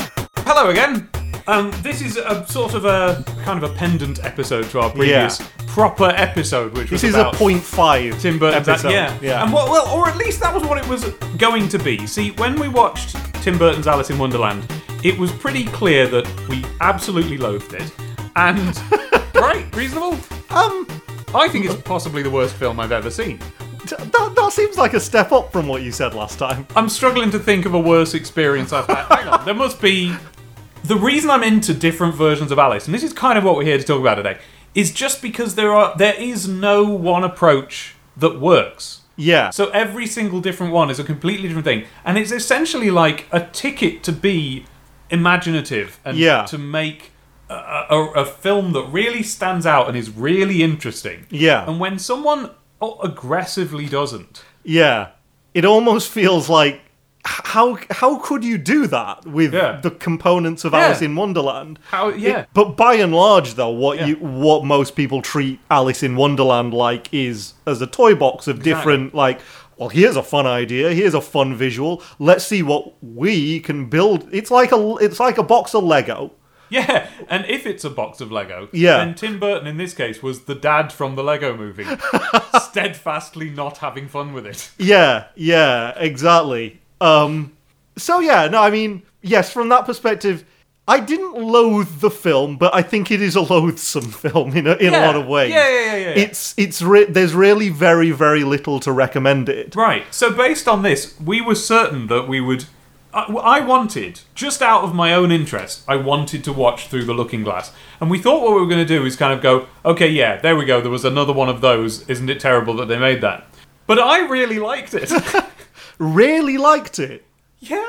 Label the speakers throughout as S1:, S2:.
S1: hello again.
S2: Um, this is a sort of a kind of a pendant episode to our previous proper episode, which
S3: This
S2: was
S3: is a
S2: about
S3: point five
S2: Tim Burton's
S3: episode.
S2: Al- yeah,
S3: yeah.
S2: and what, well, or at least that was what it was going to be. See, when we watched Tim Burton's Alice in Wonderland, it was pretty clear that we absolutely loathed it, and right, reasonable.
S3: um,
S2: I think it's possibly the worst film I've ever seen.
S3: t- that, that seems like a step up from what you said last time.
S2: I'm struggling to think of a worse experience I've had. Hang on, there must be. The reason I'm into different versions of Alice, and this is kind of what we're here to talk about today, is just because there are there is no one approach that works.
S3: Yeah.
S2: So every single different one is a completely different thing, and it's essentially like a ticket to be imaginative and
S3: Yeah.
S2: to make a, a, a film that really stands out and is really interesting.
S3: Yeah.
S2: And when someone oh, aggressively doesn't,
S3: Yeah, it almost feels like h- how how could you do that with
S2: Yeah.
S3: the components of
S2: Yeah.
S3: Alice in Wonderland?
S2: how? Yeah.
S3: It- but by and large, though, what
S2: Yeah.
S3: you what most people treat Alice in Wonderland like is as a toy box of different like. Well, here's a fun idea. Here's a fun visual. Let's see what we can build. It's like a it's like a box of Lego.
S2: Yeah, and if it's a box of Lego,
S3: Yeah.
S2: then Tim Burton in this case was the dad from the Lego movie, steadfastly not having fun with it.
S3: Yeah, yeah, exactly. Um so yeah, no, I mean, yes, from that perspective, I didn't loathe the film, but I think it is a loathsome film in a, in a
S2: Yeah.
S3: lot of ways.
S2: Yeah, yeah, yeah, yeah, yeah.
S3: It's it's re- there's really very very little to recommend it.
S2: Right, so based on this, we were certain that we would. I, I wanted, just out of my own interest, I wanted to watch Through the Looking Glass. And we thought what we were going to do is kind of go, okay, yeah, there we go, there was another one of those. Isn't it terrible that they made that? But I really liked it.
S3: Really liked it.
S2: yeah.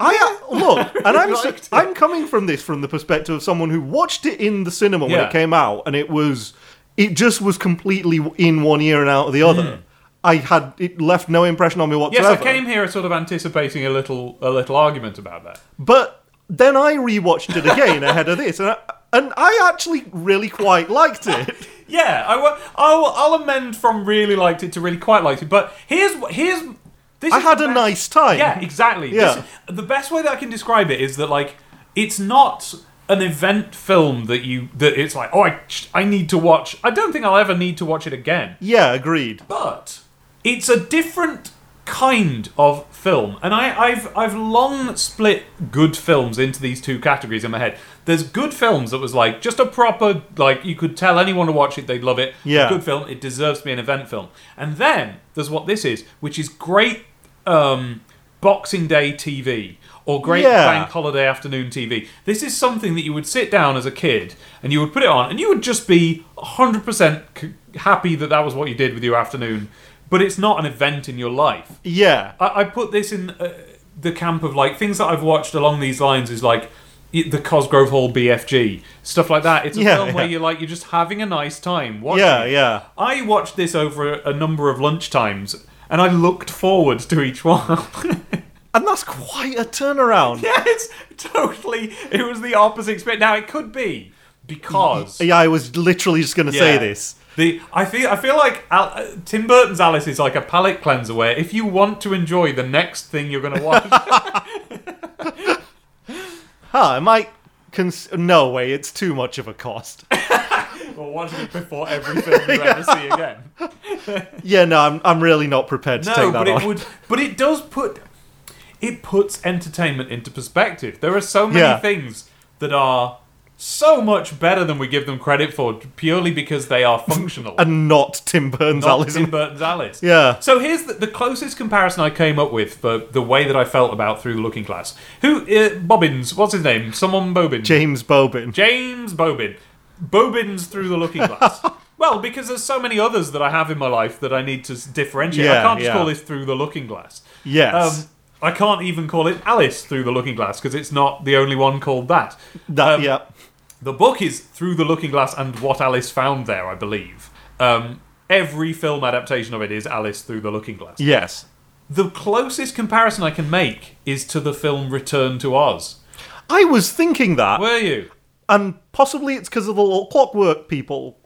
S3: I uh, look, and I'm
S2: liked it.
S3: I'm coming from this from the perspective of someone who watched it in the cinema when
S2: Yeah.
S3: it came out, and it was it just was completely in one ear and out of the other. I had it left no impression on me
S2: Hmm. Yes,
S3: whatsoever.
S2: I came here sort of anticipating a little a little argument about that.
S3: But then I rewatched it again ahead of this, and I, and I actually really quite liked it.
S2: Yeah, I will, I'll, I'll amend from really liked it to really quite liked it. But here's here's this.
S3: I
S2: is
S3: had
S2: the
S3: a
S2: best-
S3: nice time.
S2: Yeah, exactly.
S3: Yeah.
S2: This- the best way that I can describe it is that like it's not an event film that you that it's like oh I I need to watch. I don't think I'll ever need to watch it again.
S3: Yeah, agreed.
S2: But it's a different kind of film, and I, I've I've long split good films into these two categories in my head. There's good films that was like just a proper like you could tell anyone to watch it, they'd love it.
S3: Yeah.
S2: good film. It deserves to be an event film. And then there's what this is, which is great um, Boxing Day TV or great
S3: Yeah.
S2: bank holiday afternoon TV. This is something that you would sit down as a kid and you would put it on and you would just be 100% c- happy that that was what you did with your afternoon, but it's not an event in your life.
S3: Yeah,
S2: I, I put this in uh, the camp of like things that I've watched along these lines is like y- the Cosgrove Hall BFG, stuff like that. It's a
S3: Yeah,
S2: film where
S3: yeah.
S2: you're like, you're just having a nice time watching
S3: yeah,
S2: it.
S3: yeah.
S2: I watched this over a, a number of lunchtimes and I looked forward to each one.
S3: And that's quite a turnaround.
S2: Yes, totally. It was the opposite experience. Now it could be because
S3: Yeah, I was literally just going to say
S2: Yeah.
S3: this.
S2: The I feel I feel like Al, uh, Tim Burton's Alice is like a palate cleanser where if you want to enjoy the next thing you're going to watch,
S3: Huh, I might. Cons- no way, it's too much of a cost.
S2: or watch it before every film you ever see again.
S3: yeah, no, I'm, I'm really not prepared to
S2: No,
S3: take that
S2: but
S3: on.
S2: it would. But it does put it puts entertainment into perspective. There are so many
S3: Yeah.
S2: things that are so much better than we give them credit for purely because they are functional.
S3: And not Tim Burns'
S2: not
S3: Alice.
S2: Tim Burton's Alice.
S3: Yeah.
S2: So here's the, the closest comparison I came up with for the way that I felt about Through the Looking Glass. Who uh, Bobbins? What's his name? Someone Bobbin.
S3: James Bobin.
S2: James Bobbin. Bobbins Through the Looking Glass. well, because there's so many others that I have in my life that I need to s- differentiate. I
S3: Yeah,
S2: can't just
S3: yeah.
S2: call this Through the Looking Glass.
S3: Yes.
S2: Um, I can't even call it Alice Through the Looking Glass because it's not the only one called that.
S3: that,
S2: um,
S3: yeah.
S2: The book is Through the Looking Glass and What Alice Found There, I believe. Um, every film adaptation of it is Alice Through the Looking Glass.
S3: Yes.
S2: The closest comparison I can make is to the film Return to Oz.
S3: I was thinking that,
S2: Were you?
S3: and possibly it's because of the little clockwork people.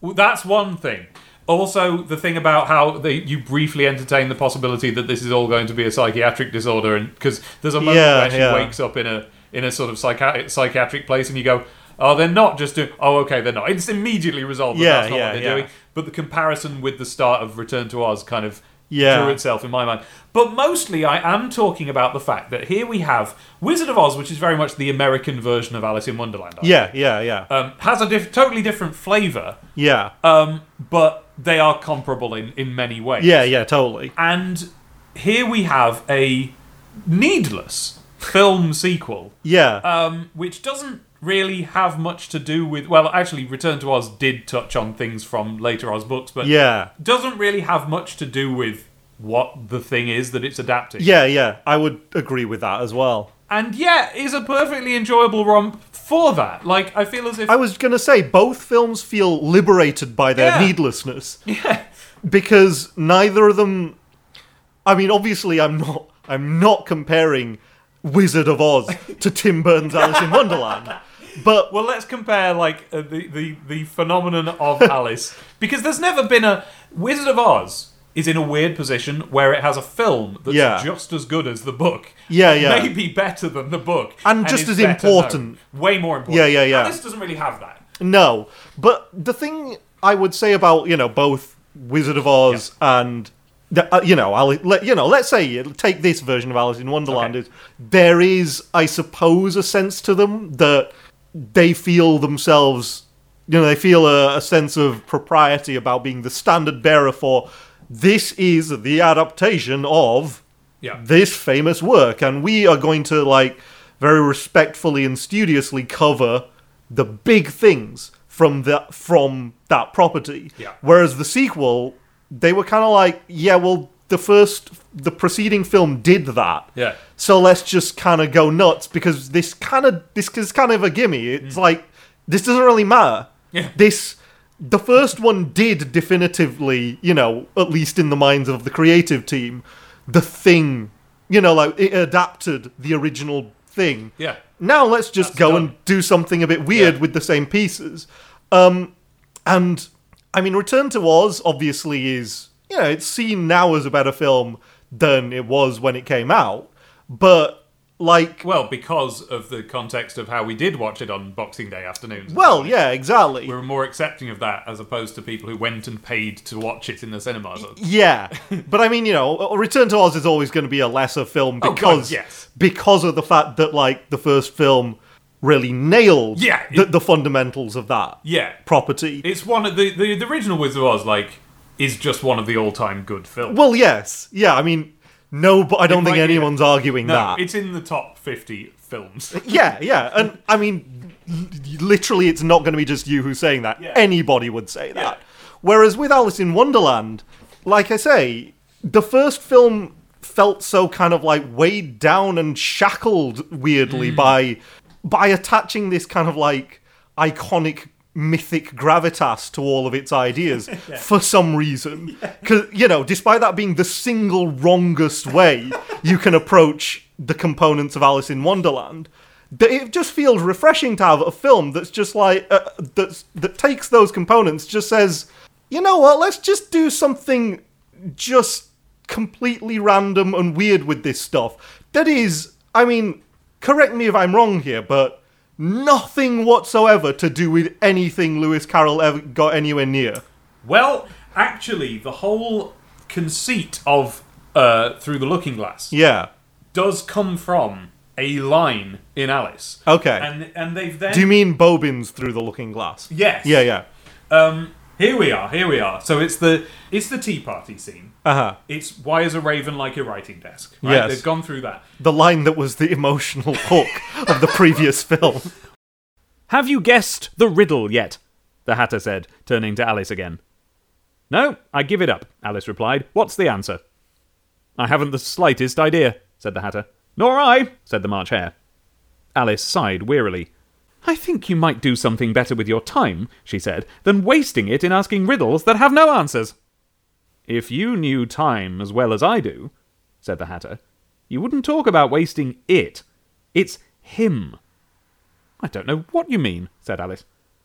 S2: Well, That's one thing. Also, the thing about how they, you briefly entertain the possibility that this is all going to be a psychiatric disorder, and because there's a moment
S3: Yeah,
S2: where she
S3: yeah.
S2: wakes up in a in a sort of psychi- psychiatric place, and you go, "Oh, they're not just doing. Oh, okay, they're not. It's immediately resolved. that
S3: Yeah,
S2: that's not
S3: yeah,
S2: what they're
S3: yeah.
S2: doing." But the comparison with the start of Return to Oz kind of
S3: Yeah.
S2: drew itself in my mind. But mostly, I am talking about the fact that here we have Wizard of Oz, which is very much the American version of Alice in Wonderland. I
S3: Yeah, yeah, yeah.
S2: um, has a diff- totally different flavour,
S3: yeah.
S2: um, but they are comparable in, in many ways.
S3: yeah, yeah, totally.
S2: And here we have a needless film sequel,
S3: Yeah.
S2: um, which doesn't really have much to do with. Well, actually, Return to Oz did touch on things from later Oz books, but
S3: yeah.
S2: doesn't really have much to do with what the thing is that it's adapting.
S3: Yeah, yeah. I would agree with that as well.
S2: And yet is a perfectly enjoyable romp for that. Like, I feel as if.
S3: I was going to say both films feel liberated by their
S2: Yeah.
S3: needlessness. Yeah. Because neither of them I mean obviously I'm not I'm not comparing Wizard of Oz to Tim Burton's Alice in Wonderland. But
S2: Well, let's compare like uh, the, the the phenomenon of Alice because there's never been a Wizard of Oz is in a weird position where it has a film that's
S3: Yeah.
S2: just as good as the book.
S3: Yeah,
S2: And
S3: yeah.
S2: Maybe better than the book,
S3: And just
S2: is
S3: as
S2: better
S3: important.
S2: known. way more important.
S3: Yeah, yeah, yeah.
S2: Alice doesn't really have that.
S3: no. But the thing I would say about, you know, both Wizard of Oz and the- uh, you know, Ali let, you know, let's say you take this version of Alice in Wonderland
S2: Okay.
S3: is there is I suppose a sense to them that they feel themselves you know, they feel a, a sense of propriety about being the standard bearer for this is the adaptation of
S2: Yeah.
S3: this famous work and we are going to like very respectfully and studiously cover the big things from that from that property
S2: Yeah.
S3: whereas the sequel they were kind of like yeah well the first the preceding film did that
S2: Yeah.
S3: so let's just kind of go nuts because this kind of this is kind of a gimme it's like this doesn't really matter
S2: Mm. Yeah.
S3: this the first one did definitively, you know, at least in the minds of the creative team, the thing, you know, like it adapted the original thing.
S2: Yeah.
S3: Now let's just
S2: That's
S3: go
S2: done.
S3: and do something a bit weird
S2: Yeah.
S3: with the same pieces. Um, and I mean, Return to Oz obviously is, you know, it's seen now as a better film than it was when it came out, but like,
S2: Well, because of the context of how we did watch it on Boxing Day afternoons.
S3: well, yeah, exactly.
S2: we were more accepting of that as opposed to people who went and paid to watch it in the cinemas.
S3: Yeah, but I mean, you know, Return to Oz is always going to be a lesser film
S2: Oh, God,
S3: because
S2: yes.
S3: because of the fact that like the first film really nailed
S2: Yeah,
S3: the,
S2: it-
S3: the fundamentals of that
S2: Yeah,
S3: property.
S2: It's one of the, the the original Wizard of Oz, like, is just one of the all time good films.
S3: well, yes, yeah. I mean, no, but I don't think
S2: might be-
S3: anyone's arguing
S2: no,
S3: that.
S2: it's in the top fifty films.
S3: yeah, yeah, and I mean, l- literally, it's not going to be just you who's saying that.
S2: Yeah.
S3: Anybody would say that.
S2: Yeah.
S3: Whereas with Alice in Wonderland, like I say, the first film felt so kind of like weighed down and shackled
S2: Mm.
S3: weirdly by by attaching this kind of like iconic mythic gravitas to all of its ideas for some reason because you know despite that being the single wrongest way you can approach the components of alice in wonderland that it just feels refreshing to have a film that's just like uh, that's, that takes those components just says you know what let's just do something just completely random and weird with this stuff that is i mean correct me if i'm wrong here but nothing whatsoever to do with anything lewis carroll ever got anywhere near
S2: well, actually, the whole conceit of uh, Through the Looking Glass
S3: yeah
S2: does come from a line in Alice.
S3: okay
S2: And and they've then
S3: do you mean bobbins through the looking glass
S2: yes
S3: yeah yeah
S2: Um, here we are, here we are. So it's the it's the tea party scene.
S3: uh-huh
S2: It's why is a raven like a writing desk? Right?
S3: Yes.
S2: they've gone through that.
S3: the line that was the emotional hook of the previous film
S1: Have you guessed the riddle yet? The Hatter said, turning to Alice again. No, I give it up, Alice replied. What's the answer? I haven't the slightest idea, said the Hatter. Nor I, said the March Hare. Alice sighed wearily. I think you might do something better with your time, she said, than wasting it in asking riddles that have no answers. If you knew time as well as I do, said the Hatter, you wouldn't talk about wasting it. It's him I don't know what you mean, said Alice.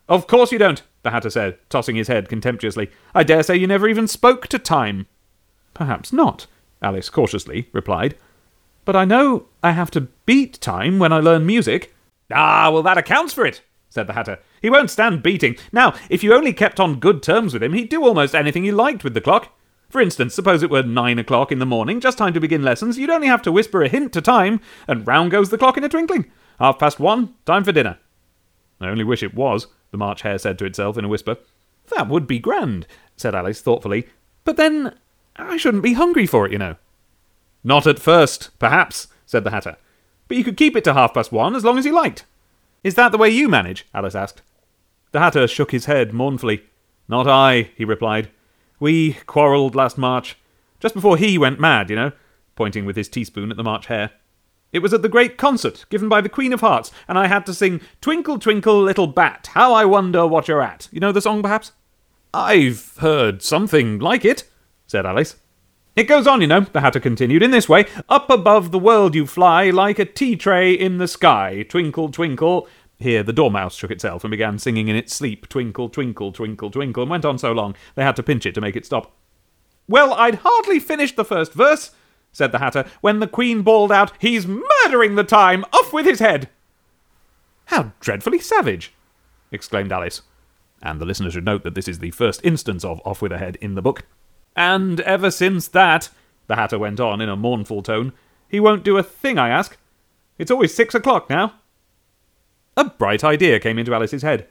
S1: Of course you don't, the Hatter said, tossing his head contemptuously. I dare say you never even spoke to time. Perhaps not, Alice cautiously replied. But I know I have to beat time when I learn music. Ah, well, that accounts for it, said the Hatter. He won't stand beating. Now, if you only kept on good terms with him, he'd do almost anything he liked with the clock. For instance, suppose it were nine o'clock in the morning, just time to begin lessons, you'd only have to whisper a hint to time, and round goes the clock in a twinkling. Half past one, time for dinner. I only wish it was, the March Hare said to itself in a whisper. That would be grand, said Alice thoughtfully. But then I shouldn't be hungry for it, you know. Not at first, perhaps, said the Hatter. But you could keep it to half past one as long as you liked. Is that the way you manage? Alice asked. The Hatter shook his head mournfully. Not I, he replied. We quarrelled last March, just before he went mad, you know, pointing with his teaspoon at the March Hare. It was at the great concert given by the Queen of Hearts, and I had to sing Twinkle, Twinkle, Little Bat, How I Wonder What You're At. You know the song, perhaps? I've heard something like it, said Alice. It goes on, you know, the Hatter continued, in this way Up above the world you fly, like a tea tray in the sky. Twinkle, twinkle. Here the Dormouse shook itself and began singing in its sleep Twinkle, twinkle, twinkle, twinkle, and went on so long they had to pinch it to make it stop. Well, I'd hardly finished the first verse, said the Hatter, when the Queen bawled out, He's murdering the time! Off with his head! How dreadfully savage! exclaimed Alice. And the listener should note that this is the first instance of Off with a Head in the book. And ever since that, the Hatter went on in a mournful tone, he won't do a thing I ask. It's always six o'clock now. A bright idea came into Alice's head.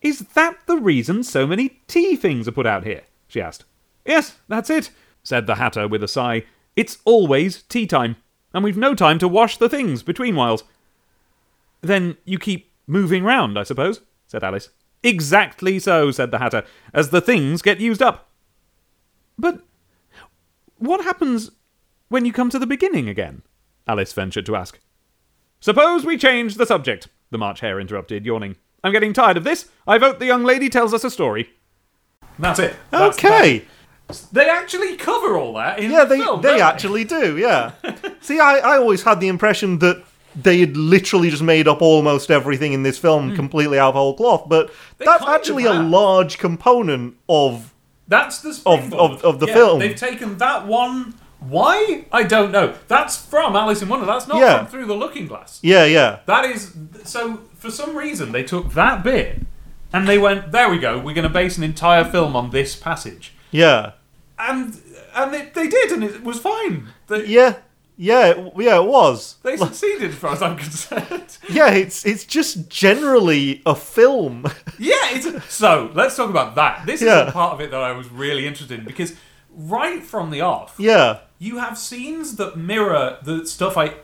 S1: Is that the reason so many tea things are put out here? she asked. Yes, that's it, said the Hatter with a sigh. It's always tea time, and we've no time to wash the things between whiles. Then you keep moving round, I suppose, said Alice. Exactly so, said the Hatter, as the things get used up. But what happens when you come to the beginning again? Alice ventured to ask. Suppose we change the subject, the March Hare interrupted, yawning. I'm getting tired of this. I vote the young lady tells us a story.
S2: That's it. That's
S3: Okay.
S2: that. They actually cover all that in
S3: Yeah,
S2: the
S3: they,
S2: film.
S3: they
S2: don't
S3: actually do, yeah. See, I, I always had the impression that they had literally just made up almost everything in this
S2: Hmm.
S3: film completely out of whole cloth, but that's
S2: kind of
S3: actually a
S2: have.
S3: large component of.
S2: That's the springboard.
S3: of- of the
S2: Yeah,
S3: film.
S2: They've taken that one. Why? I don't know. That's from Alice in Wonderland. That's not
S3: Yeah.
S2: from Through the Looking Glass.
S3: Yeah, yeah.
S2: That is so. For some reason, they took that bit and they went, "There we go. We're going to base an entire film on this passage."
S3: Yeah.
S2: And and they, they did, and it was fine. They,
S3: Yeah. Yeah, it, yeah, it was.
S2: they succeeded, as far as I'm concerned.
S3: Yeah, it's it's just generally a film.
S2: Yeah, it's, so let's talk about that. This is
S3: Yeah.
S2: the part of it that I was really interested in because right from the off,
S3: yeah.
S2: you have scenes that mirror the stuff I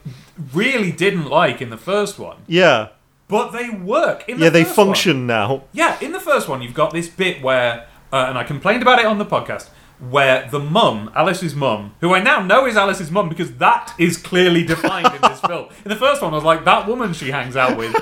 S2: really didn't like in the first one,
S3: Yeah.
S2: but they work. In the
S3: Yeah, they
S2: first one.
S3: function now.
S2: Yeah, in the first one, you've got this bit where, uh, and I complained about it on the podcast, where the mum, Alice's mum, who I now know is Alice's mum because that is clearly defined in this film. In the first one, I was like, that woman she hangs out with.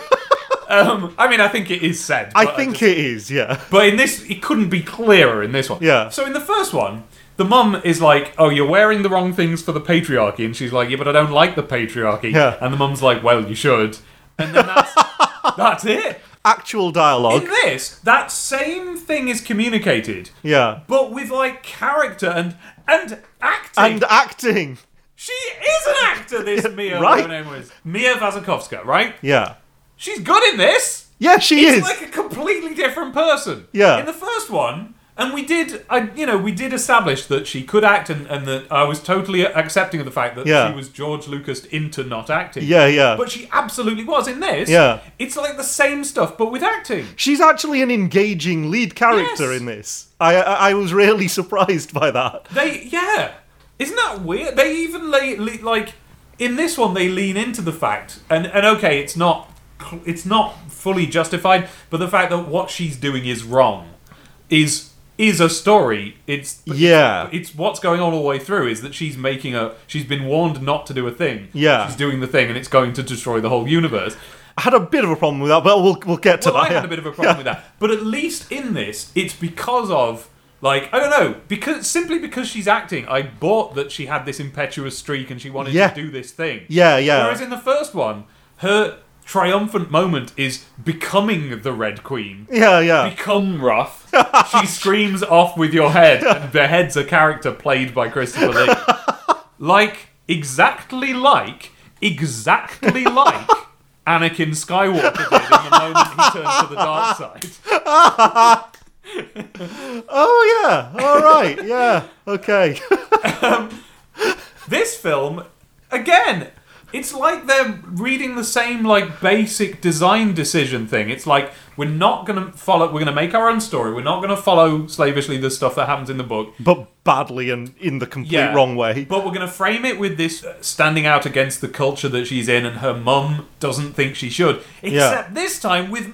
S2: Um, I mean, I think it is said.
S3: I
S2: but
S3: think
S2: just-
S3: it is, yeah.
S2: but in this, it couldn't be clearer in this one.
S3: Yeah.
S2: So in the first one, the mum is like, "Oh, you're wearing the wrong things for the patriarchy," and she's like, "Yeah, but I don't like the patriarchy."
S3: Yeah.
S2: And the mum's like, "Well, you should." And then that's that's it.
S3: Actual
S2: In
S3: dialogue.
S2: this, that same thing is communicated,
S3: Yeah.
S2: but with like character and and acting.
S3: And acting.
S2: she is an actor. This Mia,
S3: right.
S2: her name was Mia Wasikowska, right?
S3: Yeah.
S2: She's good in this.
S3: Yeah, she
S2: It's
S3: is.
S2: like a completely different person.
S3: Yeah.
S2: In the first one, and we did, I you know, we did establish that she could act, and, and that I was totally accepting of the fact that
S3: Yeah.
S2: she was George Lucas into not acting.
S3: Yeah, yeah.
S2: But she absolutely was in this.
S3: Yeah.
S2: It's like the same stuff, but with acting.
S3: She's actually an engaging lead character
S2: Yes.
S3: in this. I, I I was really surprised by that.
S2: They, yeah. Isn't that weird? They even lay, le like in this one they lean into the fact, and and okay, it's not cl- it's not fully justified, but the fact that what she's doing is wrong is is a story. It's
S3: Yeah.
S2: It's what's going on all the way through is that she's making a she's been warned not to do a thing.
S3: Yeah.
S2: She's doing the thing and it's going to destroy the whole universe.
S3: I had a bit of a problem with that, but we'll we'll get to
S2: Well, I
S3: that.
S2: had
S3: yeah.
S2: a bit of a problem with that. But at least in this, it's because of like I don't know because simply because she's acting, I bought that she had this impetuous streak and she wanted
S3: Yeah.
S2: to do this thing.
S3: Yeah, yeah.
S2: Whereas in the first one, her triumphant moment is becoming the Red Queen.
S3: yeah, yeah.
S2: Become rough. she screams off with your head, and beheads a character played by Christopher Lee. Like exactly like, exactly like Anakin Skywalker did in the moment he turned to the dark side.
S3: Oh yeah. All right. Yeah. Okay.
S2: This film, again, it's like they're reading the same like basic design decision thing. It's like we're not going to follow. We're going to make our own story. We're not going to follow slavishly the stuff that happens in the book.
S3: but badly and in the complete wrong way.
S2: But we're going to frame it with this uh, standing out against the culture that she's in, and her mum doesn't think she should. Except this time with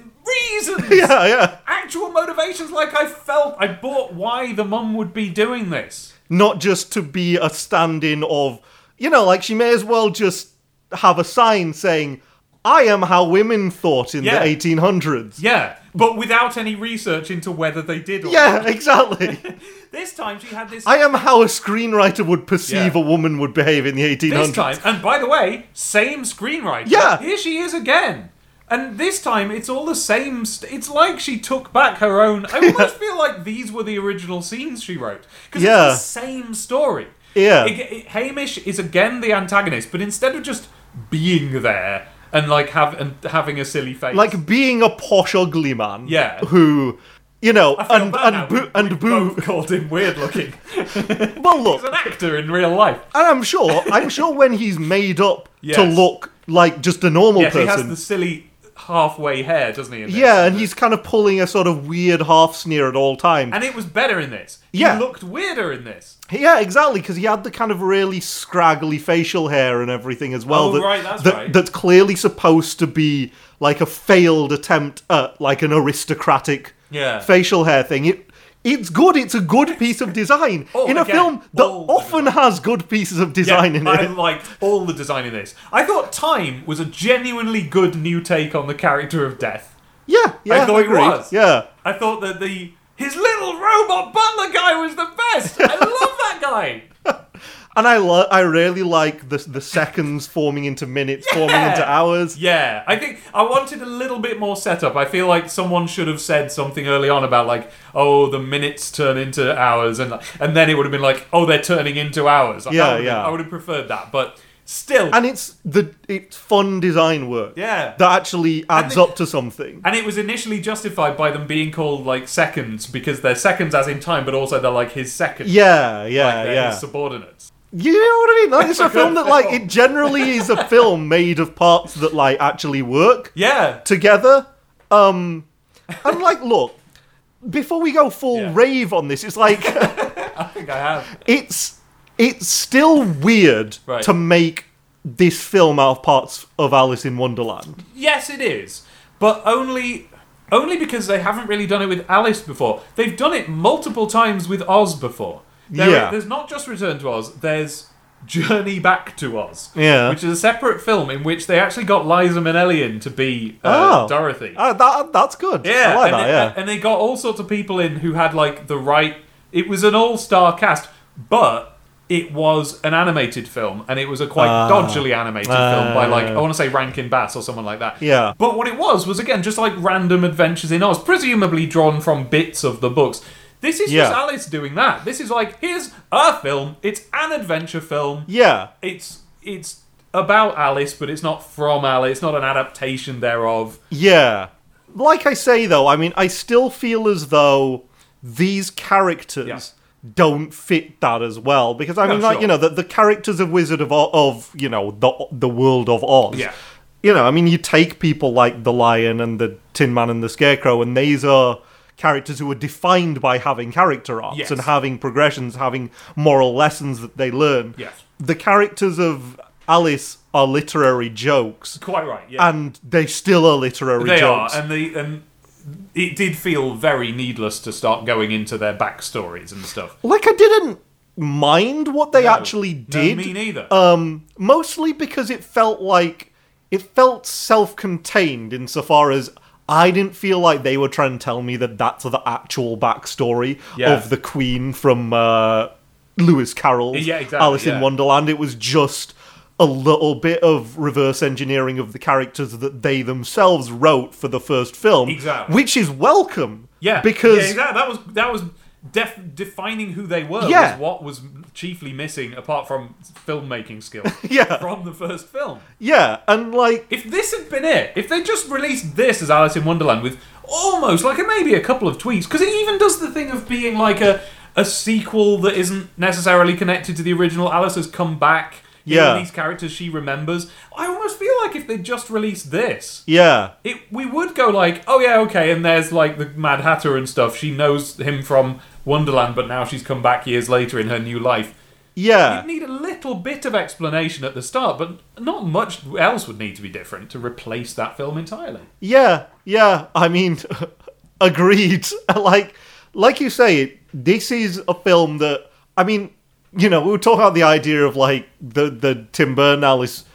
S2: reasons,
S3: yeah. Yeah.
S2: actual motivations. Like I felt, I bought why the mum would be doing this.
S3: Not just to be a stand-in of, you know, like she may as well just have a sign saying, "I am how women thought in
S2: Yeah.
S3: the 1800s."
S2: Yeah, but without any research into whether they did. Or
S3: Yeah, exactly.
S2: This time she had this.
S3: I am how a screenwriter would perceive
S2: Yeah.
S3: a woman would behave in the 1800s.
S2: this time, and by the way, same screenwriter.
S3: Yeah.
S2: here she is again. And this time, it's all the same. St- it's like she took back her own. I almost feel like these were the original scenes she wrote because
S3: Yeah.
S2: it's the same story.
S3: Yeah.
S2: Ag- it- Hamish is again the antagonist, but instead of just being there and like have and having a silly face,
S3: Like being a posh ugly man.
S2: Yeah.
S3: Who, you know,
S2: I feel
S3: and
S2: bad now.
S3: and boo,
S2: We
S3: and boo.
S2: both called him weird looking.
S3: Well, look,
S2: He's an actor in real life.
S3: and I'm sure, I'm sure when he's made up to
S2: Yes.
S3: look like just a normal
S2: Yeah, he has
S3: person.
S2: the silly halfway hair, doesn't he? in this?
S3: yeah, and he's kind of pulling a sort of weird half sneer at all times.
S2: and it was better in this.
S3: Yeah.
S2: he looked weirder in this.
S3: yeah, exactly, because he had the kind of really scraggly facial hair and everything as well.
S2: Oh,
S3: that,
S2: right, that's
S3: that-
S2: right.
S3: That's clearly supposed to be like a failed attempt at like an aristocratic
S2: Yeah.
S3: facial hair thing. It it's good. It's a good piece of design
S2: Oh,
S3: in a
S2: again,
S3: film that
S2: all the
S3: often has good pieces of design in
S2: I
S3: it.
S2: liked all the design in this. I thought Time was a genuinely good new take on the character of Death.
S3: Yeah, yeah,
S2: thought it
S3: agreed.
S2: was.
S3: Yeah,
S2: I thought that the his little robot butler guy was the best. I love that guy.
S3: and I lo- I really like the the seconds forming into minutes, forming
S2: Yeah.
S3: into hours.
S2: Yeah, I think I wanted a little bit more setup. I feel like someone should have said something early on about like, oh, the minutes turn into hours, and and then it would have been like, oh, they're turning into hours. Like, that
S3: Yeah,
S2: would have been-
S3: yeah.
S2: I would have preferred that, but still,
S3: And it's the it's fun design work.
S2: Yeah.
S3: that actually adds
S2: the-
S3: up to something.
S2: And it was initially justified by them being called like seconds because they're seconds as in time, but also they're like his seconds.
S3: Yeah, yeah,
S2: they're
S3: yeah.
S2: his subordinates.
S3: You know what I mean? Like, it's a
S2: a good
S3: film that, like,
S2: film.
S3: it generally is a film made of parts that, like, actually work
S2: Yeah.
S3: together. Um, and like, look, before we go full
S2: Yeah.
S3: rave on this, it's like
S2: I think I have.
S3: it's it's still weird
S2: Right.
S3: to make this film out of parts of Alice in Wonderland.
S2: Yes, it is. But only only because they haven't really done it with Alice before. They've done it multiple times with Oz before. There-
S3: Yeah.
S2: There's not just Return to Oz, there's Journey Back to Oz.
S3: Yeah.
S2: Which is a separate film in which they actually got Liza Minnelli in to be uh,
S3: Oh.
S2: Dorothy.
S3: Ah, that that's good.
S2: Yeah,
S3: I
S2: and,
S3: like that.
S2: they,
S3: yeah.
S2: and they got all sorts of people in who had like the right. It was an all-star cast, but it was an animated film, and it was a quite
S3: Ah.
S2: dodgily animated film by like I want to say Rankin Bass or someone like that.
S3: Yeah.
S2: But what it was was again just like random adventures in Oz, presumably drawn from bits of the books. This is just
S3: Yeah.
S2: Alice doing that. This is like here's a film. It's an adventure film
S3: yeah.
S2: it's it's about Alice, but it's not from Alice. It's not an adaptation thereof.
S3: Yeah. Like I say, though, I mean, I still feel as though these characters don't fit that as well because I
S2: No,
S3: mean, like
S2: sure.
S3: you know, the, the characters of Wizard of Oz, of you know the the world of Oz.
S2: Yeah.
S3: You know, I mean, you take people like the Lion and the Tin Man and the Scarecrow, and these are characters who are defined by having character arcs
S2: Yes.
S3: and having progressions, having moral lessons that they learn.
S2: Yes.
S3: The characters of Alice are literary jokes,
S2: Quite right. Yeah.
S3: and they still are literary
S2: They
S3: jokes.
S2: are, and the and it did feel very needless to start going into their backstories and stuff.
S3: like I didn't mind what they
S2: No.
S3: actually
S2: No,
S3: did.
S2: me neither.
S3: Um, mostly because it felt like it felt self-contained insofar as I didn't feel like they were trying to tell me that that's the actual backstory
S2: Yeah.
S3: of the Queen from uh, Lewis Carroll's
S2: Yeah, exactly,
S3: Alice
S2: yeah.
S3: in Wonderland. It was just a little bit of reverse engineering of the characters that they themselves wrote for the first film,
S2: Exactly.
S3: which is welcome.
S2: yeah,
S3: because
S2: yeah, exactly. that was that was def- defining who they were
S3: Yeah.
S2: was what was chiefly missing, apart from filmmaking skill
S3: Yeah.
S2: from the first film.
S3: Yeah, and like
S2: If this had been it, if they just released this as Alice in Wonderland with almost like a, maybe a couple of tweaks, because it even does the thing of being like a a sequel that isn't necessarily connected to the original. Alice has come back. you know,
S3: Yeah.
S2: these characters she remembers. I almost feel like if they just released this,
S3: yeah,
S2: it we would go like, oh yeah, okay, and there's like the Mad Hatter and stuff. She knows him from Wonderland, but now she's come back years later in her new life.
S3: yeah.
S2: You'd need a little bit of explanation at the start, but not much else would need to be different to replace that film entirely.
S3: Yeah, yeah. I mean, agreed. like, like you say, this is a film that I mean, you know, we were talking about the idea of like the the Tim Burton Alice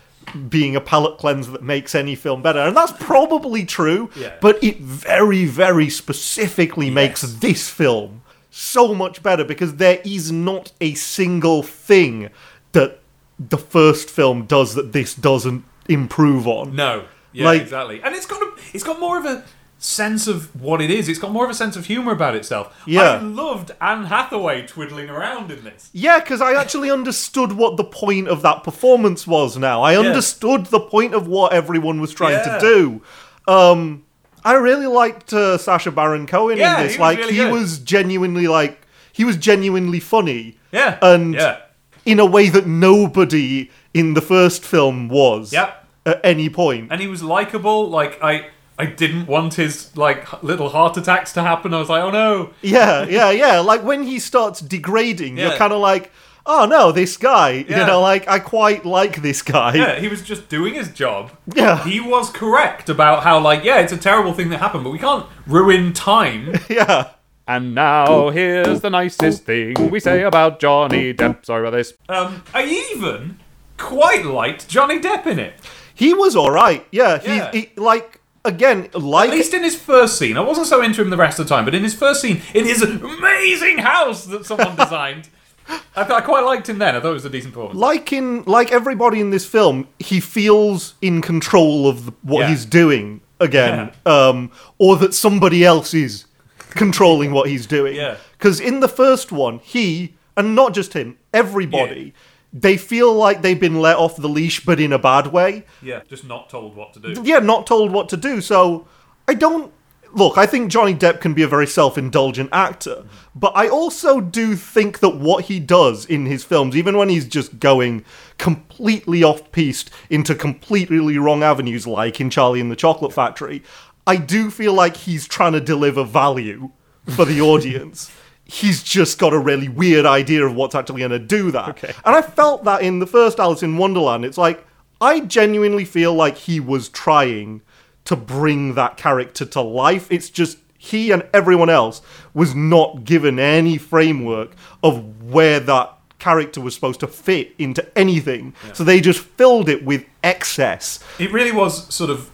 S3: being a palate cleanser that makes any film better, and that's probably true.
S2: Yeah.
S3: But it very, very specifically makes this film so much better because there is not a single thing that the first film does that this doesn't improve on.
S2: No, yeah,
S3: Like-
S2: exactly. And it's got a, it's got more of a sense of what it is. It's got more of a sense of humor about itself.
S3: Yeah.
S2: I loved Anne Hathaway twiddling around in this.
S3: Yeah, because I actually understood what the point of that performance was now. I understood the point of what everyone was trying
S2: Yeah.
S3: to do. Um, I really liked uh, Sasha Baron Cohen
S2: Yeah,
S3: in
S2: he
S3: this.
S2: was
S3: like,
S2: really
S3: he
S2: good.
S3: was genuinely, like, he was genuinely funny.
S2: Yeah,
S3: And
S2: yeah,
S3: in a way that nobody in the first film was
S2: Yep.
S3: at any point.
S2: and he was likable. Like I. I didn't want his like h- little heart attacks to happen. I was like, "Oh no!"
S3: Yeah, yeah, yeah. Like when he starts degrading,
S2: Yeah.
S3: you're kind of like, oh no, this guy.
S2: Yeah.
S3: You know, like, I quite like this guy.
S2: Yeah, he was just doing his job.
S3: Yeah.
S2: he was correct about how like, yeah, it's a terrible thing that happened, but we can't ruin time
S3: yeah.
S1: And now here's the nicest thing we say about Johnny Depp. Sorry about this.
S2: Um, I even quite liked Johnny Depp in it.
S3: He was all right. Yeah, he,
S2: Yeah.
S3: he like again like
S2: At least in his first scene. I wasn't so into him the rest of the time, but in his first scene, in his amazing house that someone designed, I, th- I quite liked him then. I thought it was a decent performance.
S3: like in like everybody in this film, he feels in control of the, what
S2: Yeah.
S3: he's doing again, um, or that somebody else is controlling what he's doing.
S2: Yeah.
S3: Because in the first one, he and not just him, everybody, they feel like they've been let off the leash, but in a bad way.
S2: Yeah, just not told what to do.
S3: yeah, not told what to do. So I don't look. I think Johnny Depp can be a very self-indulgent actor, but I also do think that what he does in his films, even when he's just going completely off-piste into completely wrong avenues, like in Charlie and the Chocolate Factory, I do feel like he's trying to deliver value for the audience. He's just got a really weird idea of what's actually going to do that. Okay. And I felt that in the first Alice in Wonderland. It's like, I genuinely feel like he was trying to bring that character to life. It's just he and everyone else was not given any framework of where that character was supposed to fit into anything. So they just filled it with excess.
S2: It really was sort of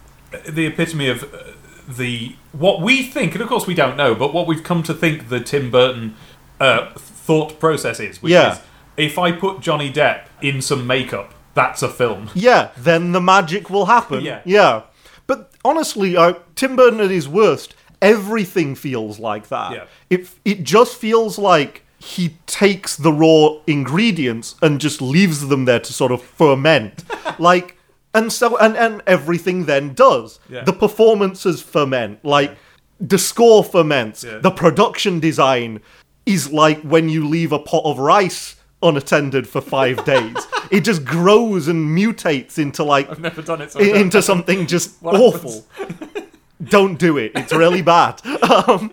S2: the epitome of uh, the what we think, and of course we don't know, but what we've come to think the Tim Burton uh, thought process is, which
S3: Yeah.
S2: is if I put Johnny Depp in some makeup, that's a film.
S3: Yeah, then the magic will happen.
S2: Yeah.
S3: Yeah. But honestly, uh, Tim Burton at his worst, everything feels like that.
S2: Yeah.
S3: It, it just feels like he takes the raw ingredients and just leaves them there to sort of ferment. like, and so, and, and everything then does.
S2: Yeah.
S3: The performances ferment. Like, the score ferments.
S2: Yeah.
S3: The production design is like when you leave a pot of rice unattended for five days. It just grows and mutates into like
S2: Never done it so
S3: i- into something just
S2: What
S3: awful. Don't do it. It's really bad. Um,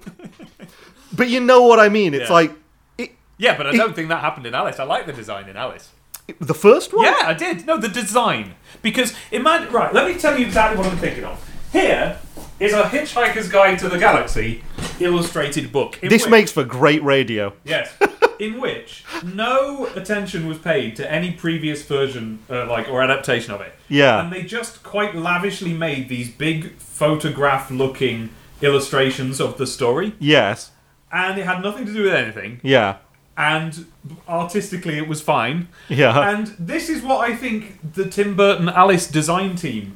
S3: but you know what I mean. It's
S2: Yeah.
S3: like it,
S2: Yeah, but I don't think that happened in Alice. I like the design in Alice.
S3: it- the first one.
S2: Yeah, I did. No, the design. Because imagine. Right, let me tell you exactly what I'm thinking of. Here is a Hitchhiker's Guide to the Galaxy illustrated book. in
S3: This
S2: which-
S3: makes for great radio.
S2: Yes. in which no attention was paid to any previous version, uh, like or adaptation of it.
S3: Yeah.
S2: And they just quite lavishly made these big photograph-looking illustrations of the story,
S3: Yes.
S2: and it had nothing to do with anything.
S3: Yeah.
S2: And artistically, it was fine.
S3: Yeah.
S2: And this is what I think the Tim Burton Alice design team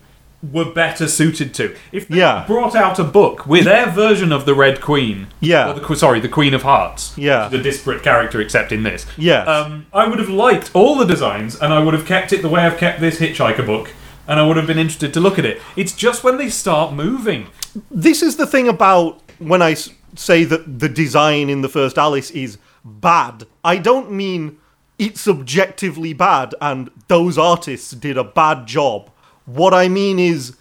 S2: were better suited to. If they
S3: Yeah.
S2: brought out a book with their version of the Red Queen,
S3: Yeah.
S2: or the, que- sorry, the Queen of Hearts,
S3: Yeah.
S2: the disparate character except in this,
S3: Yes.
S2: um, I would have liked all the designs, and I would have kept it the way I've kept this Hitchhiker book, and I would have been interested to look at it. It's just when they start moving,
S3: this is the thing about when I s- say that the design in the first Alice is bad. I don't mean it's objectively bad and those artists did a bad job. What I mean is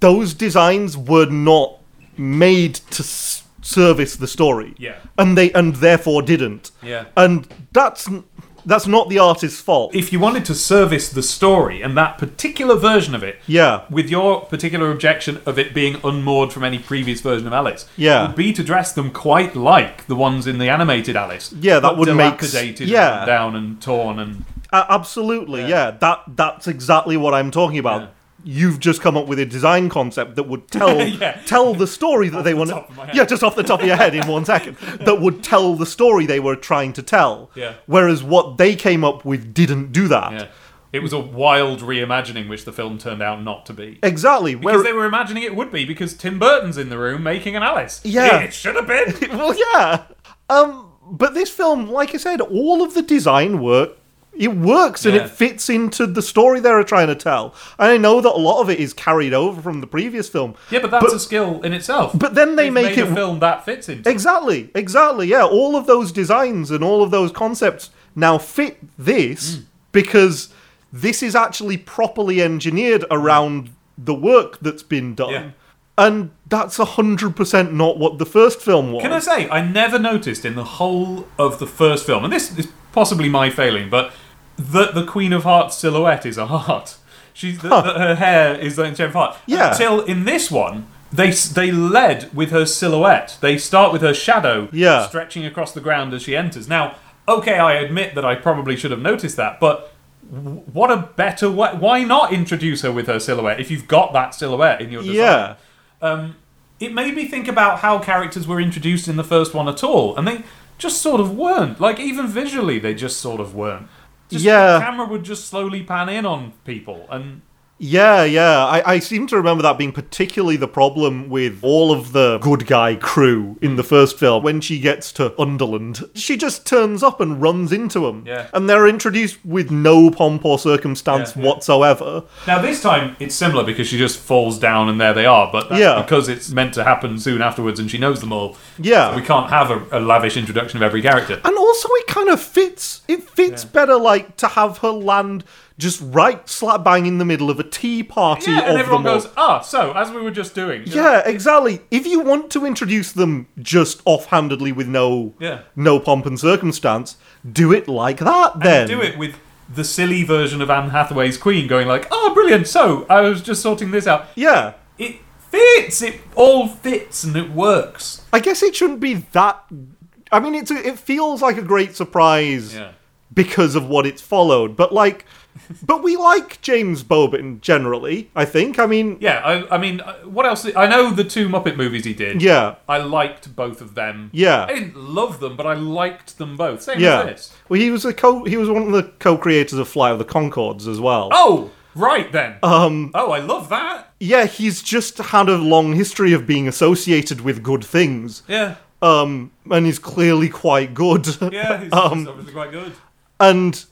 S3: those designs were not made to s- service the story.
S2: Yeah.
S3: And they and therefore didn't.
S2: Yeah.
S3: And that's n- that's not the artist's fault.
S2: if you wanted to service the story and that particular version of it,
S3: yeah.
S2: with your particular objection of it being unmoored from any previous version of Alice,
S3: Yeah.
S2: would be to dress them quite like the ones in the animated Alice.
S3: Yeah, that
S2: but
S3: would make s-
S2: dilapidated, and
S3: yeah.
S2: run down and torn and
S3: A- Uh, absolutely, yeah. That that's exactly what I'm talking about.
S2: Yeah.
S3: You've just come up with a design concept that would tell
S2: Yeah.
S3: tell the story that they want.
S2: top of my head.
S3: Yeah, just off the top of your head in one second, that would tell the story they were trying to tell.
S2: Yeah.
S3: Whereas what they came up with didn't do that.
S2: yeah. It was a wild reimagining, which the film turned out not to be.
S3: Exactly.
S2: Because
S3: Where,
S2: they were imagining it would be, because Tim Burton's in the room making an Alice.
S3: Yeah.
S2: It should have been.
S3: well, yeah. Um, but this film, like I said, all of the design work, it works and
S2: Yeah.
S3: it fits into the story they were trying to tell. And I know that a lot of it is carried over from the previous film.
S2: Yeah, but that's a skill in itself.
S3: But then they
S2: They've
S3: make
S2: made
S3: it
S2: a film that fits into. it.
S3: exactly, exactly. Yeah, all of those designs and all of those concepts now fit this
S2: Mm.
S3: because this is actually properly engineered around the work that's been done,
S2: Yeah.
S3: and that's hundred percent not what the first film was.
S2: Can I say, I never noticed in the whole of the first film, and this is possibly my failing, but that the Queen of Hearts silhouette is a heart. She's that that her hair is in shape of heart.
S3: Yeah.
S2: Until in this one, they s- they led with her silhouette. They start with her shadow
S3: Yeah.
S2: stretching across the ground as she enters. Now, okay, I admit that I probably should have noticed that, but w- what a better way. Why not introduce her with her silhouette if you've got that silhouette in your design?
S3: yeah,
S2: it made me think about how characters were introduced in the first one at all, and they just sort of weren't. Like even visually, they just sort of weren't. Just
S3: Yeah.
S2: the camera would just slowly pan in on people, and
S3: yeah, yeah. I, I seem to remember that being particularly the problem with all of the good guy crew in the first film. When she gets to Underland, she just turns up and runs into them,
S2: Yeah.
S3: and they're introduced with no pomp or circumstance
S2: Yeah, yeah.
S3: whatsoever.
S2: now this time it's similar because she just falls down and there they are. But that's
S3: Yeah.
S2: because it's meant to happen soon afterwards, and she knows them all.
S3: Yeah.
S2: so we can't have a, a lavish introduction of every character.
S3: and also it kind of fits it fits better like to have her land just right slap bang in the middle of a tea party
S2: Yeah,
S3: of
S2: and everyone
S3: them all.
S2: goes, ah, so as we were just doing. you know,
S3: yeah exactly if you want to introduce them just offhandedly with no
S2: Yeah.
S3: no pomp and circumstance do it like that then
S2: do it with the silly version of Anne Hathaway's Queen going like, oh, brilliant. So I was just sorting this out.
S3: yeah
S2: it fits. It all fits and it works.
S3: i guess it shouldn't be that i mean it's a, it feels like a great surprise because of what it's followed but like but we like james bobbin generally i think i mean
S2: Yeah, I, I mean, uh, what else? I know the two Muppet movies he did.
S3: yeah
S2: I liked both of them.
S3: Yeah.
S2: I didn't love them, but I liked them both. Same
S3: Yeah.
S2: as this.
S3: Well, he was a co. He was one of the co-creators of Flight of the Concords as well.
S2: Oh, right then. Um. Oh, I love that.
S3: Yeah, he's just had a long history of being associated with good things.
S2: Yeah.
S3: Um, and he's clearly quite good.
S2: Yeah, it's,
S3: um,
S2: it's obviously quite good.
S3: and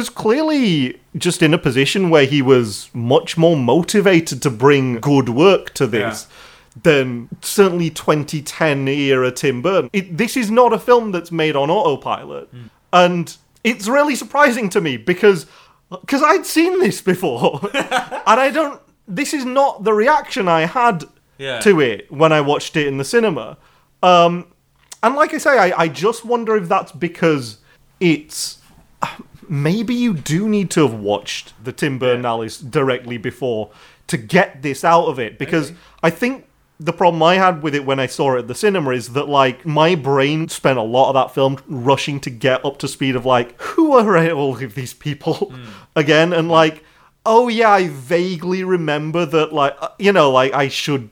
S3: was clearly just in a position where he was much more motivated to bring good work to this than certainly 2010 era Tim Burton. It, this is not a film that's made on autopilot, and it's really surprising to me because because I'd seen this before, and I don't. This is not the reaction I had
S2: Yeah.
S3: to it when I watched it in the cinema. Um, and like I say, I, I just wonder if that's because it's maybe you do need to have watched the Tim Burton Alice directly before to get this out of it because I think the problem I had with it when I saw it at the cinema is that like my brain spent a lot of that film rushing to get up to speed of like who are all of these people again and like oh yeah I vaguely remember that like uh, you know like I should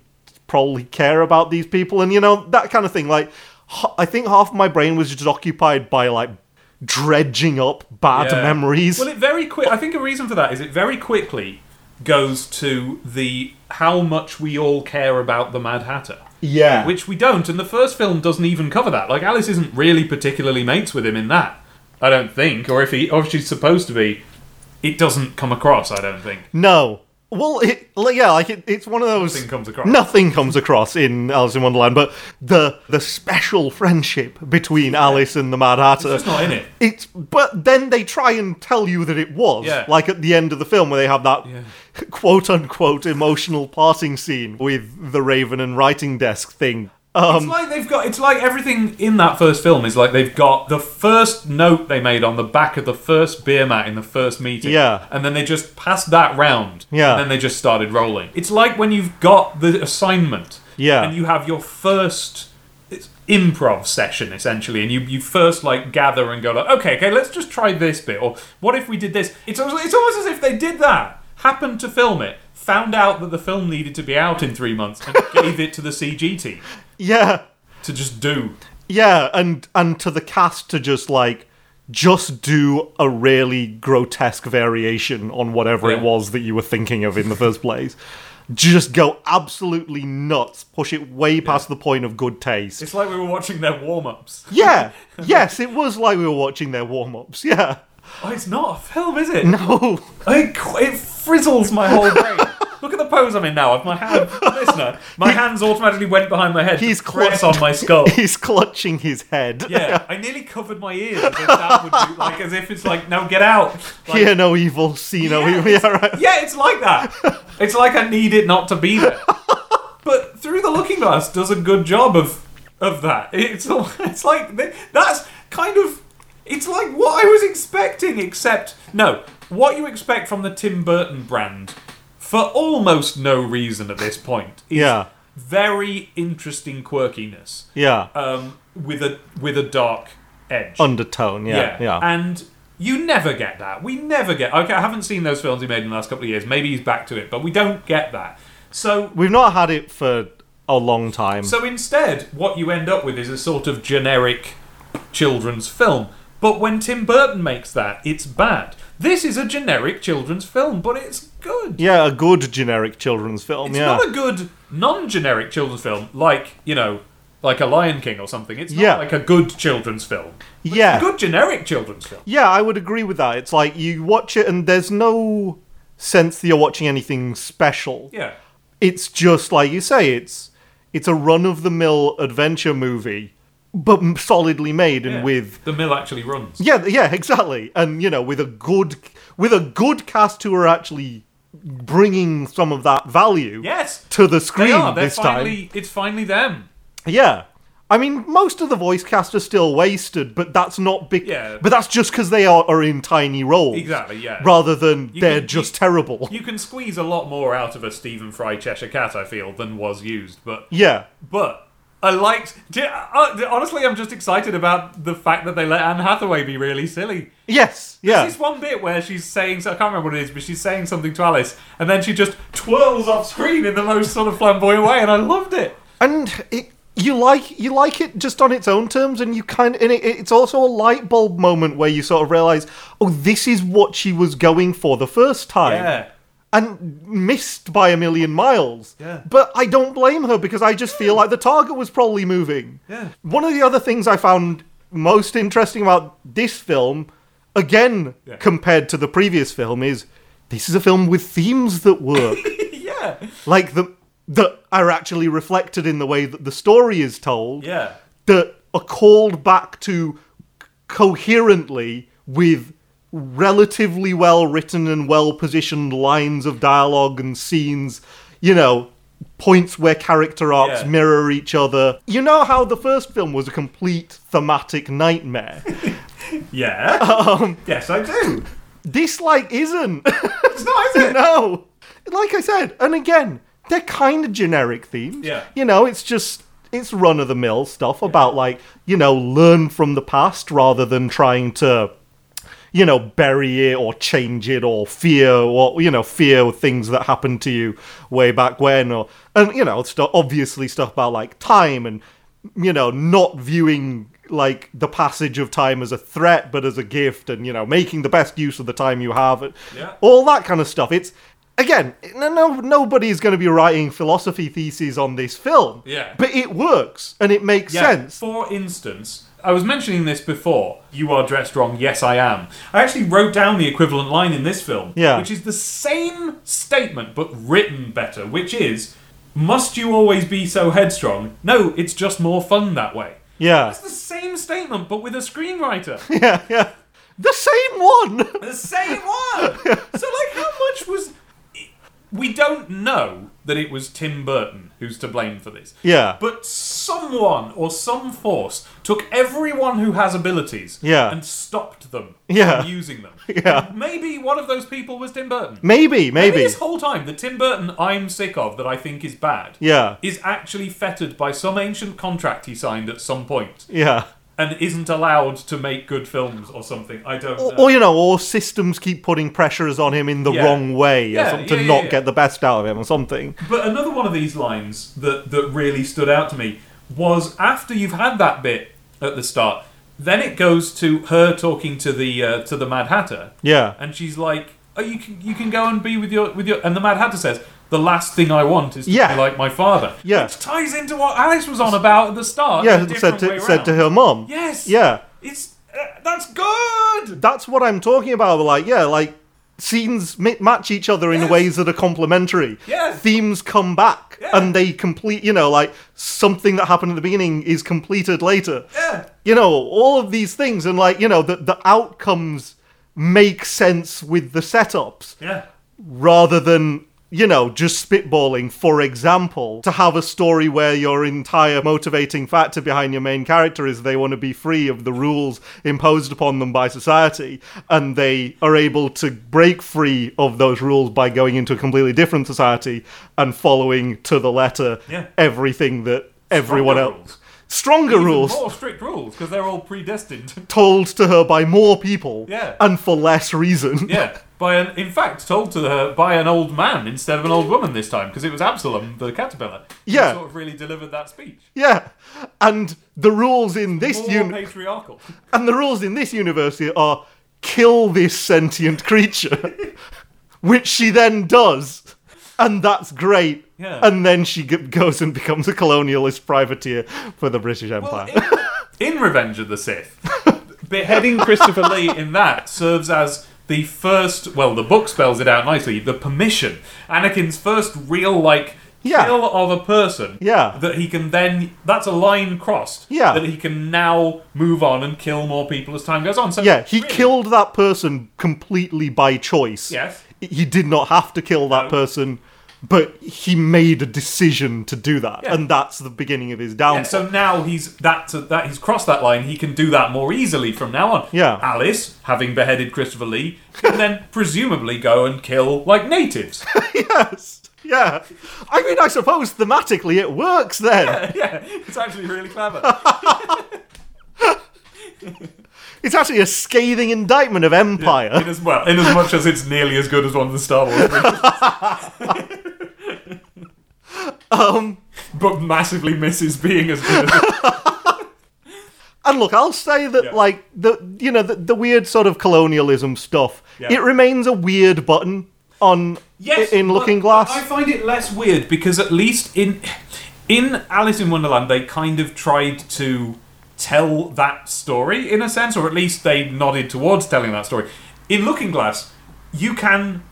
S3: probably care about these people and you know that kind of thing like h- I think half my brain was just occupied by like dredging up bad
S2: Yeah.
S3: memories
S2: Well, it very quick. I think a reason for that is it very quickly goes to the how much we all care about the Mad Hatter.
S3: Yeah.
S2: Which we don't, and the first film doesn't even cover that. Like Alice isn't really particularly mates with him in that. I don't think, or if he, or if she's supposed to be, it doesn't come across. I don't think.
S3: No. Well, it, like, yeah, like it, it's one of those.
S2: Nothing comes across.
S3: Nothing comes across in Alice in Wonderland, but the the special friendship between Alice and the Mad Hatter.
S2: It's not in it.
S3: It's but then they try and tell you that it was
S2: Yeah.
S3: like at the end of the film where they have that quote unquote emotional parting scene with the Raven and writing desk thing. Um,
S2: It's like they've got. It's like everything in that first film is like they've got the first note they made on the back of the first beer mat in the first meeting.
S3: Yeah.
S2: and then they just passed that round.
S3: Yeah.
S2: and then they just started rolling. It's like when you've got the assignment.
S3: Yeah.
S2: and you have your first it's improv session essentially, and you you first like gather and go like, okay, okay, let's just try this bit, or what if we did this? It's almost, it's almost as if they did that, happened to film it. Found out that the film needed to be out in three months and gave it to the CG team
S3: yeah,
S2: to just do.
S3: yeah, and and to the cast to just like just do a really grotesque variation on whatever it
S2: Yeah.
S3: was that you were thinking of in the first place. Just go absolutely nuts, push it way past the point of good taste.
S2: It's like we were watching their warm ups.
S3: yeah, yes, it was like we were watching their warm ups. Yeah,
S2: Oh, it's not a film, is it?
S3: no.
S2: I, it frizzles my whole brain. Look at the pose I'm in now. I've My hand, listener, my hands automatically went behind my head.
S3: He's
S2: to press
S3: clutched.
S2: on my skull.
S3: He's clutching his head.
S2: Yeah, I nearly covered my ears. As if that would do, like as if it's like, now get out. Like,
S3: Hear no evil, see no
S2: Yeah,
S3: evil. Yeah, right.
S2: Yeah, it's like that. It's like I need it not to be there. But Through the Looking Glass does a good job of of that. It's al- it's like th- that's kind of it's like what I was expecting, except no, what you expect from the Tim Burton brand for almost no reason at this point is
S3: Yeah.
S2: very interesting quirkiness
S3: Yeah.
S2: um, with a with a dark edge.
S3: Undertone. Yeah. Yeah.
S2: And you never get that. We never get. Okay, I haven't seen those films he made in the last couple of years. Maybe he's back to it, but we don't get that. So,
S3: We've not had it for a long time.
S2: so instead, what you end up with is a sort of generic children's film. But when Tim Burton makes that, it's bad. This is a generic children's film, but it's good.
S3: yeah, a good generic children's film.
S2: It's
S3: yeah.
S2: not a good non-generic children's film, like you know, like a Lion King or something. It's not
S3: Yeah.
S2: like a good children's film. But
S3: Yeah.
S2: it's a good generic children's film.
S3: Yeah, I would agree with that. It's like you watch it and there's no sense that you're watching anything special.
S2: Yeah,
S3: It's just like you say, it's it's a run of the mill adventure movie, but m- solidly made and
S2: yeah.
S3: with
S2: the mill actually runs.
S3: yeah, yeah, exactly. And you know, with a good with a good cast who are actually bringing some of that value
S2: Yes,
S3: to the
S2: They
S3: screen
S2: are. They're
S3: this time.
S2: finally, It's finally them.
S3: Yeah. I mean, most of the voice cast are still wasted, but that's not big.
S2: Yeah.
S3: But that's just because they are, are in tiny roles.
S2: Exactly, yeah.
S3: Rather than
S2: You
S3: they're
S2: can-
S3: just
S2: you-
S3: terrible.
S2: You can squeeze a lot more out of a Stephen Fry Cheshire Cat, I feel, than was used. But
S3: yeah.
S2: but I liked. d- uh, Honestly, I'm just excited about the fact that they let Anne Hathaway be really silly.
S3: Yes. Yeah.
S2: There's this one bit where she's saying, I can't remember what it is, but she's saying something to Alice, and then she just twirls off screen in the most sort of flamboyant way, and I loved it.
S3: and it, you like you like it just on its own terms, and you kind and it, it's also a light bulb moment where you sort of realize, oh, this is what she was going for the first time.
S2: Yeah.
S3: And missed by a million miles.
S2: Yeah.
S3: But I don't blame her because I just feel like the target was probably moving.
S2: Yeah.
S3: One of the other things I found most interesting about this film, again
S2: Yeah.
S3: compared to the previous film, is this is a film with themes that work.
S2: yeah.
S3: like the that are actually reflected in the way that the story is told
S2: Yeah.
S3: that are called back to coherently with relatively well written and well positioned lines of dialogue and scenes, you know, points where character arcs
S2: Yeah.
S3: mirror each other. You know how the first film was a complete thematic nightmare?
S2: Yeah.
S3: Um,
S2: yes, I do.
S3: this, like, isn't.
S2: It's not, is it?
S3: no! Like I said, and again, they're kind of generic themes.
S2: Yeah.
S3: You know, it's just it's run of the mill stuff about like you know learn from the past rather than trying to you know bury it or change it or fear or you know fear things that happened to you way back when or and you know stu obviously stuff about like time and you know not viewing like the passage of time as a threat but as a gift and you know making the best use of the time you have and
S2: Yeah.
S3: all that kind of stuff it's again, no, no, nobody's going to be writing philosophy theses on this film.
S2: Yeah.
S3: But it works and it makes
S2: Yeah,
S3: sense.
S2: For instance, I was mentioning this before. You are dressed wrong. Yes, I am. I actually wrote down the equivalent line in this film,
S3: Yeah.
S2: which is the same statement but written better, which is, "Must you always be so headstrong? No, it's just more fun that way."
S3: Yeah.
S2: It's the same statement but with a screenwriter.
S3: Yeah, yeah. The same one.
S2: the same one. so like, how much was? We don't know that it was Tim Burton who's to blame for this.
S3: Yeah.
S2: But someone or some force took everyone who has abilities
S3: Yeah.
S2: and stopped them
S3: Yeah.
S2: from using them.
S3: Yeah.
S2: Maybe one of those people was Tim Burton.
S3: Maybe, maybe.
S2: This whole time, the Tim Burton I'm sick of that I think is bad
S3: Yeah.
S2: is actually fettered by some ancient contract he signed at some point
S3: Yeah.
S2: and isn't allowed to make good films or something. I don't
S3: Or,
S2: know.
S3: or, you know, or systems keep putting pressures on him in the
S2: Yeah.
S3: wrong way or
S2: Yeah,
S3: something,
S2: yeah,
S3: to
S2: yeah,
S3: not
S2: yeah.
S3: get the best out of him or something.
S2: But another one of these lines that, that really stood out to me was after you've had that bit at the start, then it goes to her talking to the uh, to the Mad Hatter,
S3: Yeah.
S2: and she's like, "Oh, you can you can go and be with your with your." And the Mad Hatter says, "The last thing I want is to
S3: Yeah.
S2: be like my father."
S3: Yeah.
S2: which ties into what Alice was on about at the start.
S3: yeah,
S2: in a
S3: said
S2: different way
S3: to, said to
S2: round.
S3: her mom.
S2: Yes.
S3: Yeah.
S2: It's uh, that's good.
S3: That's what I'm talking about. Like, yeah, like scenes mi- match each other in
S2: Yes.
S3: ways that are complementary.
S2: Yes.
S3: Themes come back
S2: Yeah.
S3: and they complete, you know, like something that happened at the beginning is completed later.
S2: Yeah.
S3: You know, all of these things and like, you know, the, the outcomes make sense with the setups
S2: Yeah.
S3: rather than you know just spitballing for example to have a story where your entire motivating factor behind your main character is they want to be free of the rules imposed upon them by society and they are able to break free of those rules by going into a completely different society and following to the letter
S2: Yeah.
S3: everything that everyone else
S2: rules.
S3: stronger rules
S2: More strict rules because they're all predestined.
S3: told to her by more people
S2: Yeah.
S3: and for less reason
S2: Yeah, by an in fact told to her by an old man instead of an old woman this time because it was Absalom the caterpillar. who
S3: Yeah.
S2: sort of really delivered that speech.
S3: yeah and the rules in this
S2: More
S3: uni-
S2: patriarchal.
S3: And the rules in this universe here are kill this sentient creature, which she then does. And that's great.
S2: Yeah.
S3: And then she g- goes and becomes a colonialist privateer for the British Empire.
S2: Well, in, in Revenge of the Sith, beheading Christopher Lee in that serves as the first. Well, the book spells it out nicely. The permission, Anakin's first real like.
S3: Yeah.
S2: Kill of a person
S3: Yeah.
S2: that he can then that's a line crossed
S3: Yeah.
S2: that he can now move on and kill more people as time goes on so
S3: yeah, he
S2: really,
S3: killed that person completely by choice.
S2: yes
S3: He did not have to kill that
S2: No.
S3: person, but he made a decision to do that.
S2: Yeah.
S3: And that's the beginning of his
S2: Yeah,
S3: downfall.
S2: so now he's that to, that he's crossed that line. He can do that more easily from now on.
S3: Yeah.
S2: Alice, having beheaded Christopher Lee, can then presumably go and kill like natives.
S3: yes. Yeah. I mean, I suppose thematically it works then.
S2: yeah, it's actually really clever.
S3: It's actually a scathing indictment of empire.
S2: In as well, in as much as it's nearly as good as one of the Star Wars, movies,
S3: Um,
S2: but massively misses being as good. as
S3: and look, I'll say that,
S2: Yeah.
S3: like the you know the, the weird sort of colonialism stuff,
S2: Yeah.
S3: it remains a weird button on i- in
S2: but
S3: Looking Glass.
S2: I find it less weird because at least in in Alice in Wonderland they kind of tried to tell that story in a sense, or at least they nodded towards telling that story. In Looking Glass, you can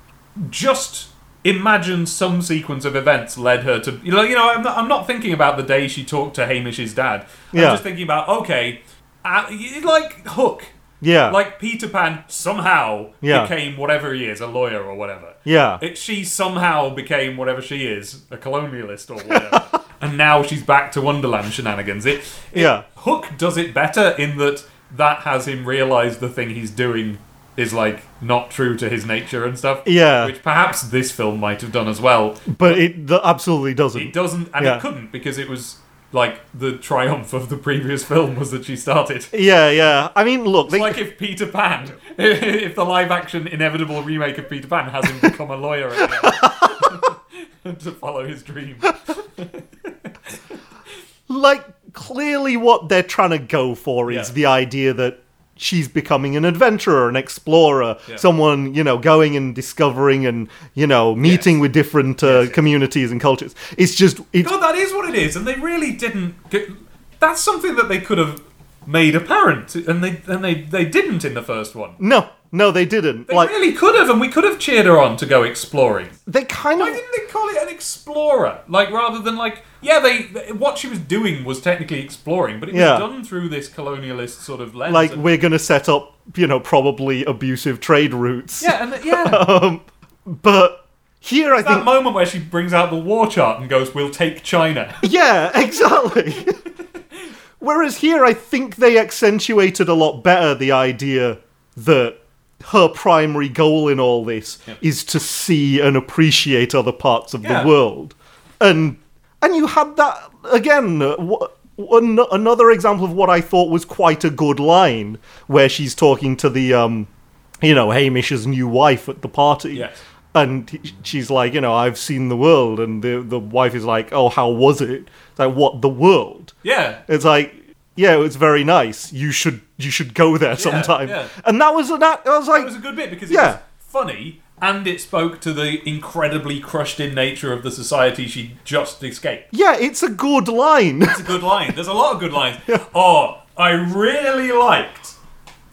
S2: just imagine some sequence of events led her to you know you know I'm not, I'm not thinking about the day she talked to Hamish's dad. I'm
S3: Yeah.
S2: just thinking about okay, uh, y- like Hook.
S3: yeah,
S2: Like Peter Pan somehow
S3: Yeah.
S2: became whatever he is, a lawyer or whatever.
S3: yeah,
S2: It, she somehow became whatever she is, a colonialist or whatever. and now she's back to Wonderland shenanigans. It, it-
S3: Yeah.
S2: Hook does it better in that that has him realize the thing he's doing is like not true to his nature and stuff.
S3: Yeah.
S2: Which perhaps this film might have done as well.
S3: but it th- absolutely doesn't.
S2: It doesn't, and
S3: Yeah.
S2: it couldn't because it was like the triumph of the previous film was that she started.
S3: yeah, yeah. I mean, look, they,
S2: It's like if Peter Pan, if the live action inevitable remake of Peter Pan has him become a lawyer at the end to follow his dream.
S3: like clearly what they're trying to go for is
S2: Yeah.
S3: the idea that she's becoming an adventurer, an explorer,
S2: Yeah.
S3: someone you know going and discovering and you know meeting with different uh, communities and cultures. It's just it's
S2: God, that is what it is, and they really didn't. Get, that's something that they could have made apparent, and they and they they didn't in the first one.
S3: no, no, they didn't.
S2: They
S3: like
S2: really could have, and we could have cheered her on to go exploring.
S3: they kind
S2: Why
S3: of
S2: didn't they call it an explorer? Like rather than like yeah, they they- what she was doing was technically exploring, but it
S3: Yeah.
S2: was done through this colonialist sort of lens.
S3: like
S2: and-
S3: we're gonna set up you know probably abusive trade routes.
S2: yeah, and the- yeah,
S3: but here I
S2: that
S3: think
S2: moment where she brings out the war chart and goes, "We'll take China."
S3: Yeah, exactly. Whereas here, I think they accentuated a lot better the idea that her primary goal in all this is to see and appreciate other parts of
S2: Yeah.
S3: the world, and and you had that again. uh, wha- an- Another example of what I thought was quite a good line, where she's talking to the, um, you know, Hamish's new wife at the party,
S2: Yes.
S3: and he- she's like, you know, I've seen the world, and the the wife is like, oh, how was it? It's like, what the world?
S2: Yeah,
S3: It's like, yeah, it was very nice. You should you should go there sometime.
S2: yeah.
S3: And that was that. I was like,
S2: it was a good bit because it
S3: Yeah.
S2: was funny and it spoke to the incredibly crushed-in nature of the society she just escaped.
S3: yeah, it's a good line.
S2: It's a good line. There's a lot of good lines. Oh, I really liked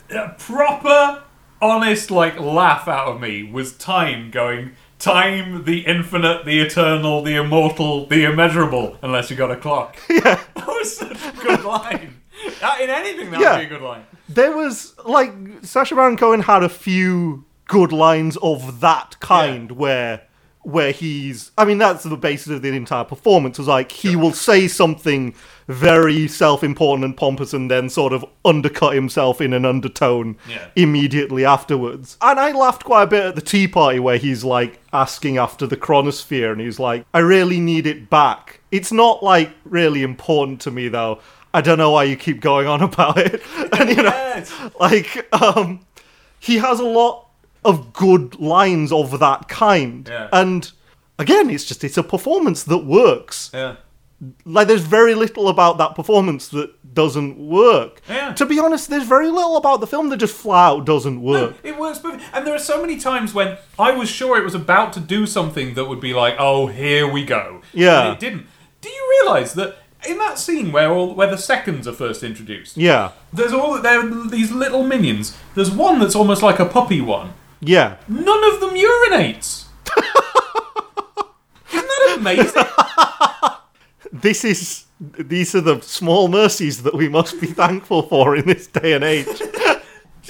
S2: a proper, honest, like laugh out of me was time going time, the infinite, the eternal, the immortal, the immeasurable, unless you got a clock. Yeah. That was such a good line. That- in anything, that
S3: Yeah.
S2: would be a good line.
S3: there was like Sasha Baron Cohen had a few good lines of that kind where where he's I mean that's the basis of the entire performance was like he will say something very self-important and pompous and then sort of undercut himself in an undertone
S2: Yeah.
S3: immediately afterwards. And I laughed quite a bit at the tea party where he's like asking after the chronosphere and he's like I really need it back. It's not like really important to me though. I don't know why you keep going on about it. And you know
S2: Yes.
S3: like um he has a lot of good lines of that kind
S2: Yeah.
S3: and again it's just it's a performance that works
S2: Yeah.
S3: like there's very little about that performance that doesn't work
S2: Yeah.
S3: to be honest there's very little about the film that just flat out doesn't work
S2: It works perfect. And there are so many times when I was sure it was about to do something that would be like, oh, here we go.
S3: Yeah.
S2: And it didn't. Do you realise that in that scene where all where the seconds are first introduced,
S3: yeah
S2: there's all there are these little minions. There's one that's almost like a puppy one.
S3: yeah
S2: None of them urinates. Isn't that amazing?
S3: this is these are the small mercies that we must be thankful for in this day and age
S2: Do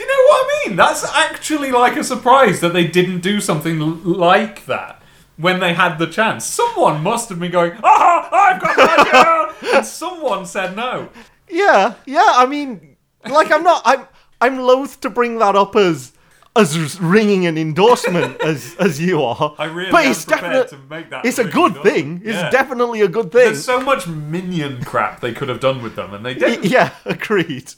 S2: you know what I mean? That's actually like a surprise that they didn't do something l- like that when they had the chance. Someone must have been going, "Ah, I've got that girl," and someone said no.
S3: Yeah, yeah. I mean, like I'm not. I'm I'm loath to bring that up as as ringing an endorsement as as you are.
S2: I really
S3: but
S2: am
S3: it's
S2: prepared
S3: definitely
S2: to make that.
S3: it's a
S2: ringing
S3: good
S2: endorsement.
S3: thing. It's
S2: Yeah.
S3: definitely a good thing.
S2: There's so much minion crap they could have done with them, and they
S3: Y-
S2: didn't.
S3: yeah, agreed.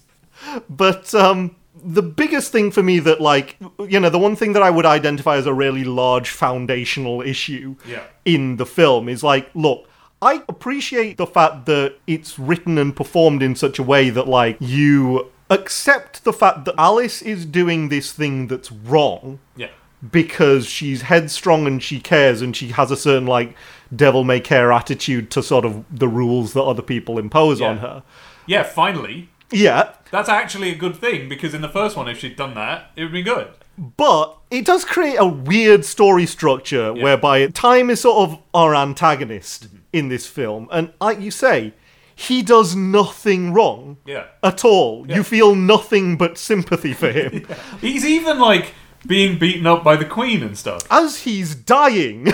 S3: But um, the biggest thing for me that, like, you know, the one thing that I would identify as a really large foundational issue
S2: Yeah.
S3: in the film is like, look, I appreciate the fact that it's written and performed in such a way that, like, you accept the fact that Alice is doing this thing that's wrong
S2: Yeah,
S3: because she's headstrong and she cares and she has a certain like devil may care attitude to sort of the rules that other people impose on
S2: Yeah.
S3: her
S2: yeah. Finally,
S3: yeah,
S2: that's actually a good thing because in the first one, if she'd done that, it would be good.
S3: but it does create a weird story structure whereby time is sort of our antagonist
S2: Mm-hmm.
S3: in this film. And like you say, he does nothing wrong
S2: Yeah.
S3: at all. You feel nothing but sympathy for him
S2: He's even like being beaten up by the queen and stuff.
S3: as he's dying.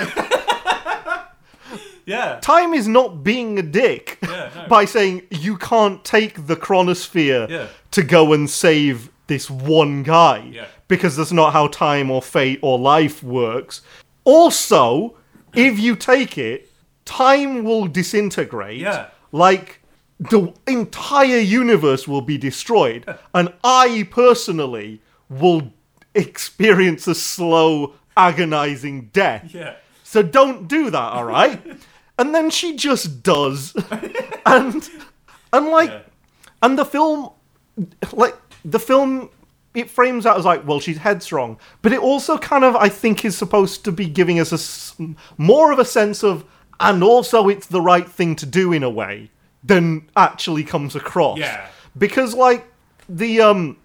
S2: Yeah.
S3: time is not being a dick
S2: Yeah, no.
S3: by saying you can't take the chronosphere
S2: Yeah.
S3: to go and save this one guy
S2: Yeah.
S3: because that's not how time or fate or life works. Also, if you take it, time will disintegrate.
S2: Yeah.
S3: Like the entire universe will be destroyed, and I personally will experience a slow, agonizing death.
S2: Yeah.
S3: So don't do that, all right? and then she just does. and and like and the film like the film it frames out as like, well, she's headstrong, but it also kind of I think is supposed to be giving us a s- more of a sense of, and also it's the right thing to do in a way than actually comes across.
S2: Yeah.
S3: because like the um,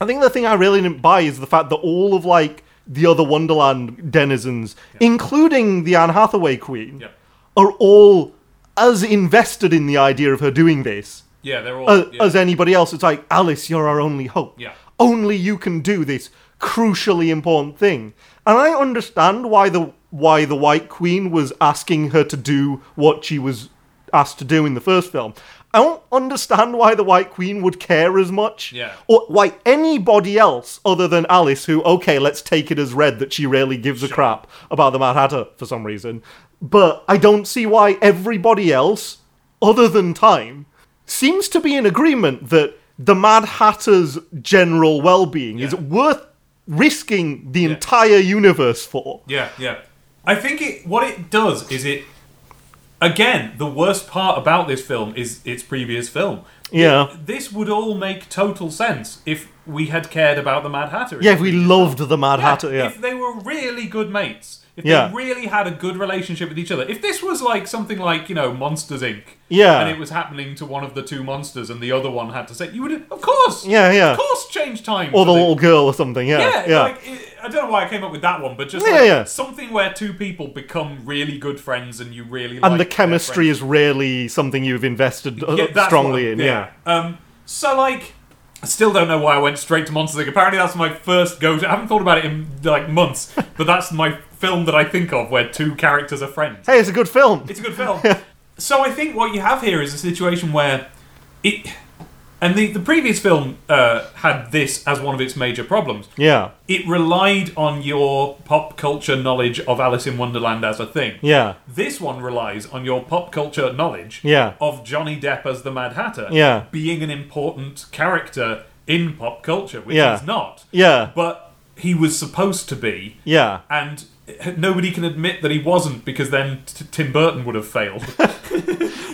S3: I think the thing I really didn't buy is the fact that all of like the other Wonderland denizens, including the Anne Hathaway Queen,
S2: Yeah.
S3: are all as invested in the idea of her doing this
S2: Yeah, they're all.
S3: uh,
S2: yeah.
S3: as anybody else. It's like, Alice, you're our only hope.
S2: Yeah.
S3: Only you can do this crucially important thing. And I understand why the why the White Queen was asking her to do what she was asked to do in the first film. I don't understand why the White Queen would care as much.
S2: Yeah.
S3: Or why anybody else other than Alice, who, okay, let's take it as read that she really gives a crap about the Mad Hatter for some reason. But I don't see why everybody else other than time, seems to be in agreement that the Mad Hatter's general well being is worth risking the entire universe for.
S2: Yeah, yeah. I think it what it does is it again, the worst part about this film is its previous film.
S3: Yeah.
S2: This would all make total sense if we had cared about the Mad Hatter.
S3: Yeah, if we loved the Mad
S2: Yeah,
S3: Hatter, yeah.
S2: If they were really good mates, if
S3: Yeah.
S2: they really had a good relationship with each other, if this was like something like you know Monsters Inc.
S3: Yeah.
S2: and it was happening to one of the two monsters, and the other one had to say, "You would, of course,
S3: Yeah, yeah.
S2: of course, change time."
S3: or
S2: for
S3: the
S2: the-
S3: little girl or something, yeah.
S2: yeah,
S3: Yeah.
S2: Like, it- I don't know why I came up with that one, but just
S3: Yeah,
S2: like,
S3: yeah.
S2: something where two people become really good friends and you really
S3: and
S2: like
S3: the
S2: their
S3: chemistry
S2: friends.
S3: is rarely something you've invested uh,
S2: Yeah, that's
S3: strongly
S2: one,
S3: in, yeah.
S2: Um, so like, I still don't know why I went straight to Monster Inc. Apparently, that's my first go. to I haven't thought about it in like months, but that's my film that I think of where two characters are friends.
S3: Hey, it's a good film.
S2: It's a good film. so I think what you have here is a situation where it, and the the previous film uh, had this as one of its major problems.
S3: yeah.
S2: it relied on your pop culture knowledge of Alice in Wonderland as a thing.
S3: Yeah.
S2: This one relies on your pop culture knowledge
S3: Yeah.
S2: of Johnny Depp as the Mad Hatter
S3: Yeah.
S2: being an important character in pop culture, which
S3: Yeah.
S2: he's not.
S3: Yeah.
S2: But he was supposed to be,
S3: Yeah.
S2: and nobody can admit that he wasn't because then t- Tim Burton would have failed.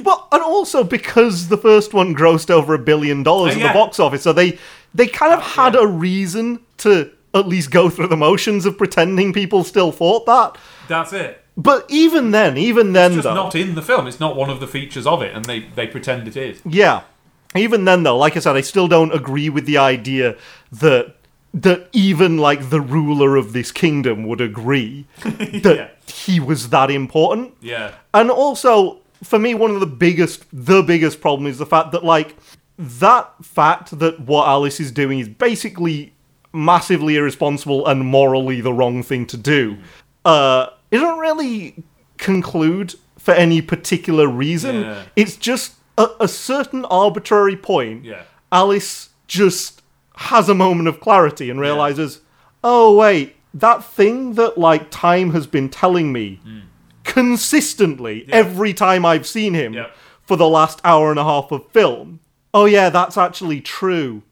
S3: Well, and also because the first one grossed over a billion dollars
S2: Uh,
S3: at
S2: yeah. Oh,
S3: the box office, so they they kind of had a reason to at least go through the motions of pretending people still thought that.
S2: That's it.
S3: But even then, even then
S2: Just
S3: though,
S2: not in the film. It's not one of the features of it, and they, they pretend it is.
S3: yeah. Even then though, like I said, I still don't agree with the idea that that even like the ruler of this kingdom would agree that he was that important.
S2: Yeah.
S3: And also, for me, one of the biggest, the biggest problem is the fact that, like, that fact that what Alice is doing is basically massively irresponsible and morally the wrong thing to do, uh, isn't really conclude for any particular reason.
S2: Yeah.
S3: It's just a, a certain arbitrary point.
S2: Yeah.
S3: Alice just has a moment of clarity and realizes, oh, wait, that thing that, like, time has been telling me
S2: Hmm.
S3: consistently every time I've seen him
S2: Yeah.
S3: for the last hour and a half of film. Oh yeah, that's actually true.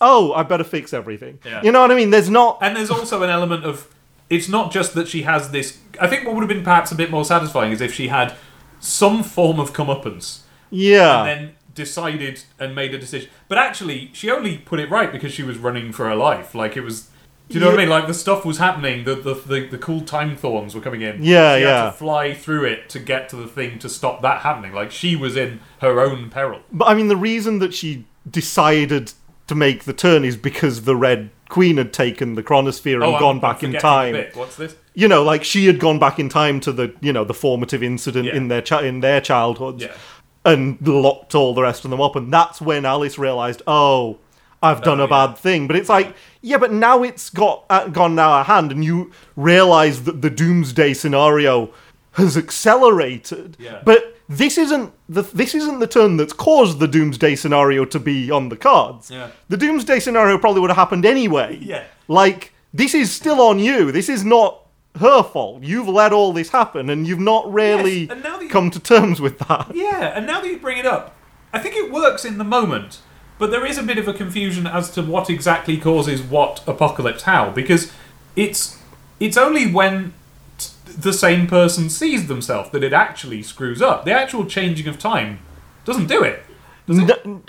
S3: oh, I better fix everything.
S2: Yeah.
S3: You know what I mean? There's not
S2: And there's also an element of it's not just that she has this. I think what would have been perhaps a bit more satisfying is if she had some form of comeuppance
S3: yeah.
S2: and then decided and made a decision. But actually, she only put it right because she was running for her life. Like it was. Do you know what I mean?
S3: Yeah.
S2: Like the stuff was happening. The the, the, the cool time thorns were coming in.
S3: Yeah,
S2: she Had
S3: yeah.
S2: to fly through it to get to the thing to stop that happening. Like she was in her own peril.
S3: but I mean the reason that she decided to make the turn is because the Red Queen had taken the chronosphere and
S2: Oh, I'm-
S3: gone
S2: I'm
S3: back in
S2: forgetting
S3: time.
S2: a bit. What's this?
S3: you know, like she had gone back in time to the you know the formative incident
S2: Yeah.
S3: in their chi- in their childhoods,
S2: Yeah.
S3: and locked all the rest of them up, and that's when Alice realized, oh, I've done
S2: Oh,
S3: a
S2: yeah.
S3: bad thing. But it's like, yeah, but now it's got uh, gone now a hand, and you realize that the doomsday scenario has accelerated,
S2: Yeah.
S3: but. This isn't the this isn't the turn that's caused the doomsday scenario to be on the cards.
S2: Yeah.
S3: The doomsday scenario probably would have happened anyway.
S2: Yeah.
S3: Like, this is still on you. This is not her fault. You've let all this happen and you've not really
S2: Yes, and now that you-
S3: come to terms with that.
S2: Yeah, and now that you bring it up, I think it works in the moment, but there is a bit of a confusion as to what exactly causes what apocalypse how because it's it's only when t- the same person sees themselves that it actually screws up. The actual changing of time doesn't do it.
S3: N-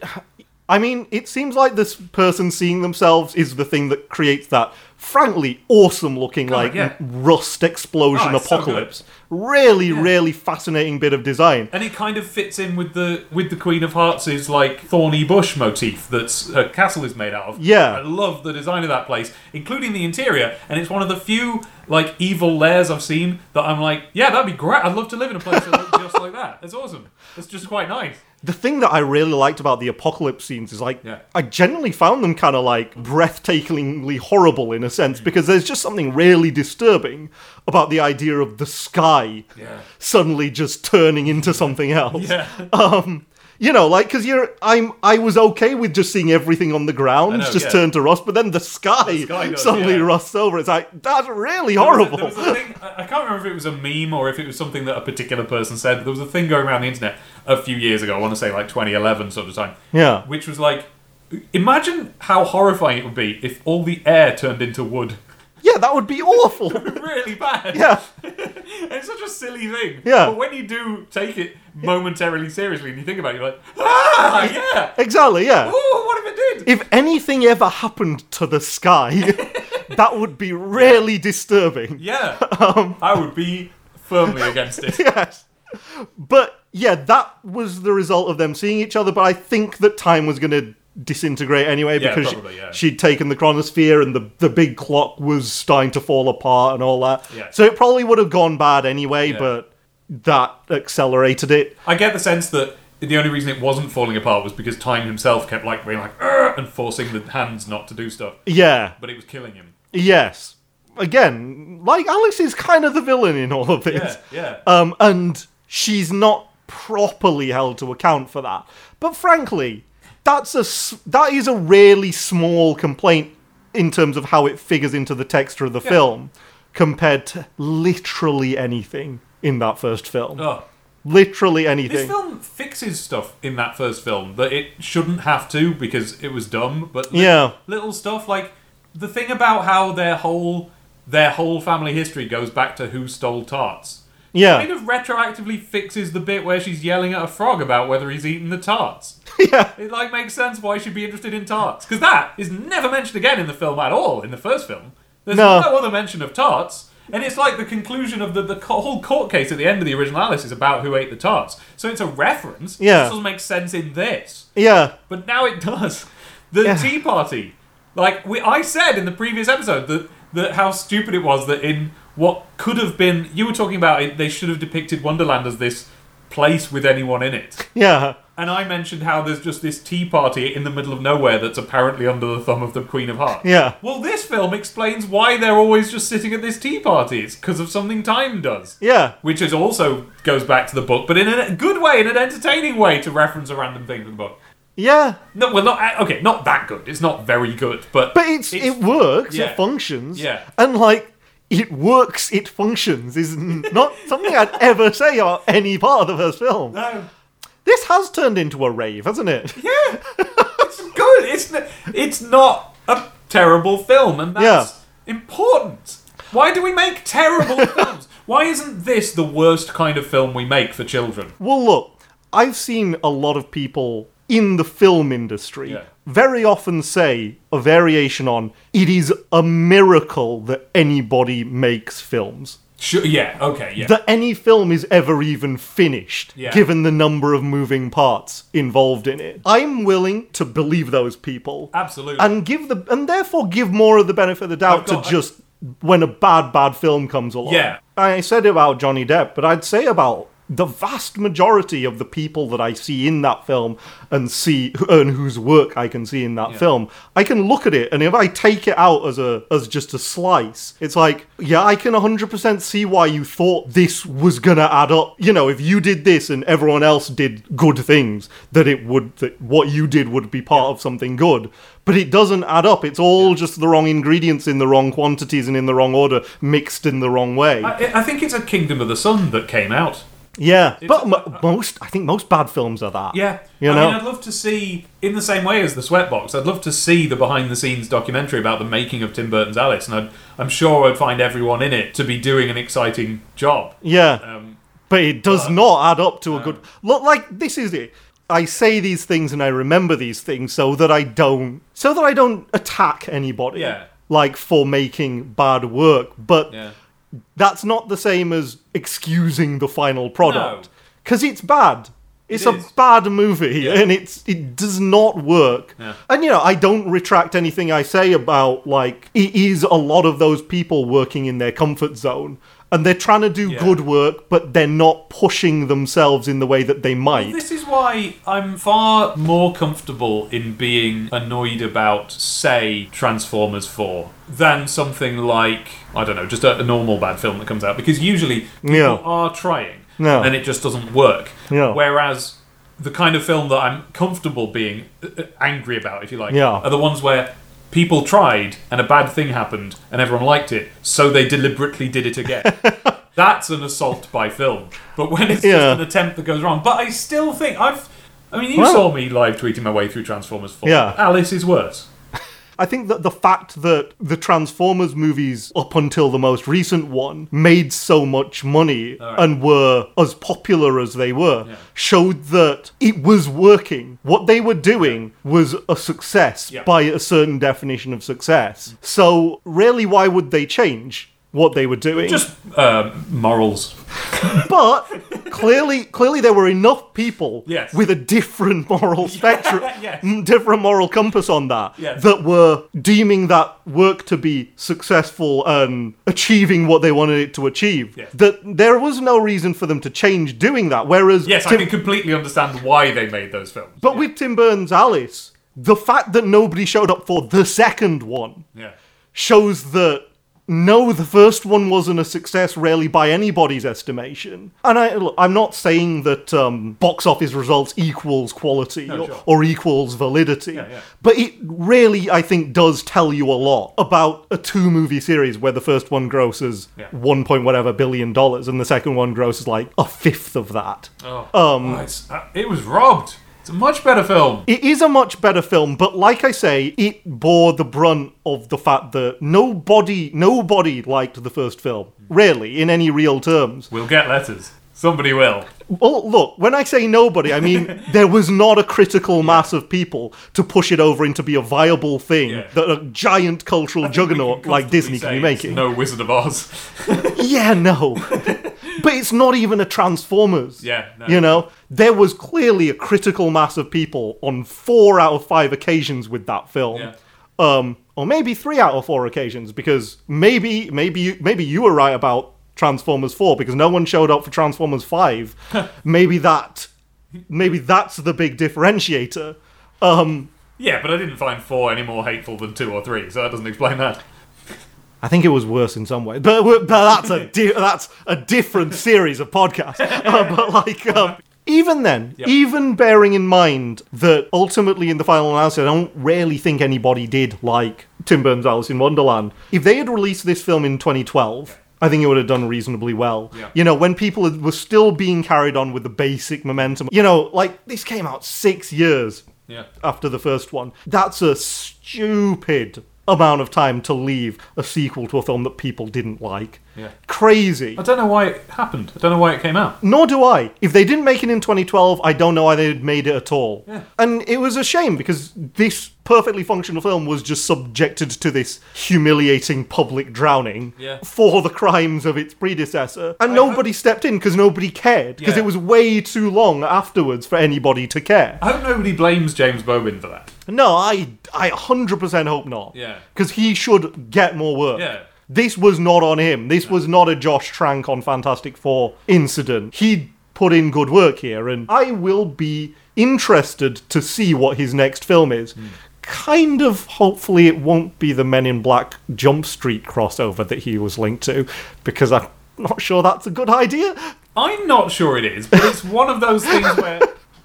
S3: I mean, it seems like this person seeing themselves is the thing that creates that frankly awesome looking like
S2: yeah.
S3: rust explosion
S2: Oh, it's so good.
S3: apocalypse. really, really fascinating bit of design.
S2: And it kind of fits in with the with the Queen of Hearts' like thorny bush motif that's her castle is made out of.
S3: Yeah.
S2: I love the design of that place, including the interior, and it's one of the few like evil lairs I've seen that I'm like, yeah, that'd be great. I'd love to live in a place that looks just like that. It's awesome. It's just quite nice.
S3: The thing that I really liked about the apocalypse scenes is like
S2: Yeah.
S3: I generally found them kind of like breathtakingly horrible in a
S2: Mm.
S3: sense because there's just something really disturbing about the idea of the sky
S2: Yeah.
S3: suddenly just turning into something else.
S2: Yeah.
S3: Um you know, like, because you're, I'm, I was okay with just seeing everything on the ground
S2: know,
S3: just
S2: yeah.
S3: turn to rust, but then the sky,
S2: sky does,
S3: suddenly
S2: yeah.
S3: rusts over. It's like that's really
S2: There
S3: horrible.
S2: was a- there was a thing- I I can't remember if it was a meme or if it was something that a particular person said. But there was a thing going around the internet a few years ago. I want to say like 2011 sort of time.
S3: Yeah.
S2: Which was like, imagine how horrifying it would be if all the air turned into wood.
S3: Yeah, that would be awful.
S2: really bad.
S3: yeah.
S2: It's such a silly thing.
S3: Yeah.
S2: But when you do take it momentarily seriously and you think about it, you're like, ah, yeah.
S3: Exactly, yeah.
S2: Ooh, what if it did?
S3: If anything ever happened to the sky, that would be really disturbing.
S2: yeah. I would be firmly against it.
S3: Yes. But yeah, that was the result of them seeing each other, but I think that time was going to disintegrate anyway
S2: Yeah,
S3: because
S2: probably, yeah.
S3: she'd taken the chronosphere and the, the big clock was starting to fall apart and all that.
S2: Yeah.
S3: So it probably would have gone bad anyway,
S2: Yeah.
S3: but that accelerated it.
S2: I get the sense that the only reason it wasn't falling apart was because Time himself kept like being like "Ugh," and forcing the hands not to do stuff,
S3: Yeah.
S2: but it was killing him.
S3: Yes. Again, like Alice is kind of the villain in all of this.
S2: Yeah, yeah.
S3: Um, and she's not properly held to account for that. But frankly, that's a s- that is a really small complaint in terms of how it figures into the texture of the film compared to literally anything in that first film.
S2: Oh.
S3: Literally
S2: This
S3: anything.
S2: film fixes stuff in that first film that it shouldn't have to because it was dumb, but li-
S3: Yeah.
S2: little stuff like the thing about how their whole their whole family history goes back to who stole tarts.
S3: yeah.
S2: Kind of retroactively fixes the bit where she's yelling at a frog about whether he's eaten the tarts.
S3: yeah.
S2: It like makes sense why she'd be interested in tarts because that is never mentioned again in the film at all. In the first film, there's
S3: No.
S2: no, other mention of tarts, and it's like the conclusion of the the co- whole court case at the end of the original Alice is about who ate the tarts. So it's a reference.
S3: Yeah.
S2: it doesn't make sense in this,
S3: Yeah.
S2: but now it does. The
S3: Yeah.
S2: Tea Party, like we, I said in the previous episode, that that how stupid it was that in what could have been you were talking about it, they should have depicted Wonderland as this place with anyone in it.
S3: Yeah.
S2: And I mentioned how there's just this tea party in the middle of nowhere that's apparently under the thumb of the Queen of Hearts.
S3: Yeah.
S2: Well, this film explains why they're always just sitting at this tea party. It's because of something time does.
S3: Yeah.
S2: Which is also goes back to the book, but in a good way, in an entertaining way, to reference a random thing from the book.
S3: Yeah.
S2: No, well, not uh, okay, not that good. It's not very good, but
S3: But it's,
S2: It's-
S3: it works.
S2: yeah.
S3: It functions.
S2: Yeah.
S3: And like it works, it functions is n- not something I'd ever say about any part of the first film.
S2: no,
S3: This has turned into a rave, hasn't it?
S2: yeah, it's good. It's n- it's not a terrible film, and that's important. Why do we make terrible films? Why isn't this the worst kind of film we make for children?
S3: Well, look, I've seen a lot of people in the film industry
S2: Yeah.
S3: very often say a variation on it is a miracle that anybody makes films.
S2: Sure, yeah, okay, yeah,
S3: that any film is ever even finished,
S2: Yeah.
S3: given the number of moving parts involved in it. I'm willing to believe those people
S2: absolutely.
S3: and give the and therefore give more of the benefit of the doubt
S2: I've
S3: to
S2: got-
S3: just when a bad bad film comes along.
S2: Yeah.
S3: I said about Johnny Depp, but I'd say about the vast majority of the people that I see in that film and see and whose work I can see in that film, I can look at it and if I take it out as a as just a slice, it's like, yeah, I can 100% see why you thought this was going to add up. You know, if you did this and everyone else did good things, that it would that what you did would be part of something good. But it doesn't add up. It's all just the wrong ingredients in the wrong quantities and in the wrong order, mixed in the wrong way.
S2: I, I think it's a Kingdom of the Sun that came out.
S3: Yeah, but mo most I think most bad films are that.
S2: Yeah,
S3: You
S2: I
S3: know?
S2: mean, I'd love to see in the same way as the Sweatbox. I'd love to see the behind-the-scenes documentary about the making of Tim Burton's Alice, and I'd, I'm sure I'd find everyone in it to be doing an exciting job.
S3: yeah.
S2: Um, uh,
S3: but it does not add up to a good look. Like this is it. I say these things and I remember these things so that I don't so that I don't attack anybody.
S2: Yeah.
S3: Like for making bad work, but
S2: Yeah.
S3: that's not the same as excusing the final product
S2: No.
S3: because it's bad. It's
S2: It
S3: a
S2: is.
S3: bad movie,
S2: Yeah.
S3: and it's it does not work.
S2: Yeah.
S3: And you know, I don't retract anything I say about like it is a lot of those people working in their comfort zone, and they're trying to do
S2: Yeah.
S3: good work, but they're not pushing themselves in the way that they might.
S2: This is why I'm far more comfortable in being annoyed about, say, Transformers 4 than something like, I don't know, just a, a normal bad film that comes out. Because usually people
S3: Yeah.
S2: are trying
S3: Yeah.
S2: and it just doesn't work.
S3: Yeah.
S2: Whereas the kind of film that I'm comfortable being uh, uh, angry about, if you like,
S3: Yeah.
S2: are the ones where people tried and a bad thing happened and everyone liked it, so they deliberately did it again. That's an assault by film. But when it's
S3: Yeah.
S2: just an attempt that goes wrong, but I still think I've. I mean, you
S3: Well-
S2: saw me live tweeting my way through Transformers 4.
S3: Yeah.
S2: Alice is worse.
S3: I think that the fact that the Transformers movies, up until the most recent one, made so much money and were as popular as they were showed that it was working. What they were doing was a success
S2: Yeah.
S3: by a certain definition of success. So, really, why would they change? What they were doing,
S2: Just um, morals.
S3: but clearly, clearly there were enough people
S2: Yes.
S3: with a different moral spectrum,
S2: yes.
S3: m- different moral compass on that,
S2: Yes.
S3: that were deeming that work to be successful and achieving what they wanted it to achieve.
S2: Yeah.
S3: That there was no reason for them to change doing that. Whereas,
S2: Yes, I
S3: Tim-
S2: can completely understand why they made those films.
S3: but with Tim Burns' Alice, the fact that nobody showed up for the second one
S2: yeah.
S3: shows that no, the first one wasn't a success, really, by anybody's estimation. And I, look, I'm not saying that um, box office results equals quality or,
S2: sure.
S3: or equals validity,
S2: yeah.
S3: but it really, I think, does tell you a lot about a two movie series where the first one grosses
S2: Yeah.
S3: one point whatever billion dollars and the second one grosses like a fifth of that.
S2: Oh, um, it was robbed. It's a much better film.
S3: It is a much better film, but like I say, it bore the brunt of the fact that nobody, nobody liked the first film, really, in any real terms.
S2: We'll get letters. Somebody will.
S3: Well, look, when I say nobody, I mean there was not a critical mass of people to push it over into be a viable thing
S2: Yeah.
S3: that a giant cultural juggernaut like Disney can be
S2: Say it's
S3: making.
S2: No Wizard of Oz.
S3: Yeah, no. but it's not even a Transformers.
S2: Yeah, no.
S3: You know, there was clearly a critical mass of people on four out of five occasions with that film.
S2: Yeah.
S3: Um, or maybe three out of four occasions, because maybe maybe you maybe you were right about Transformers four because no one showed up for Transformers five. maybe that maybe that's the big differentiator.
S2: yeah, but I didn't find four any more hateful than two or three, so that doesn't explain that.
S3: I think it was worse in some way, but, but that's a di- that's a different series of podcasts. Uh, but like, um, even then, even bearing in mind that ultimately in the final analysis, I don't really think anybody did like Tim Burns' Alice in Wonderland. If they had released this film in 2012. I think it would have done reasonably well.
S2: Yeah.
S3: You know, when people were still being carried on with the basic momentum, you know, like this came out six years
S2: Yeah.
S3: after the first one. That's a stupid amount of time to leave a sequel to a film that people didn't like.
S2: Yeah.
S3: Crazy.
S2: I don't know why it happened. I don't know why it came out.
S3: Nor do I. If they didn't make it in 2012, I don't know why they'd made it at all.
S2: Yeah.
S3: And it was a shame because this perfectly functional film was just subjected to this humiliating public drowning
S2: Yeah.
S3: for the crimes of its predecessor. And
S2: I
S3: nobody stepped in because nobody cared because
S2: Yeah.
S3: it was way too long afterwards for anybody to care.
S2: I hope nobody blames James Bobin for that.
S3: No, I I 100% hope not.
S2: Yeah.
S3: Because he should get more work.
S2: Yeah.
S3: This was not on him. This was not a Josh Trank on Fantastic Four incident. He put in good work here, and I will be interested to see what his next film is.
S2: Hmm.
S3: Kind of hopefully it won't be the Men in Black Jump Street crossover that he was linked to, because I'm not sure that's a good idea.
S2: I'm not sure it is, but it's one of those things where,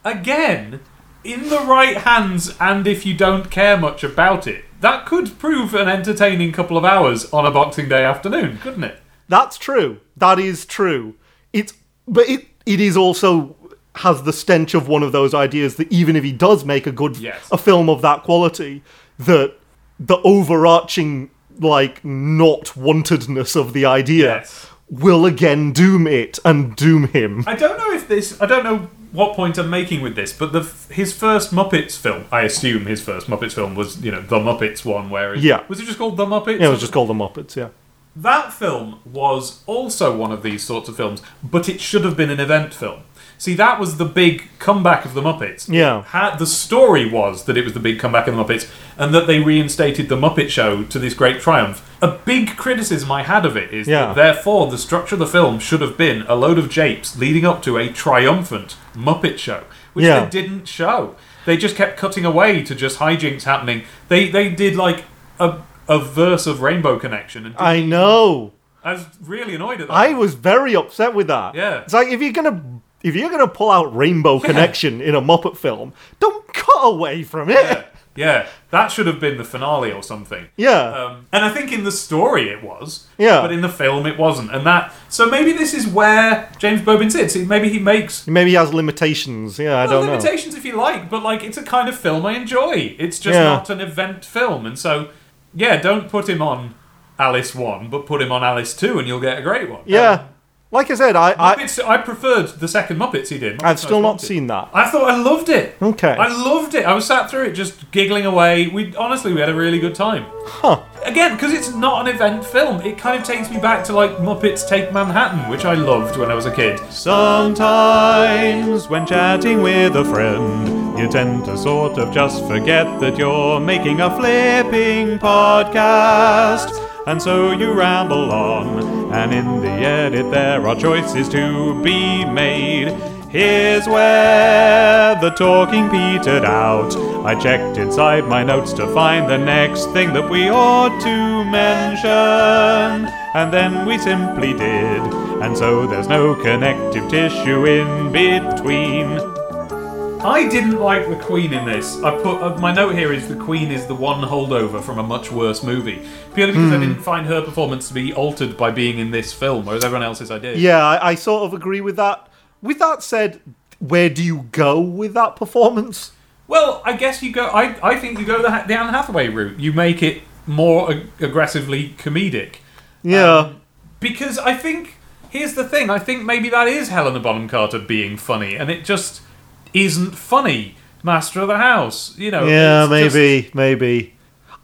S2: again, in the right hands, and if you don't care much about it, that could prove an entertaining couple of hours on a Boxing Day afternoon, couldn't it?
S3: That's true. That is true. It's but it it is also has the stench of one of those ideas that even if he does make a good
S2: Yes.
S3: a film of that quality, that the overarching like not wantedness of the idea
S2: Yes.
S3: will again doom it and doom him.
S2: I don't know if this. I don't know what point I'm making with this, but the f- his first Muppets film, I assume his first Muppets film was you know the Muppets one where it,
S3: Yeah.
S2: was it just called the Muppets?
S3: Yeah, it was just called the Muppets, yeah.
S2: That film was also one of these sorts of films, but it should have been an event film. See, that was the big comeback of the Muppets.
S3: Yeah.
S2: Had, the story was that it was the big comeback of the Muppets and that they reinstated the Muppet Show to this great triumph. A big criticism I had of it is
S3: Yeah.
S2: that, therefore, the structure of the film should have been a load of japes leading up to a triumphant Muppet Show, which
S3: Yeah.
S2: they didn't show. They just kept cutting away to just hijinks happening. They, they did like a, a verse of Rainbow Connection and didn't
S3: I know.
S2: I was really annoyed at that.
S3: I was very upset with that.
S2: Yeah.
S3: It's like if you're gonna if you're gonna pull out Rainbow Connection in a Muppet film, don't cut away from it.
S2: yeah, yeah, that should have been the finale or something.
S3: Yeah.
S2: Um, and I think in the story it was.
S3: Yeah.
S2: But in the film it wasn't, and that. So maybe this is where James Bobin sits. Maybe he makes
S3: Maybe he has limitations. Yeah, I
S2: well,
S3: don't know.
S2: limitations if you like, but like it's a kind of film I enjoy. It's just
S3: Yeah.
S2: not an event film, and so yeah, don't put him on Alice one, but put him on Alice two, and you'll get a great one. Um,
S3: Yeah. Like I said, I, I
S2: Muppets, I preferred the second Muppets he did.
S3: I've
S2: Muppets
S3: still
S2: Most
S3: not
S2: Wanted.
S3: seen that.
S2: I thought I loved it.
S3: Okay.
S2: I loved it. I was sat through it just giggling away. We honestly we had a really good time.
S3: Huh.
S2: Again, because it's not an event film, it kind of takes me back to like Muppets Take Manhattan, which I loved when I was a kid.
S1: Sometimes, when chatting with a friend, you tend to sort of just forget that you're making a flipping podcast. And so you ramble on, and in the edit, there are choices to be made. Here's where the talking petered out. I checked inside my notes to find the next thing that we ought to mention. And then we simply did. And so there's no connective tissue in between.
S2: I didn't like the Queen in this. I put uh, my note here is the Queen is the one holdover from a much worse movie, purely because
S1: Hmm.
S2: I didn't find her performance to be altered by being in this film, whereas everyone else's I did.
S3: Yeah, I, I sort of agree with that. With that said, where do you go with that performance?
S2: Well, I guess you go. I, I think you go the, Ha- the Anne Hathaway route. You make it more ag- aggressively comedic.
S3: Yeah.
S2: Because I think here's the thing. I think maybe that is Helena Bonham Carter being funny, and it just isn't funny. Master of the House, you know.
S3: yeah,
S2: Um, it's just-
S3: maybe, maybe.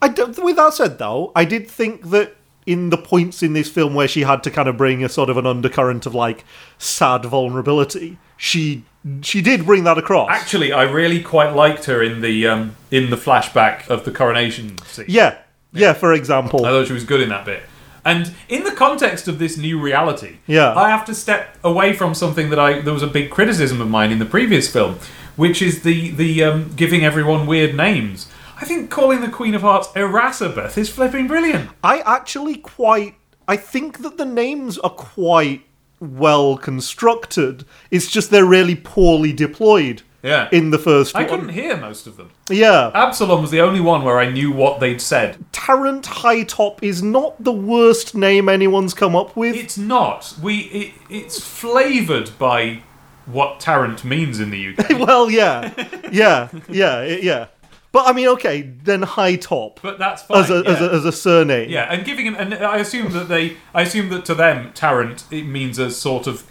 S3: I don't, with that said, though, I did think that in the points in this film where she had to kind of bring a sort of an undercurrent of like sad vulnerability, she she did bring that across.
S2: actually, I really quite liked her in the um, in the flashback of the coronation scene.
S3: yeah, yeah, For example,
S2: I thought she was good in that bit. And in the context of this new reality,
S3: Yeah.
S2: I have to step away from something that I there was a big criticism of mine in the previous film, which is the the um, giving everyone weird names. I think calling the Queen of Hearts Erasabeth is flipping brilliant.
S3: I actually quite. I think that the names are quite well constructed. It's just they're really poorly deployed.
S2: Yeah.
S3: In the first
S2: I
S3: one.
S2: couldn't hear most of them.
S3: Yeah.
S2: Absalom was the only one where I knew what they'd said.
S3: Tarrant Hightop is not the worst name anyone's come up with.
S2: It's not. We it, it's flavored by what Tarrant means in the UK.
S3: well, yeah, yeah, yeah, yeah. But I mean, okay, then high top
S2: But that's fine.
S3: as a, as
S2: yeah.
S3: a as a surname.
S2: Yeah, and giving him, and I assume that they, I assume that to them, Tarrant, it means a sort of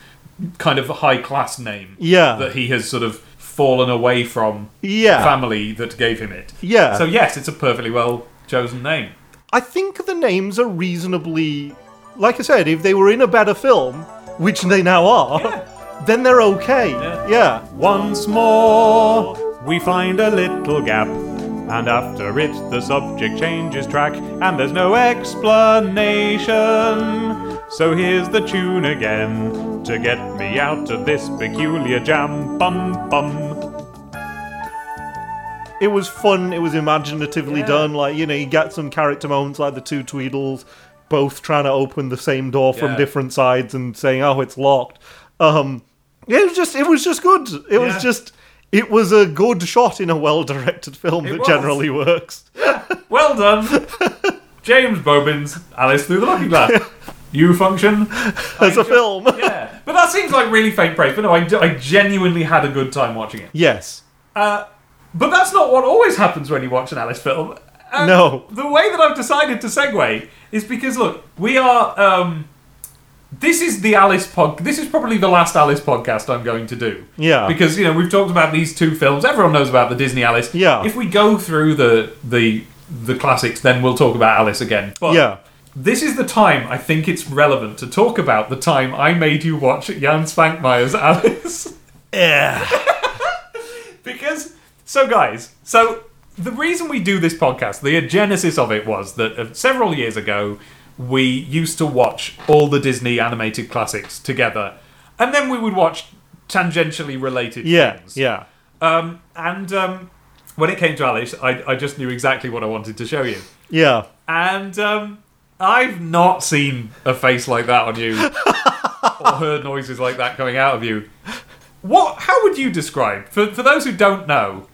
S2: kind of high class name.
S3: Yeah.
S2: That he has sort of fallen away from
S3: Yeah.
S2: the family that gave him it.
S3: Yeah.
S2: So, yes, it's a perfectly well chosen name.
S3: I think the names are reasonably, like I said, if they were in a better film, which they now are, then they're okay.
S2: Yeah.
S3: yeah.
S1: Once more, we find a little gap. And after it, the subject changes track, and there's no explanation. So here's the tune again to get me out of this peculiar jam. Bum bum.
S3: it was fun. It was imaginatively
S2: Yeah.
S3: done. Like you know, you get some character moments like the two Tweedles, both trying to open the same door from
S2: Yeah.
S3: different sides and saying, "Oh, it's locked." Um, it was just, it was just good.
S2: Yeah.
S3: It was just, it was a good shot in a well-directed film that
S2: was.
S3: generally works.
S2: Well done, James Bobin's Alice Through the Looking Glass. You function
S3: As a film,
S2: Yeah, but that seems like really fake praise. But no, I, I genuinely had a good time watching it.
S3: yes,
S2: Uh, but that's not what always happens when you watch an Alice film. And
S3: No.
S2: The way that I've decided to segue is because, look, we are um, This is the Alice pod. This is probably the last Alice podcast I'm going to do.
S3: Yeah.
S2: Because you know we've talked about these two films. Everyone knows about the Disney Alice.
S3: Yeah.
S2: If we go through the the the classics, then we'll talk about Alice again. But
S3: Yeah.
S2: This is the time I think it's relevant to talk about the time I made you watch Jan Spankmeyer's Alice. Because, so guys, so the reason we do this podcast, the genesis of it was that uh, several years ago, we used to watch all the Disney animated classics together, and then we would watch tangentially related
S3: Yeah,
S2: things.
S3: yeah.
S2: Um, and um, when it came to Alice, I, I just knew exactly what I wanted to show you.
S3: Yeah.
S2: And um, I've not seen a face like that on you or heard noises like that coming out of you. What? How would you describe, for, for those who don't know,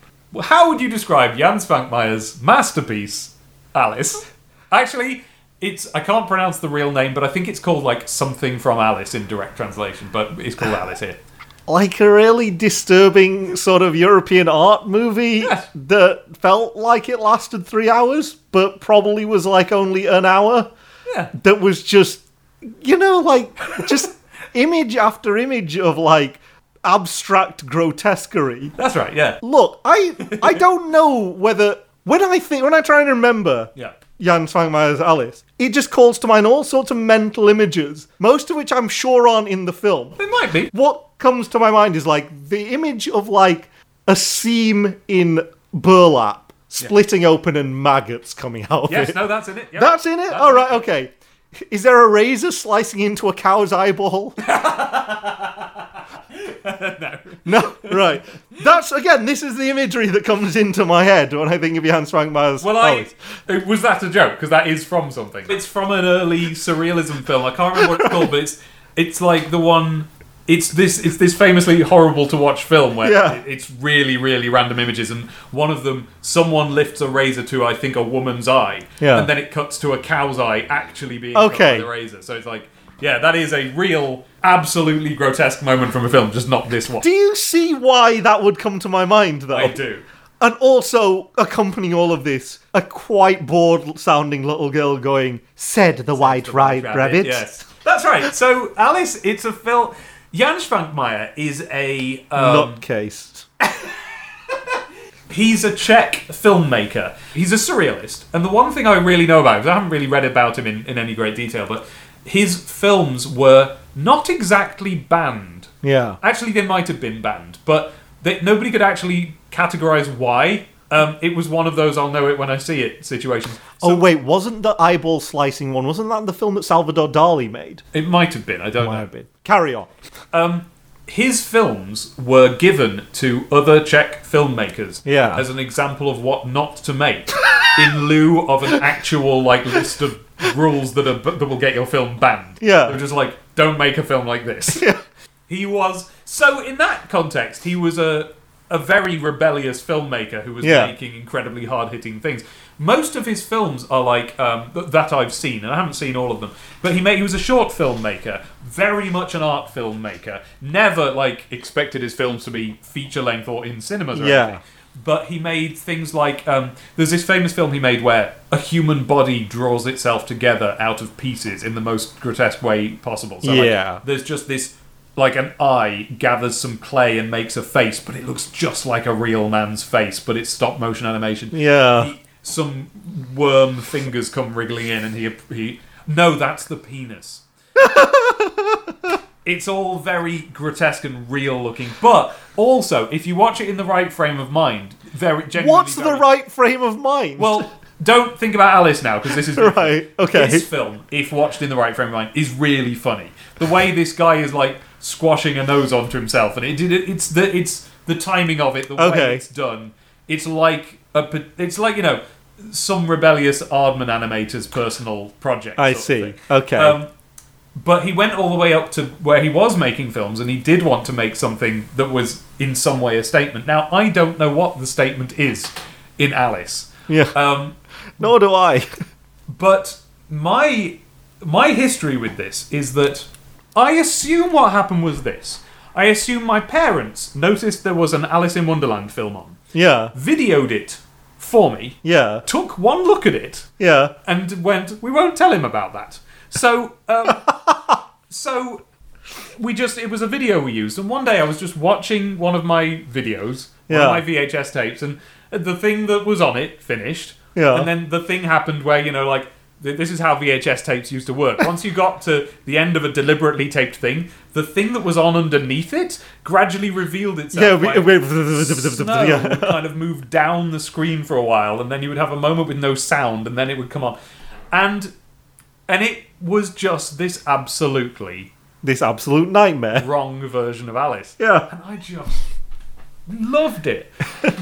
S2: how would you describe Jan Spankmeyer's masterpiece, Alice? Actually, it's I can't pronounce the real name, but I think it's called like something from Alice in direct translation, but it's called Alice here.
S3: Like a really disturbing sort of European art movie
S2: Yes.
S3: that felt like it lasted three hours, but probably was like only an hour.
S2: Yeah.
S3: that was just you know like just image after image of like abstract grotesquerie
S2: That's right, yeah.
S3: look i i don't know whether when i think when i try and remember
S2: Yeah.
S3: jan Spangmeier's alice it just calls to mind all sorts of mental images most of which i'm sure aren't in the film
S2: It might be.
S3: what comes to my mind is like the image of like a seam in burlap splitting open and maggots coming out of
S2: Yes,
S3: it
S2: no, that's in it. yeah.
S3: that's in it? All right, okay. Is there a razor slicing into a cow's eyeball? no. No, right. That's, again, this is the imagery that comes into my head when I think of Jan Spankmeyer's
S2: Well, I,
S3: Alice.
S2: it- was that a joke? Because that is from something. It's from an early surrealism film. I can't remember what it's called, but it's it's like the one. It's this. It's this famously horrible to watch film where
S3: Yeah.
S2: it- it's really, really random images, and one of them, someone lifts a razor to, I think, a woman's eye,
S3: Yeah.
S2: and then it cuts to a cow's eye actually being
S3: Okay.
S2: cut by the razor. So it's like, yeah, that is a real, absolutely grotesque moment from a film, just not this one.
S3: Do you see why that would come to my mind, though?
S2: I do.
S3: And also, accompanying all of this, a quite bored sounding little girl going, said the white right rabbit.
S2: Yes, that's right. So Alice, it's a film. Jan Schwankmeyer is a um,
S3: Nutcase.
S2: he's a Czech filmmaker. He's a surrealist, and the one thing I really know about him, 'cause I haven't really read about him in, in any great detail, but his films were not exactly banned.
S3: Yeah.
S2: Actually, they might have been banned, but they, nobody could actually categorize why. Um, it was one of those "I'll know it when I see it" situations. So
S3: oh wait, wasn't the eyeball slicing one? Wasn't that the film that Salvador Dali made?
S2: it might have been. I don't know.
S3: Might have been. Carry on.
S2: his films were given to other Czech filmmakers
S3: Yeah.
S2: as an example of what not to make in lieu of an actual like list of rules that are that will get your film banned.
S3: Yeah.
S2: They were just like don't make a film like this. He was so in that context, he was a a very rebellious filmmaker who was
S3: Yeah.
S2: making incredibly hard hitting things. Most of his films are like um, th- that I've seen, and I haven't seen all of them. But he made he was a short filmmaker, very much an art filmmaker. Never like expected his films to be feature length or in cinemas or
S3: Yeah.
S2: anything. But he made things like um, there's this famous film he made where a human body draws itself together out of pieces in the most grotesque way possible. So, like,
S3: Yeah.
S2: there's just this like an eye gathers some clay and makes a face, but it looks just like a real man's face, but it's stop motion animation.
S3: Yeah.
S2: He- some worm fingers come wriggling in, and he he no, that's the penis. it's all very grotesque and real looking, but also if you watch it in the right frame of mind, very genuinely
S3: What's the
S2: very-
S3: right frame of mind?
S2: well, don't think about Alice now because this is
S3: Right, okay.
S2: This film, if watched in the right frame of mind, is really funny. The way this guy is like squashing a nose onto himself, and it, it it's the it's the timing of it, the
S3: Okay.
S2: way it's done. It's like a pa- it's like you know some rebellious Aardman animator's personal project.
S3: I
S2: sort of
S3: see.
S2: thing.
S3: Okay.
S2: Um, but he went all the way up to where he was making films, and he did want to make something that was in some way a statement. Now I don't know what the statement is in Alice.
S3: yeah.
S2: Um,
S3: Nor do I.
S2: but my my history with this is that I assume what happened was this. I assume my parents noticed there was an Alice in Wonderland film on,
S3: yeah.
S2: videoed it for me,
S3: Yeah.
S2: took one look at it,
S3: Yeah.
S2: and went, "We won't tell him about that." So, um, so we just it was a video we used, and one day I was just watching one of my videos,
S3: Yeah.
S2: one of my VHS tapes, and the thing that was on it finished.
S3: Yeah.
S2: And then the thing happened where you know like. th- This is how VHS tapes used to work. Once you got to the end of a deliberately taped thing, the thing that was on underneath it gradually revealed itself.
S3: Yeah,
S2: by
S3: we, we-
S2: snow
S3: yeah.
S2: would kind of move down the screen for a while, and then you would have a moment with no sound, and then it would come on, and and it was just this absolutely
S3: This absolute nightmare.
S2: wrong version of Alice,
S3: Yeah.
S2: and I just loved it.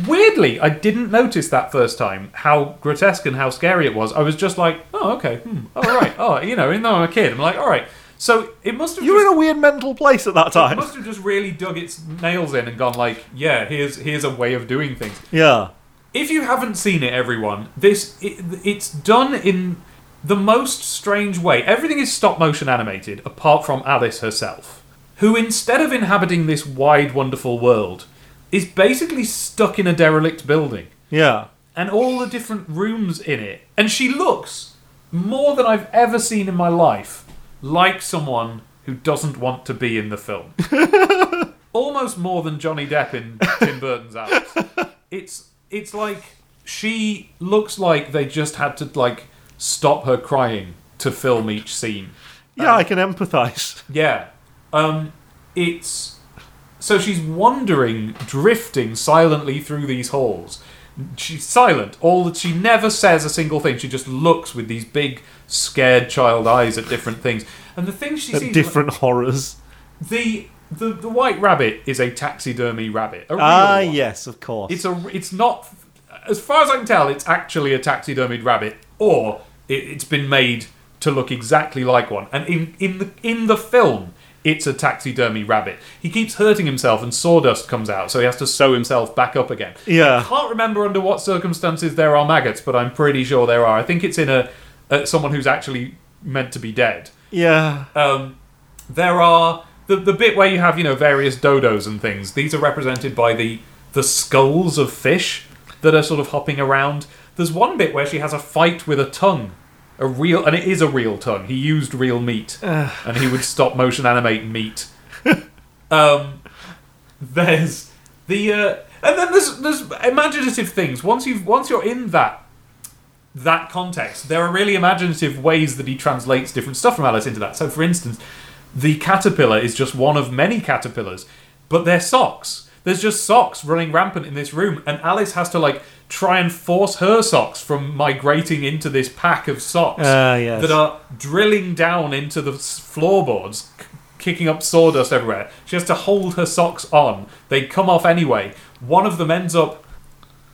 S2: Weirdly, I didn't notice that first time how grotesque and how scary it was. I was just like, oh okay, hmm, all right, oh you know, even though I'm a kid, I'm like, all right. So it must have
S3: You
S2: just-
S3: were in a weird mental place at that
S2: it
S3: time.
S2: must have just really dug its nails in and gone like, yeah, here's here's a way of doing things.
S3: Yeah.
S2: If you haven't seen it, everyone, this it, it's done in the most strange way. Everything is stop motion animated, apart from Alice herself, who instead of inhabiting this wide, wonderful world, is basically stuck in a derelict building
S3: Yeah.
S2: and all the different rooms in it. And she looks more than I've ever seen in my life like someone who doesn't want to be in the film. Almost more than Johnny Depp in Tim Burton's Alice. It's it's like she looks like they just had to like stop her crying to film each scene. Um,
S3: Yeah, I can empathise.
S2: Yeah. Um, it's. So she's wandering, drifting silently through these halls. She's silent. All that she never says a single thing. She just looks with these big, scared child eyes at different things. And the things she sees,
S3: Different horrors.
S2: the, the the white rabbit is a taxidermy rabbit. A real
S3: Ah,
S2: one.
S3: yes, of course.
S2: It's a. It's not. As far as I can tell, it's actually a taxidermied rabbit, or it, it's been made to look exactly like one. And in in the in the film, it's a taxidermy rabbit. He keeps hurting himself, and sawdust comes out, so he has to sew himself back up again.
S3: Yeah.
S2: I can't remember under what circumstances there are maggots, but I'm pretty sure there are. I think it's in a, a someone who's actually meant to be dead
S3: yeah.
S2: um, there are the, the bit where you have you know various dodos and things these are represented by the the skulls of fish that are sort of hopping around there's one bit where she has a fight with a tongue a real and it is a real tongue he used real meat and he would stop motion animate meat um, there's the uh, and then there's there's imaginative things once you've once you're in that that context, there are really imaginative ways that he translates different stuff from Alice into that. So, for instance, the caterpillar is just one of many caterpillars, but they're socks. There's just socks running rampant in this room, and Alice has to like try and force her socks from migrating into this pack of socks
S3: Ah, yes.
S2: that are drilling down into the s- floorboards, c- kicking up sawdust everywhere. She has to hold her socks on. They come off anyway. One of them ends up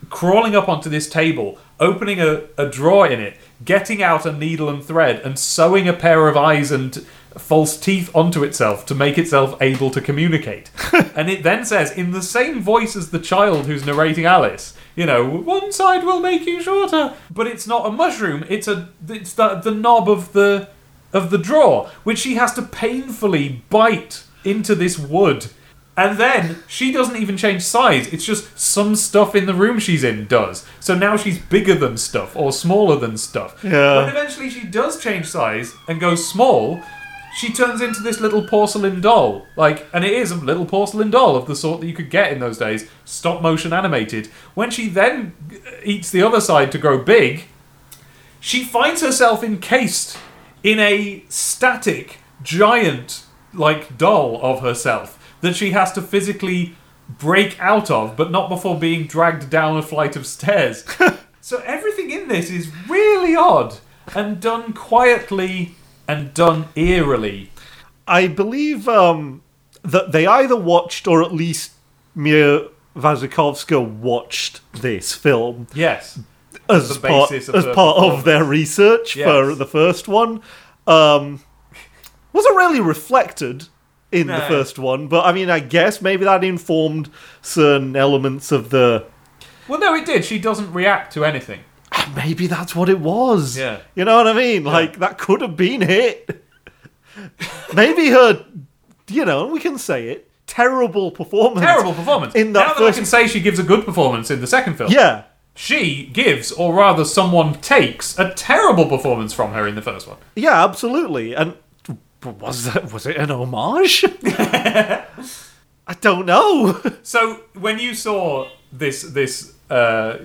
S2: crawling up onto this table, opening a, a drawer in it, getting out a needle and thread, and sewing a pair of eyes and false teeth onto itself to make itself able to communicate. and it then says, in the same voice as the child who's narrating Alice, you know, one side will make you shorter, but it's not a mushroom. It's a it's the, the knob of the of the drawer, which she has to painfully bite into this wood. And then she doesn't even change size. It's just some stuff in the room she's in does. So now she's bigger than stuff or smaller than stuff.
S3: Yeah.
S2: When eventually she does change size and goes small, she turns into this little porcelain doll. Like, and it is a little porcelain doll of the sort that you could get in those days, stop motion animated. When she then eats the other side to grow big, she finds herself encased in a static giant like doll of herself that she has to physically break out of but not before being dragged down a flight of stairs so everything in this is really odd and done quietly and done eerily
S3: I believe um, that they either watched or at least Mia Wasikowska watched this film
S2: yes
S3: as
S2: the
S3: part,
S2: basis of
S3: as
S2: her
S3: part of their research for
S2: Yes.
S3: the first one. Um, wasn't really reflected in the
S2: No.
S3: first one, but I mean, I guess maybe that informed certain elements of the.
S2: well no it did she doesn't react to anything
S3: Maybe that's what it was.
S2: Yeah.
S3: You know what I mean? Like, that could have been it. maybe her, you know, we can say it, terrible performance.
S2: terrible performance
S3: In that
S2: now that
S3: first-
S2: i can say she gives a good performance in the second film
S3: Yeah.
S2: she gives or rather someone takes a terrible performance from her in the first one
S3: Yeah, absolutely. And But was that was it an homage? I don't know.
S2: So when you saw this this uh,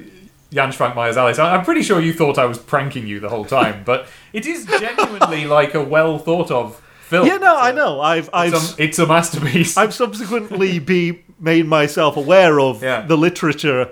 S2: Jan Schwankmeyer's Alice, I- I'm pretty sure you thought I was pranking you the whole time, but it is genuinely like a well thought of film.
S3: yeah, no, I know. I've I've
S2: It's a, it's a masterpiece.
S3: I've subsequently be made myself aware of
S2: Yeah.
S3: the literature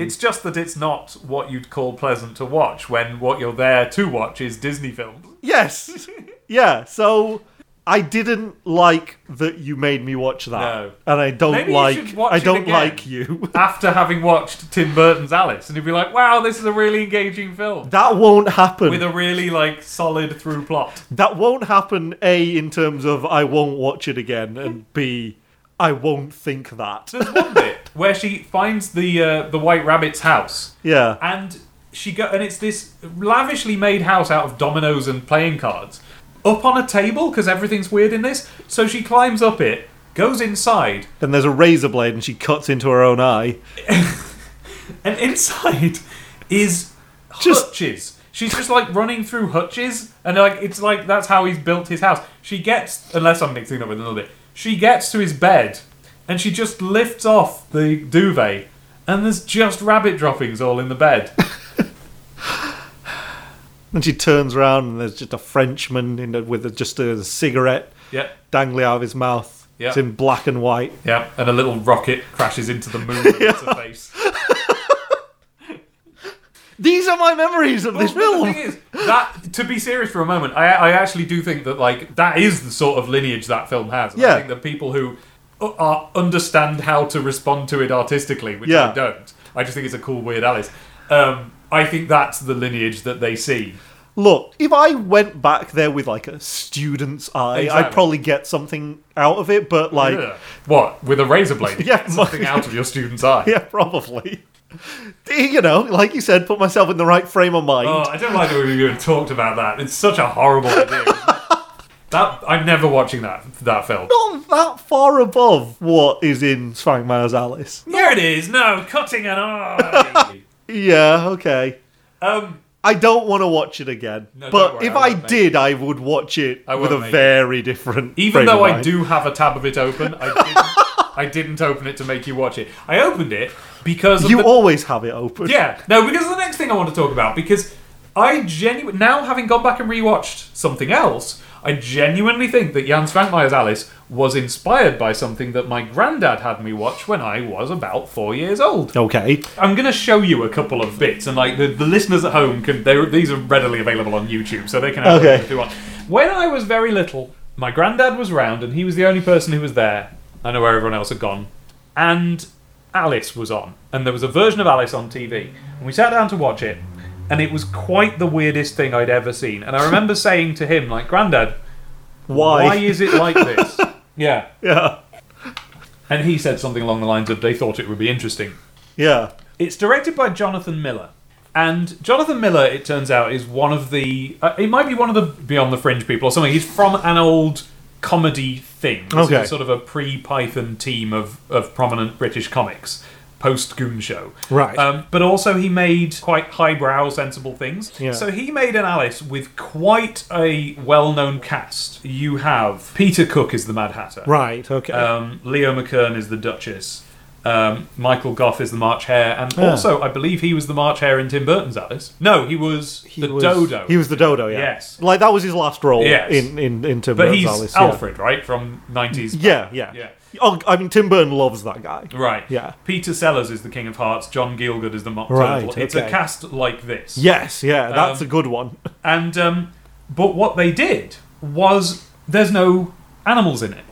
S2: It's just that it's not what you'd call pleasant to watch when what you're there to watch is Disney films.
S3: yes, yeah. So I didn't like that you made me watch that,
S2: No.
S3: and I don't
S2: Maybe you
S3: like
S2: should watch
S3: I
S2: it
S3: don't
S2: again.
S3: like you.
S2: After having watched Tim Burton's Alice, and you'd be like, "Wow, this is a really engaging film
S3: That won't happen.
S2: with a really like solid through plot."
S3: that won't happen. A in terms of I won't watch it again, and B I won't think that.
S2: There's one bit where she finds the uh, the White Rabbit's house,
S3: Yeah.
S2: and she go and it's this lavishly made house out of dominoes and playing cards up on a table because everything's weird in this. So she climbs up it, goes inside,
S3: And there's a razor blade, and she cuts into her own eye.
S2: and inside is
S3: Just-
S2: hutches. She's just like running through hutches, and like it's like that's how he's built his house. She gets, unless I'm mixing up with another bit, she gets to his bed, and she just lifts off the duvet, and there's just rabbit droppings all in the bed.
S3: And she turns around, and there's just a Frenchman in a, with a, just a cigarette
S2: yep,
S3: dangling out of his mouth.
S2: Yeah.
S3: It's in black and white.
S2: yep, and a little rocket crashes into the moon in her face.
S3: These are my memories of this
S2: Well,
S3: film.
S2: The thing is, that to be serious for a moment, I, I actually do think that like that is the sort of lineage that film has. And
S3: Yeah.
S2: I think that people who are, understand how to respond to it artistically, which
S3: Yeah.
S2: I don't. I just think it's a cool Weird Alice. Um, I think that's the lineage that they see.
S3: Look, if I went back there with like a student's eye, I'd
S2: Exactly.
S3: probably get something out of it. But like, yeah,
S2: Yeah. What with a razor blade? you
S3: Yeah,
S2: get something
S3: my-
S2: out of your student's eye.
S3: probably. You know, like you said, put myself in the right frame of mind.
S2: Oh, I don't like the way you talked about that. It's such a horrible idea. that I'm never watching that that film.
S3: Not that far above what is in Swangmeyer's Alice.
S2: There it is. No, cutting an eye.
S3: Yeah, okay.
S2: um.
S3: I don't want to watch it again.
S2: No, don't
S3: but
S2: worry, I
S3: if I,
S2: won't make
S3: did, I would watch it
S2: I
S3: with
S2: won't
S3: a
S2: make
S3: very different.
S2: Even
S3: frame
S2: though
S3: of
S2: I
S3: mind.
S2: do have a tab of it open, I didn't, I didn't open it to make you watch it. I opened it because of
S3: you
S2: the,
S3: always have it open.
S2: yeah no because of the next thing I want to talk about because I genuinely now having gone back and rewatched something else, I genuinely think that Jan Svankmajer's Alice was inspired by something that my granddad had me watch when I was about four years old.
S3: Okay.
S2: I'm going to show you a couple of bits, and like the, the listeners at home can they're- these are readily available on YouTube, so they can have
S3: Okay.
S2: them if they want. When I was very little, my granddad was round, and he was the only person who was there. I know where everyone else had gone, and Alice was on, and there was a version of Alice on TV, and we sat down to watch it, and it was quite the weirdest thing I'd ever seen. And I remember saying to him, like, "Granddad,
S3: Why?
S2: why is it like this?" yeah,
S3: yeah.
S2: and he said something along the lines of, "They thought it would be interesting."
S3: Yeah.
S2: It's directed by Jonathan Miller. And Jonathan Miller, it turns out, is one of the. Uh, it might be one of the Beyond the Fringe people or something. He's from an old comedy thing. This
S3: Okay.
S2: is sort of a pre Python team of, of prominent British comics, post Goon Show.
S3: Right.
S2: Um, but also, he made quite highbrow, sensible things.
S3: Yeah.
S2: So he made an Alice with quite a well known cast. You have Peter Cook is the Mad Hatter.
S3: Right. Okay.
S2: Um, Leo McKern is the Duchess. Um, Michael Goff is the March Hare, and
S3: Ah.
S2: also I believe he was the March Hare in Tim Burton's Alice. No, he was
S3: He
S2: the
S3: was-
S2: Dodo.
S3: He was the Dodo. Yeah.
S2: Yes.
S3: Like that was his last role.
S2: Yes.
S3: In in in Tim
S2: but
S3: Burton's
S2: he's
S3: Alice.
S2: Alfred, right, from nineties.
S3: Yeah. Yeah.
S2: Yeah.
S3: Yeah. Oh, I mean, Tim Burton loves that guy.
S2: Right.
S3: Yeah.
S2: Peter Sellers is the King of Hearts. John Gielgud is the Mock
S3: Right,
S2: Turtle. It's a
S3: okay.
S2: cast like this.
S3: Yes. Yeah. That's
S2: Um,
S3: a good one.
S2: And um, but what they did was there's no animals in it.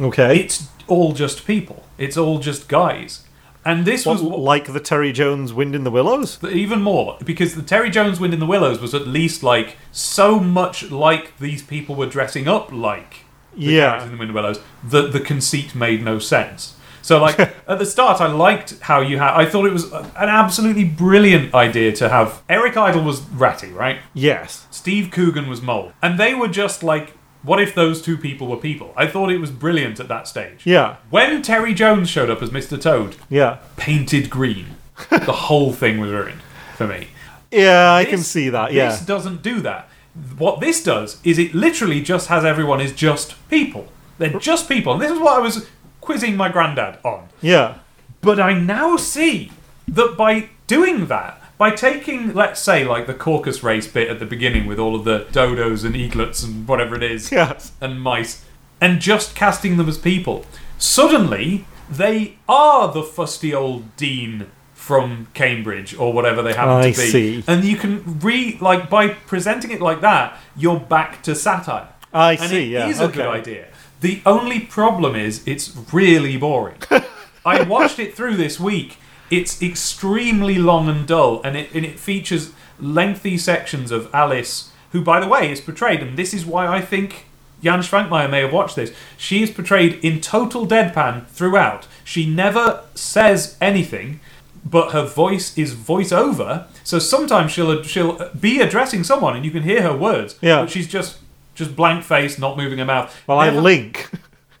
S3: Okay.
S2: It's all just people. It's all just guys. And this
S3: What,
S2: was
S3: like the Terry Jones Wind in the Willows.
S2: But even more because the Terry Jones Wind in the Willows was at least like so much like these people were dressing up like the
S3: Yeah.
S2: characters in the Wind in the Willows that the conceit made no sense. So like at the start, I liked how you had. I thought it was an absolutely brilliant idea to have Eric Idle was Ratty, right?
S3: Yes.
S2: Steve Coogan was Mole, and they were just like, what if those two people were people? I thought it was brilliant at that stage.
S3: Yeah.
S2: When Terry Jones showed up as Mr. Toad,
S3: Yeah.
S2: painted green, the whole thing was ruined for me.
S3: Yeah. I can
S2: This-
S3: see that. Yeah.
S2: This doesn't do that. What this does is it literally just has everyone is just people. They're just people. And this is what I was quizzing my granddad on.
S3: Yeah.
S2: But I now see that by doing that, by taking, let's say, like the caucus race bit at the beginning with all of the dodos and eaglets and whatever it is,
S3: Yes.
S2: and mice, and just casting them as people, suddenly they are the fusty old dean from Cambridge or whatever they happen
S3: I
S2: to be.
S3: see.
S2: And you can re like by presenting it like that, you're back to satire.
S3: I
S2: and
S3: see,
S2: It
S3: yeah,
S2: is a
S3: okay.
S2: good idea. The only problem is it's really boring. I watched it through this week. It's extremely long and dull, and it and it features lengthy sections of Alice, who, by the way, is portrayed, and this is why I think Jan Schwankmeyer may have watched this. She is portrayed in total deadpan throughout. She never says anything, but her voice is voiceover. So sometimes she'll she'll be addressing someone, and you can hear her words.
S3: Yeah.
S2: but she's just just blank face, not moving her mouth.
S3: Well, I
S2: Never-
S3: link.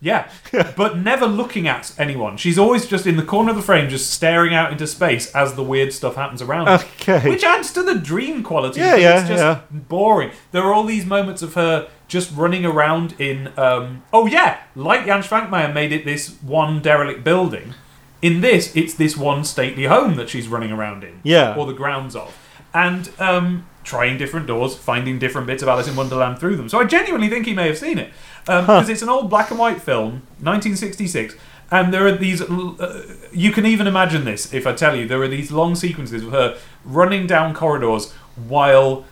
S2: yeah, but never looking at anyone. She's always just in the corner of the frame, just staring out into space as the weird stuff happens around her.
S3: Okay.
S2: Which adds to the dream quality.
S3: Yeah,
S2: but
S3: yeah,
S2: It's just
S3: yeah.
S2: boring. There are all these moments of her just running around in. Um, oh, yeah, like Jan Schwankmeyer made it this one derelict building. In this, it's this one stately home that she's running around in.
S3: Yeah.
S2: Or the grounds of. And um, trying different doors, finding different bits of Alice in Wonderland through them. So I genuinely think he may have seen it. Because it's an old black and white film, 1966. And there are these. l- Uh, you can even imagine this if I tell you. There are these long sequences of her running down corridors while.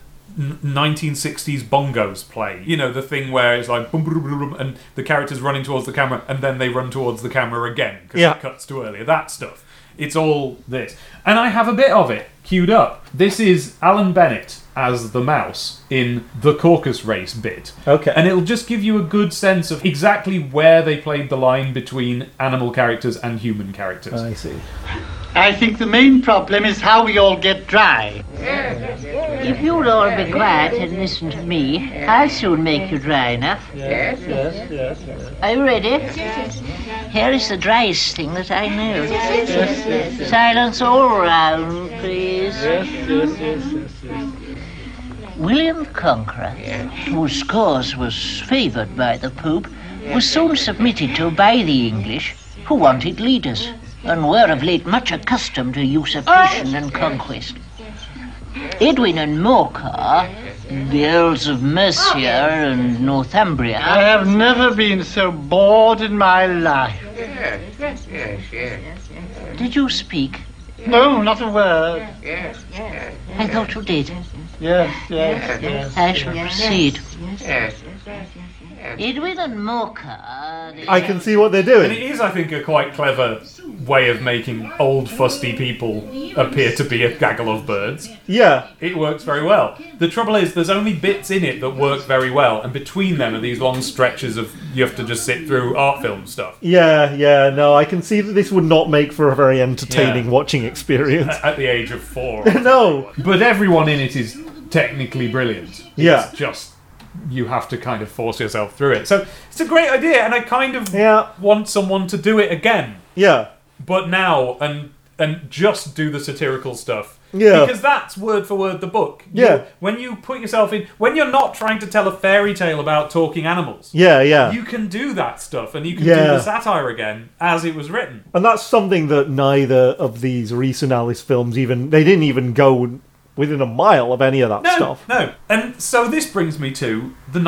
S2: n- 1960s bongos play. You know, the thing where it's like boom, boom, boom, boom, and the characters running towards the camera and then they run towards the camera again because
S3: Yeah.
S2: it cuts to earlier. That stuff. It's all this. And I have a bit of it queued up. This is Alan Bennett as the mouse in the caucus race bit.
S3: Okay.
S2: And it'll just give you a good sense of exactly where they played the line between animal characters and human characters.
S3: see.
S4: I think the main problem is how we all get dry.
S5: If you'll all be quiet and listen to me, I'll soon make you dry enough. Yes, yes, yes. Are you ready? Here is the driest thing that I know. Silence all round, please. William Conqueror, whose cause was favoured by the Pope, was soon submitted to by the English, who wanted leaders, and were of late much accustomed to usurpation and conquest. Edwin and Morcar, the Earls of Mercia and
S4: I
S5: Northumbria,
S4: have never been so bored in my life.
S5: did you speak?
S4: No, not a word.
S5: I thought you did.
S4: Yes, yes, yes.
S5: I shall proceed. Edwin and Morcar. the
S3: I can see what they're
S2: And
S3: doing.
S2: it is, I think, a quite clever way of making old fusty people appear to be a gaggle of birds.
S3: Yeah.
S2: It works very well. The trouble is, there's only bits in it that work very well, and between them are these long stretches of you have to just sit through art film stuff.
S3: Yeah, yeah, no, I can see that this would not make for a very entertaining
S2: Yeah.
S3: watching experience.
S2: at the age of four. or
S3: no.
S2: But everyone in it is technically brilliant.
S3: Yeah.
S2: It's just you have to kind of force yourself through it. So it's a great idea, and I kind of
S3: Yeah.
S2: want someone to do it again,
S3: Yeah.
S2: but now and and just do the satirical stuff.
S3: Yeah.
S2: Because that's word for word the book. You-
S3: Yeah.
S2: when you put yourself in, when you're not trying to tell a fairy tale about talking animals,
S3: Yeah, yeah.
S2: you can do that stuff and you can do
S3: Yeah.
S2: the satire again as it was written.
S3: And that's something that neither of these recent Alice films even they didn't even go within a mile of any of that
S2: No,
S3: stuff.
S2: no. And so this brings me to the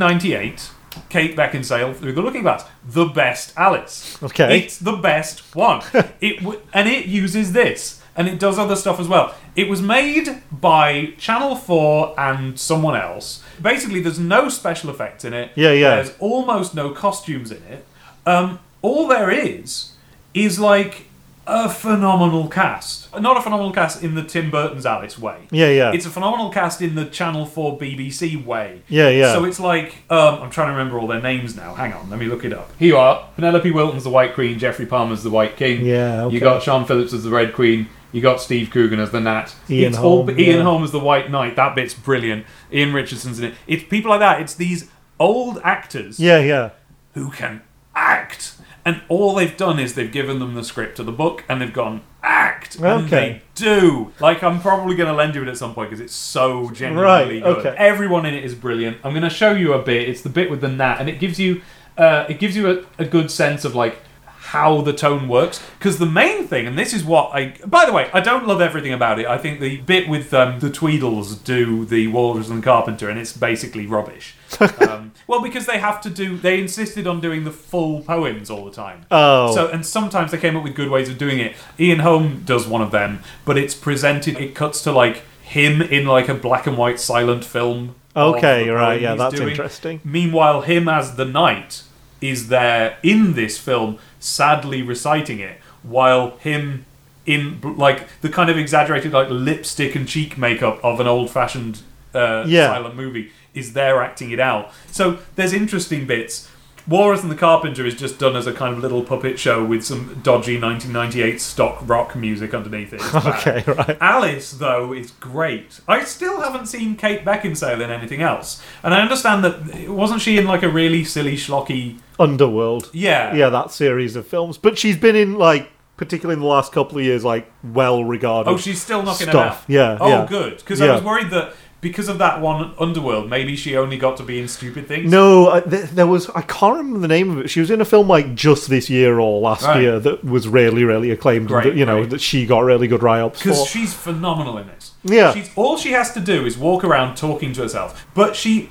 S2: 1998 Kate Beckinsale through the Looking Glass, the best Alice.
S3: Okay.
S2: it's the best one. it w- and it uses this, and it does other stuff as well. It was made by Channel Four and someone else. Basically, there's no special effects in it.
S3: Yeah, yeah.
S2: There's almost no costumes in it. Um, all there is is like a phenomenal cast. Not a phenomenal cast in the Tim Burton's Alice way.
S3: Yeah, yeah.
S2: It's a phenomenal cast in the Channel 4 BBC way.
S3: Yeah, yeah.
S2: So it's like, um, I'm trying to remember all their names now. Hang on, let me look it up. Here you are. Penelope Wilton's the White Queen, Jeffrey Palmer's the White King.
S3: Yeah, okay.
S2: You got Sean Phillips as the Red Queen. You got Steve Coogan as the Nat.
S3: Ian
S2: it's
S3: Holm,
S2: Ian
S3: yeah.
S2: Holm as the White Knight. That bit's brilliant. Ian Richardson's in it. It's people like that. It's these old actors
S3: Yeah, yeah.
S2: who can act. And all they've done is they've given them the script of the book and they've gone, act. correct. And
S3: Okay.
S2: they do. Like, I'm probably going to lend you it at some point because it's so genuinely
S3: Right,
S2: good.
S3: okay.
S2: Everyone in it is brilliant. I'm going to show you a bit. It's the bit with the gnat, and it gives you, uh, it gives you a, a good sense of like how the tone works. Because the main thing, and this is what I, by the way, I don't love everything about it. I think the bit with um, the Tweedles do the Walrus and Carpenter, and it's basically rubbish. um, well, because they have to do, they insisted on doing the full poems all the time.
S3: Oh.
S2: So and sometimes they came up with good ways of doing it. Ian Holm does one of them, but it's presented. It cuts to like him in like a black and white silent film. of
S3: Okay,
S2: the
S3: right,
S2: poem
S3: yeah,
S2: he's
S3: that's interesting.
S2: Meanwhile, him as the knight is there in this film, sadly reciting it, while him in like the kind of exaggerated like lipstick and cheek makeup of an old-fashioned uh,
S3: Yeah.
S2: silent movie is there acting it out. So there's interesting bits. Walrus and the Carpenter is just done as a kind of little puppet show with some dodgy 1998 stock rock music underneath it. It's bad.
S3: Okay, right.
S2: Uh, Alice, though, is great. I still haven't seen Kate Beckinsale in anything else. And I understand that wasn't she in like a really silly, schlocky.
S3: Underworld.
S2: Yeah.
S3: Yeah, that series of films. But she's been in like particularly in the last couple of years, like well regarded.
S2: Oh, she's still knocking it out.
S3: Stuff, yeah,
S2: Oh,
S3: yeah.
S2: good. Because I
S3: Yeah.
S2: was worried that because of that one Underworld, maybe she only got to be in stupid things.
S3: No, I, th- there was I can't remember the name of it. She was in a film like just this year or last
S2: Right.
S3: year that was really, really acclaimed. and
S2: Right,
S3: that, you know
S2: right.
S3: that she got really good write-ups for.
S2: Because she's phenomenal in this.
S3: Yeah.
S2: She's all she has to do is walk around talking to herself. But she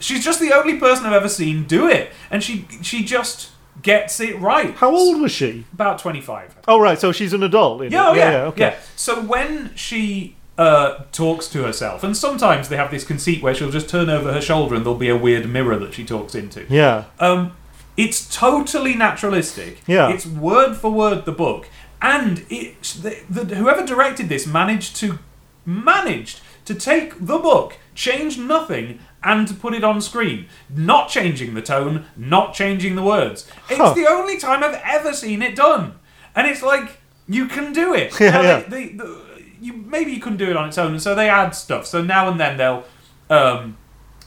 S2: she's just the only person I've ever seen do it. And she she just gets it right.
S3: How old was she?
S2: About twenty five.
S3: Oh, right. So she's an adult. In
S2: Yeah, oh,
S3: it.
S2: yeah, yeah,
S3: okay.
S2: So when she uh, talks to herself, and sometimes they have this conceit where she'll just turn over her shoulder and there'll be a weird mirror that she talks into.
S3: Yeah.
S2: Um, it's totally naturalistic.
S3: Yeah.
S2: It's word for word the book, and it the, the, whoever directed this managed to managed to take the book, change nothing, and to put it on screen, not changing the tone, not changing the words.
S3: Huh.
S2: It's the only time I've ever seen it done, and it's like you can do it.
S3: Yeah,
S2: Now,
S3: yeah.
S2: They, they, the, you maybe you couldn't do it on its own, and so they add stuff. So now and then they'll. Um,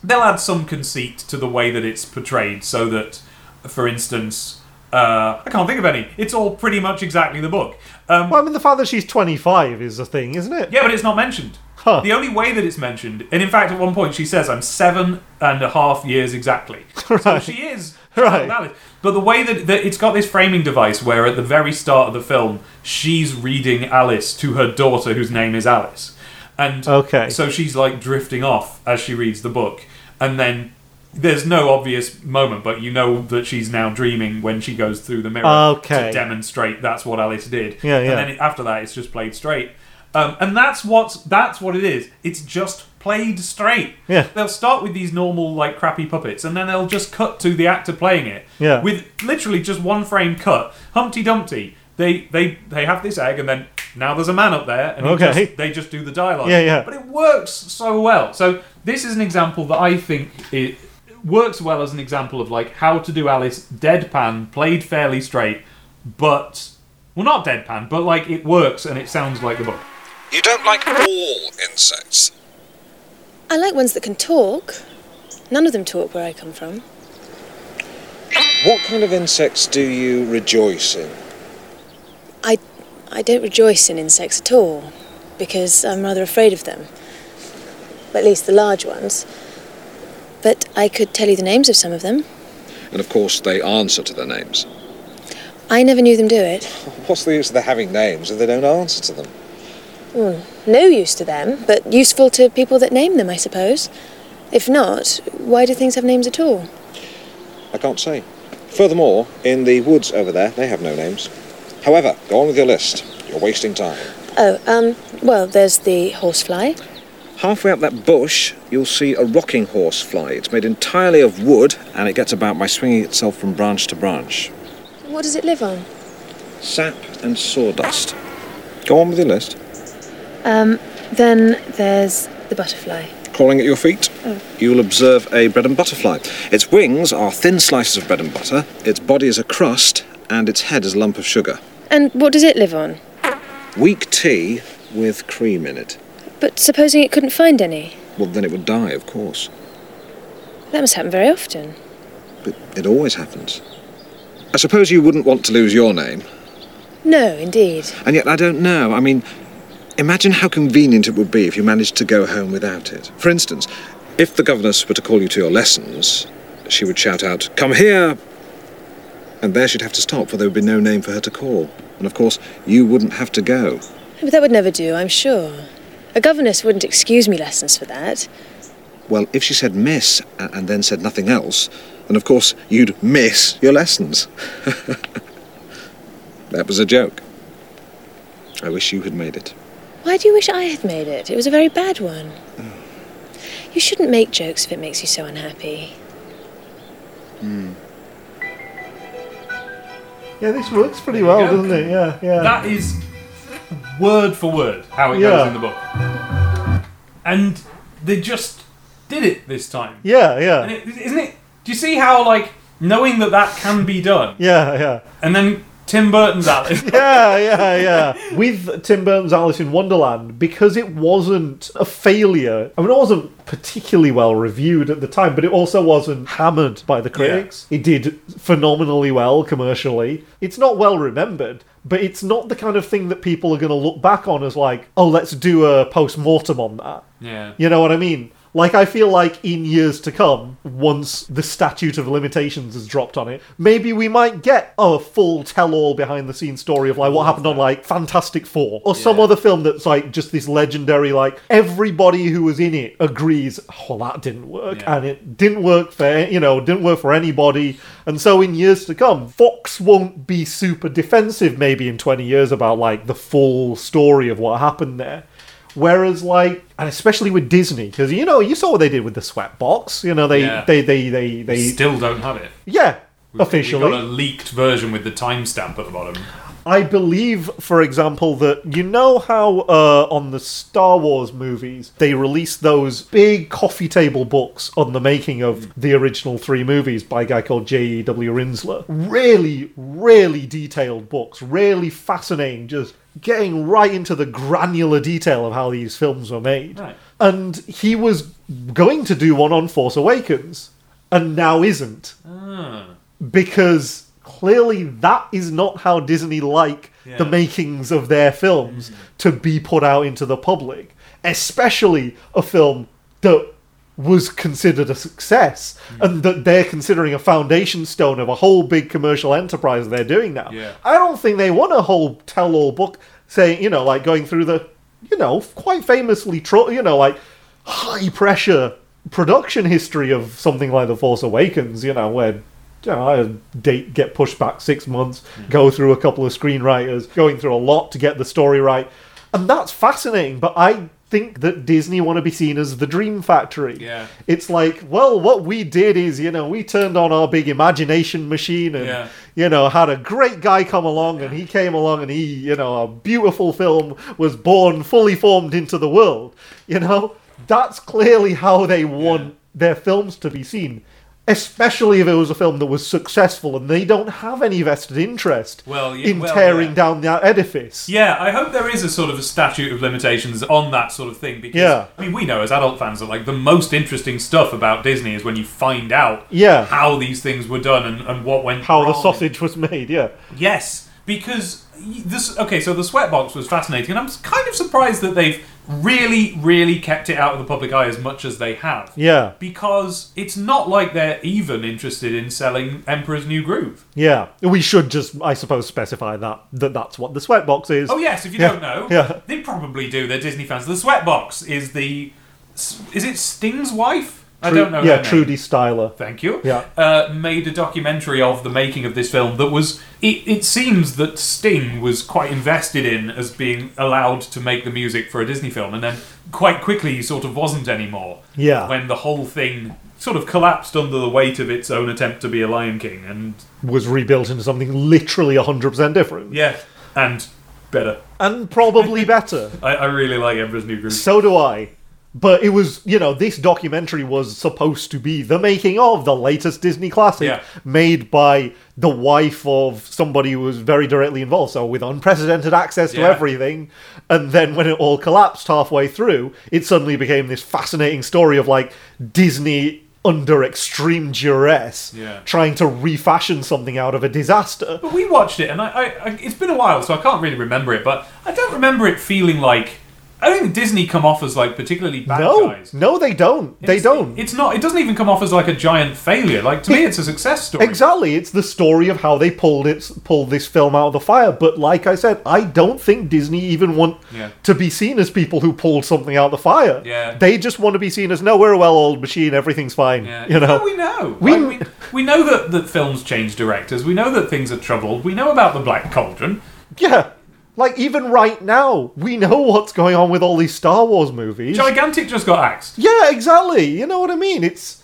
S2: they'll add some conceit to the way that it's portrayed so that for instance uh, i can't think of any it's all pretty much exactly the book um,
S3: Well, I mean, the fact that she's 25 is a thing, isn't it?
S2: yeah but it's not mentioned
S3: Huh.
S2: the only way that it's mentioned and in fact at one point she says i'm seven and a half years exactly so
S3: Right.
S2: she is
S3: Right.
S2: valid. but the way that, that it's got this framing device where at the very start of the film she's reading alice to her daughter whose name is alice and
S3: Okay.
S2: so she's like drifting off as she reads the book, and then there's no obvious moment, but you know that she's now dreaming when she goes through the mirror
S3: Okay.
S2: to demonstrate that's what Alice did.
S3: Yeah, yeah.
S2: And then it- after that, it's just played straight, um, and that's what that's what it is. It's just played straight.
S3: Yeah.
S2: They'll start with these normal like crappy puppets, and then they'll just cut to the actor playing it.
S3: Yeah.
S2: With literally just one frame cut. Humpty Dumpty. They they they have this egg, and then now there's a man up there, and he
S3: Okay.
S2: just- they just do the dialogue
S3: Yeah, yeah.
S2: but it works so well. So this is an example that I think it works well as an example of like how to do Alice deadpan, played fairly straight, but well, not deadpan, but like it works and it sounds like the book.
S6: You don't like all insects.
S7: I like ones that can talk. None of them talk where I come from.
S6: What kind of insects do you rejoice in?
S7: I, I don't rejoice in insects at all because I'm rather afraid of them. At least the large ones. But I could tell you the names of some of them.
S6: And of course, they answer to their names.
S7: I never knew them do it.
S6: What's the use of their having names if they don't answer to them?
S7: No use to them, but useful to people that name them, I suppose. If not, why do things have names at all?
S6: I can't say. Furthermore, in the woods over there, they have no names. However, go on with your list. You're wasting time.
S7: Oh, um, well, there's the horsefly.
S6: Halfway up that bush, you'll see a rocking horse fly. It's made entirely of wood, and it gets about by swinging itself from branch to branch.
S7: What does it live on?
S6: Sap and sawdust. Go on with your list.
S7: Um, then there's the butterfly.
S6: Crawling at your feet, you'll observe a bread and butterfly. Its wings are thin slices of bread and butter, its body is a crust, and its head is a lump of sugar.
S7: And what does it live on?
S6: Weak tea with cream in it.
S7: But supposing it couldn't find any?
S6: Well, then it would die, of course.
S7: That must happen very often.
S6: But it always happens. I suppose you wouldn't want to lose your name.
S7: No, indeed.
S6: And yet I don't know. I mean, imagine how convenient it would be if you managed to go home without it. For instance, if the governess were to call you to your lessons, she would shout out, Come here! And there she'd have to stop, for there would be no name for her to call. And of course, you wouldn't have to go.
S7: But that would never do, I'm sure. A governess wouldn't excuse me lessons for that.
S6: Well, if she said miss a- and then said nothing else, then of course you'd miss your lessons. that was a joke. I wish you had made it.
S7: Why do you wish I had made it? It was a very bad one. You shouldn't make jokes if it makes you so unhappy.
S3: Yeah, this works pretty well,
S2: go.
S3: doesn't it? Yeah, yeah.
S2: That is word for word how it
S3: Yeah.
S2: goes in the book. And they just did it this time.
S3: yeah, yeah.
S2: And it, isn't it? Do you see how, like, knowing that that can be done,
S3: yeah, yeah.
S2: and then Tim Burton's Alice.
S3: Yeah, yeah, yeah. With Tim Burton's Alice in Wonderland, because it wasn't a failure, I mean, it wasn't particularly well reviewed at the time, but it also wasn't hammered by the critics. It did phenomenally well commercially. It's not well remembered, but it's not the kind of thing that people are going to look back on as like, oh, let's do a post mortem on that.
S2: Yeah.
S3: You know what I mean? Like, I feel like in years to come, once the statute of limitations is dropped on it, maybe we might get a full tell all behind the scenes story of like what happened on like Fantastic Four or some other film that's like just this legendary, like everybody who was in it agrees, oh, that didn't work.
S2: Yeah.
S3: And it didn't work for, you know, didn't work for anybody. And so in years to come, Fox won't be super defensive maybe in 20 years about like the full story of what happened there. Whereas, like, and especially with Disney, because you know, you saw what they did with the sweat box. You know, they,
S2: Yeah.
S3: they, they, they, they,
S2: Still don't have it.
S3: yeah,
S2: We
S3: officially.
S2: got a leaked version with the timestamp at the bottom.
S3: I believe, for example, that you know how uh, on the Star Wars movies they released those big coffee table books on the making of the original three movies by a guy called J.E.W. Rinsler. Really, really detailed books, really fascinating, just getting right into the granular detail of how these films were made.
S2: Right.
S3: And he was going to do one on Force Awakens, and now isn't because clearly that is not how Disney like the
S2: Yeah. Mm-hmm.
S3: makings of their films to be put out into the public, especially a film that was considered a success
S2: Mm.
S3: and that they're considering a foundation stone of a whole big commercial enterprise they're doing now.
S2: Yeah.
S3: I don't think they want a whole tell-all book saying, you know, like going through the, you know, quite famously, tro- you know, like high pressure production history of something like The Force Awakens, you know, where you know, a date get pushed back six months, go through a couple of screenwriters, going through a lot to get the story right, and that's fascinating. But I think that Disney want to be seen as the dream factory.
S2: Yeah.
S3: It's like, well, what we did is, you know, we turned on our big imagination machine and,
S2: Yeah.
S3: you know, had a great guy come along and he came along and he, you know, a beautiful film was born fully formed into the world. You know, that's clearly how they want their films to be seen. Especially if it was a film that was successful and they don't have any vested interest
S2: Well, yeah-
S3: in
S2: well,
S3: tearing
S2: yeah.
S3: down that edifice.
S2: Yeah, I hope there is a sort of a statute of limitations on that sort of thing because
S3: Yeah.
S2: I mean we know as adult fans that like the most interesting stuff about Disney is when you find out
S3: Yeah.
S2: how these things were done and, and what went
S3: How the
S2: wrong.
S3: sausage was made, yeah.
S2: Yes, because y- this. Okay, so the sweatbox was fascinating, and I'm s- kind of surprised that they've really, really kept it out of the public eye as much as they have.
S3: Yeah.
S2: Because it's not like they're even interested in selling Emperor's New Groove.
S3: Yeah, we should just, I suppose, specify that that that's what the sweatbox is.
S2: Oh yes, if you
S3: Yeah,
S2: don't know,
S3: yeah.
S2: they probably do. They're Disney fans. The sweatbox is the. s- Is it Sting's wife? I
S3: Tru-
S2: don't know.
S3: Yeah,
S2: her name.
S3: Trudy Styler.
S2: Thank you.
S3: Yeah.
S2: Uh, made a documentary of the making of this film that was. It, it seems that Sting was quite invested in as being allowed to make the music for a Disney film, and then quite quickly he sort of wasn't anymore.
S3: Yeah.
S2: When the whole thing sort of collapsed under the weight of its own attempt to be a Lion King, and
S3: Was rebuilt into something literally hundred percent different,
S2: yeah, and better.
S3: and probably better.
S2: I, I really like Emperor's New Groove.
S3: so do I. But it was, you know, this documentary was supposed to be the making of the latest Disney classic
S2: Yeah.
S3: made by the wife of somebody who was very directly involved, so with unprecedented access to
S2: Yeah.
S3: everything. And then when it all collapsed halfway through, it suddenly became this fascinating story of like Disney under extreme duress
S2: Yeah.
S3: trying to refashion something out of a disaster.
S2: But we watched it, and I, I, I it's been a while, so I can't really remember it. But I don't remember it feeling like I don't think Disney come off as like particularly bad
S3: No,
S2: guys.
S3: no, they don't. they
S2: It's-
S3: don't.
S2: It's not. It doesn't even come off as like a giant failure. Like to me, it's a success story.
S3: Exactly, it's the story of how they pulled it, pulled this film out of the fire. But like I said, I don't think Disney even want
S2: Yeah.
S3: to be seen as people who pulled something out of the fire.
S2: Yeah.
S3: they just want to be seen as no, we're a well-oiled machine, everything's fine.
S2: Yeah.
S3: You know,
S2: No, we know.
S3: We-
S2: Like, We, we, know that, that films change directors. We know that things are troubled. We know about the Black Cauldron.
S3: yeah. Like even right now, we know what's going on with all these Star Wars movies.
S2: Gigantic just got axed.
S3: Yeah, exactly. You know what I mean? It's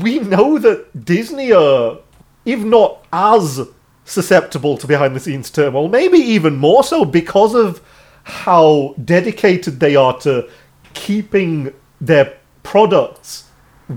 S3: we know that Disney are, if not as susceptible to behind the scenes turmoil, maybe even more so because of how dedicated they are to keeping their products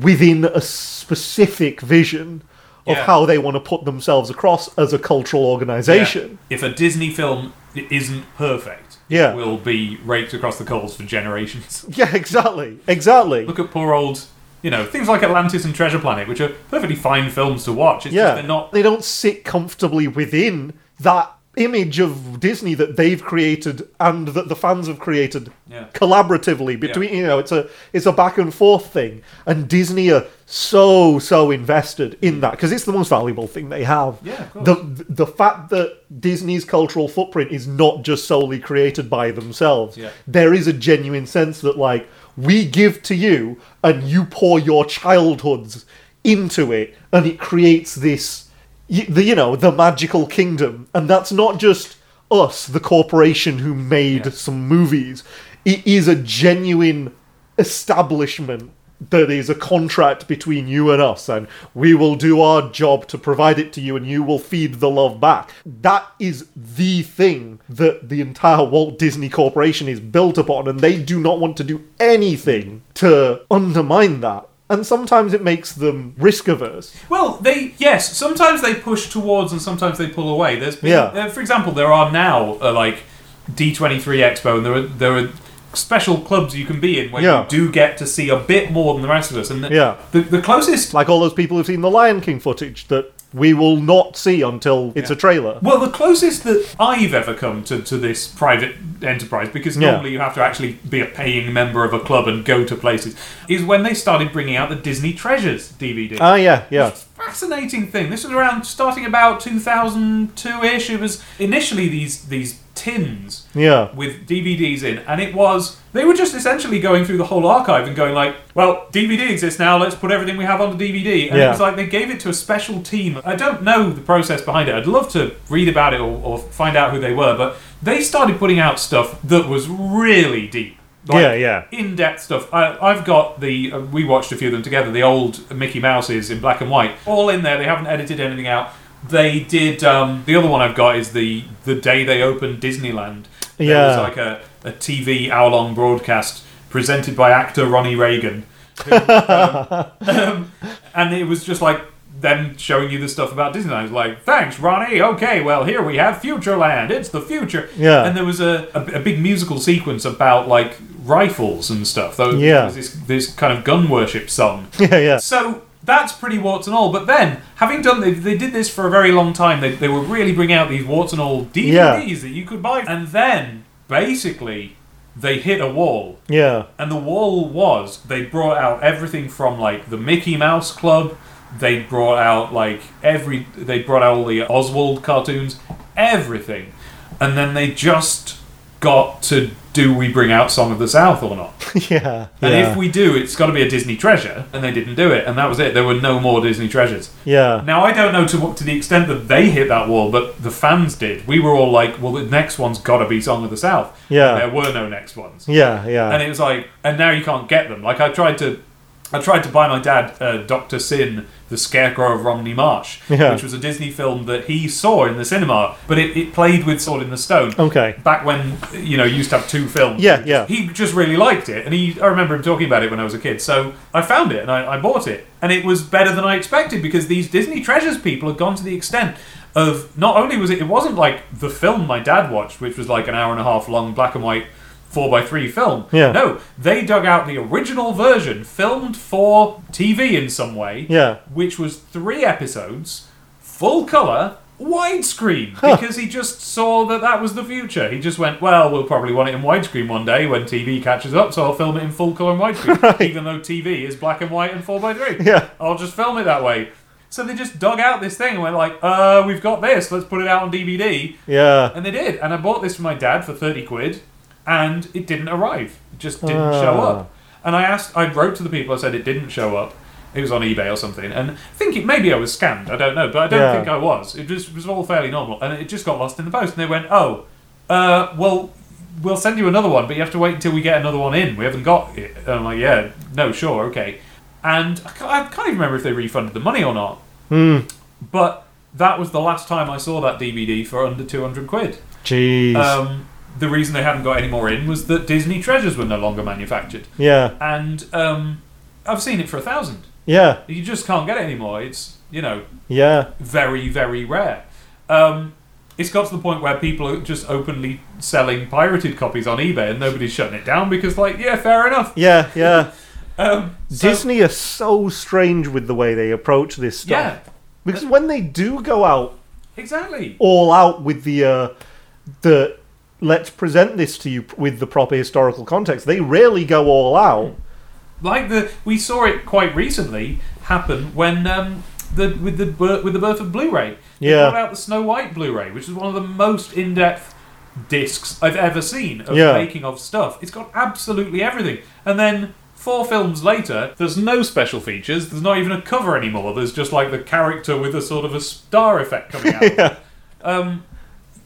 S3: within a specific vision of
S2: Yeah.
S3: how they want to put themselves across as a cultural organization.
S2: If a Disney film i- isn't perfect,
S3: Yeah.
S2: it will be raked across the coals for generations.
S3: Yeah, exactly. Exactly.
S2: Look at poor old, you know, things like Atlantis and Treasure Planet, which are perfectly fine films to watch. It's
S3: Yeah,
S2: just they're not.
S3: They don't sit comfortably within that image of Disney that they've created and that the fans have created
S2: Yeah.
S3: collaboratively between. You know, it's a it's a back and forth thing, and Disney are so so invested
S2: Mm.
S3: in that because it's the most valuable thing they have.
S2: Yeah, of course.
S3: the the fact that Disney's cultural footprint is not just solely created by themselves.
S2: Yeah.
S3: There is a genuine sense that like we give to you and you pour your childhoods into it and it creates this y- the, you know the magical kingdom and that's not just us the corporation who made some movies it is a genuine establishment that is a contract between you and us and we will do our job to provide it to you and you will feed the love back that is the thing that the entire Walt Disney Corporation is built upon and they do not want to do anything to undermine that and sometimes it makes them risk averse
S2: Well, they yes, sometimes they push towards and sometimes they pull away. There's been,
S3: Yeah.
S2: uh, for example, there are now uh, like D23 Expo, and there are there are special clubs you can be in where
S3: Yeah.
S2: you do get to see a bit more than the rest of us. And the,
S3: Yeah.
S2: the, the closest
S3: like all those people who've seen the Lion King footage that we will not see until it's a trailer
S2: Well, the closest that I've ever come to, to this private enterprise, because
S3: Yeah.
S2: normally you have to actually be a paying member of a club and go to places, is when they started bringing out the Disney Treasures DVD.
S3: ah yeah yeah
S2: Fascinating thing. This was around starting about 2002 ish. It was initially these, these tins
S3: yeah
S2: with DVDs in, and it was they were just essentially going through the whole archive and going like, well, DVD exists now. Let's put everything we have on the DVD. And
S3: Yeah.
S2: it was like they gave it to a special team. I don't know the process behind it. I'd love to read about it or, or find out who they were, but they started putting out stuff that was really deep.
S3: Yeah, yeah.
S2: In-depth stuff. I, I've got the. Uh, we watched a few of them together. The old Mickey Mouse's in black and white, all in there. They haven't edited anything out. They did. Um, the other one I've got is the the day they opened Disneyland. There
S3: Yeah.
S2: was like a, a TV hour long broadcast presented by actor Ronnie Reagan. who, um, um, and it was just like them showing you the stuff about Disneyland. It was like, thanks, Ronnie. Okay, well, here we have Futureland. It's the future.
S3: Yeah.
S2: And there was a, a, a big musical sequence about like rifles and stuff. Though
S3: Yeah.
S2: there was this, this kind of gun worship song.
S3: yeah yeah
S2: So that's pretty warts and all. But then, having done, they, they did this for a very long time. They, they were really bringing out these warts and all DVDs
S3: Yeah.
S2: that you could buy. And then, basically, they hit a wall.
S3: yeah
S2: And the wall was they brought out everything from like the Mickey Mouse Club. They brought out like every. They brought out all the Oswald cartoons, everything, and then they just got to do we bring out Song of the South or not?
S3: yeah
S2: And
S3: yeah.
S2: if we do, it's got to be a Disney treasure. And they didn't do it, and that was it. There were no more Disney treasures.
S3: yeah
S2: Now I don't know to what to the extent that they hit that wall, but the fans did. We were all like, "Well, the next one's got to be Song of the South."
S3: Yeah.
S2: there were no next ones,
S3: yeah yeah
S2: and it was like, and now you can't get them. Like I tried to, I tried to buy my dad uh, Doctor Sin, the Scarecrow of Romney Marsh,
S3: Yeah.
S2: which was a Disney film that he saw in the cinema, but it, it played with Sword in the Stone.
S3: Okay.
S2: back when you know you used to have two films.
S3: Yeah, yeah.
S2: He just really liked it, and he I remember him talking about it when I was a kid. So I found it and I, I bought it, and it was better than I expected because these Disney treasures people had gone to the extent of not only was it it wasn't like the film my dad watched, which was like an hour and a half long black and white 4x3 film.
S3: Yeah.
S2: No, they dug out the original version, filmed for TV in some way,
S3: Yeah.
S2: which was three episodes, full colour, widescreen, because he just saw that that was the future. He just went, well, we'll probably want it in widescreen one day when TV catches up, so I'll film it in full colour and widescreen, even though TV is black and white and 4x3.
S3: Yeah.
S2: I'll just film it that way. So they just dug out this thing and went like, uh, we've got this, let's put it out on DVD.
S3: Yeah.
S2: And they did. And I bought this for my dad for 30 quid, and it didn't arrive. It just didn't show up. And I asked, I wrote to the people, I said it didn't show up. It was on eBay or something. And I think it, maybe I was scammed, I don't know, but I don't
S3: Yeah.
S2: think I was. It just was all fairly normal. And it just got lost in the post. And they went, oh, uh, well, we'll send you another one, but you have to wait until we get another one in. We haven't got it. And I'm like, yeah, no, sure, okay. And I can't, I can't even remember if they refunded the money or not.
S3: Hmm.
S2: But that was the last time I saw that DVD for under 200 quid.
S3: Jeez.
S2: Um, the reason they hadn't got any more in was that Disney treasures were no longer manufactured.
S3: yeah.
S2: And um, I've seen it for a thousand.
S3: Yeah.
S2: You just can't get it anymore. It's, you know,
S3: Yeah.
S2: very, very rare. Um, it's got to the point where people are just openly selling pirated copies on eBay and nobody's shutting it down because, like, yeah, fair enough.
S3: Yeah. Yeah.
S2: Um, so-
S3: Disney are so strange with the way they approach this stuff.
S2: Yeah,
S3: Because when they do go out
S2: exactly.
S3: all out with the uh, the let's present this to you with the proper historical context, they rarely go all out.
S2: Hmm. like the we saw it quite recently happen when um, the with the bir- with the birth of Blu-ray. They
S3: Yeah.
S2: brought out the Snow White Blu-ray, which is one of the most in-depth discs I've ever seen of
S3: Yeah.
S2: making of stuff. It's got absolutely everything, and then. Four films later, there's no special features. There's not even a cover anymore. There's just like the character with a sort of a star effect coming out. of it. um,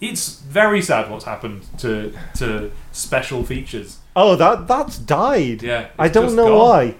S2: it's very sad what's happened to to special features.
S3: Oh, that that's died.
S2: Yeah,
S3: I
S2: it's
S3: don't
S2: just
S3: know
S2: gone.
S3: why.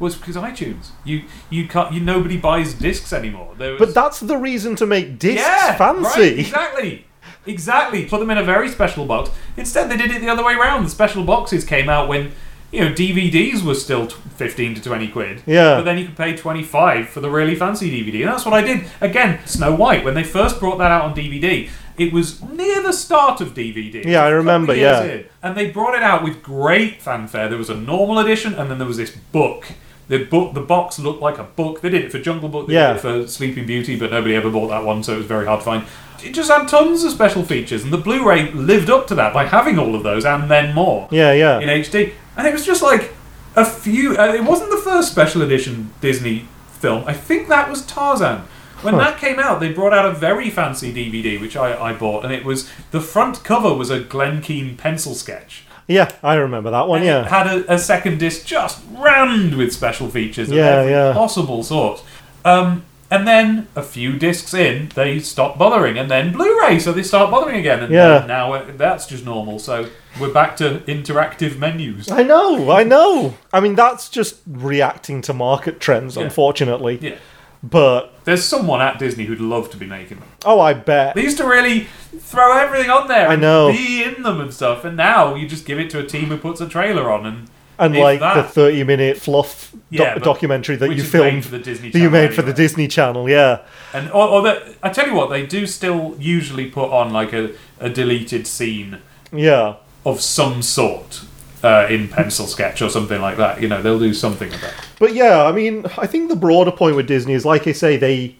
S2: was because iTunes. You you can't. You nobody buys discs anymore. There was,
S3: But that's the reason to make discs
S2: yeah, right,
S3: fancy.
S2: exactly, exactly. Put them in a very special box. Instead, they did it the other way around. The special boxes came out when you know DVDs were still t- fifteen to twenty quid.
S3: Yeah.
S2: but then you could pay twenty five for the really fancy DVD, and that's what I did. Again, Snow White when they first brought that out on DVD. It was near the start of DVD.
S3: Yeah, I
S2: A couple
S3: remember,
S2: of years
S3: yeah.
S2: in. And they brought it out with great fanfare. There was a normal edition, and then there was this book. The book, the box looked like a book. They did it for Jungle Book. They
S3: Yeah.
S2: did it for Sleeping Beauty, but nobody ever bought that one, so it was very hard to find. It just had tons of special features, and the Blu-ray lived up to that by having all of those and then more
S3: Yeah, yeah.
S2: in HD. And it was just like a few. Uh, it wasn't the first special edition Disney film. I think that was Tarzan. When that came out, they brought out a very fancy DVD, which I, I bought, and it was the front cover was a Glen Keane pencil sketch.
S3: yeah, I remember that one,
S2: And
S3: yeah.
S2: It had a, a second disc just rammed with special features of
S3: Yeah,
S2: every
S3: yeah.
S2: possible sort. Um, and then a few discs in, they stop bothering, and then Blu-ray, so they start bothering again. And
S3: Yeah.
S2: then now uh, that's just normal. So we're back to interactive menus.
S3: I know, I know. I mean, that's just reacting to market trends,
S2: Yeah.
S3: unfortunately.
S2: Yeah.
S3: But
S2: There's someone at Disney who'd love to be making them.
S3: oh, I bet.
S2: They used to really throw everything on there.
S3: I
S2: and
S3: know.
S2: Be in them and stuff. And now you just give it to a team who puts a trailer on and.
S3: And
S2: if
S3: like
S2: that,
S3: the thirty-minute fluff doc-
S2: Yeah, but-
S3: documentary that
S2: which
S3: you
S2: is made
S3: filmed
S2: for the Disney
S3: that you
S2: Channel
S3: made for the
S2: anyway.
S3: Disney Channel, yeah,
S2: and or, or the, I tell you what, they do still usually put on like a, a deleted scene
S3: yeah,
S2: of some sort uh, in pencil sketch or something like that. You know, they'll do something with that.
S3: but yeah. I mean, I think the broader point with Disney is, like I say, they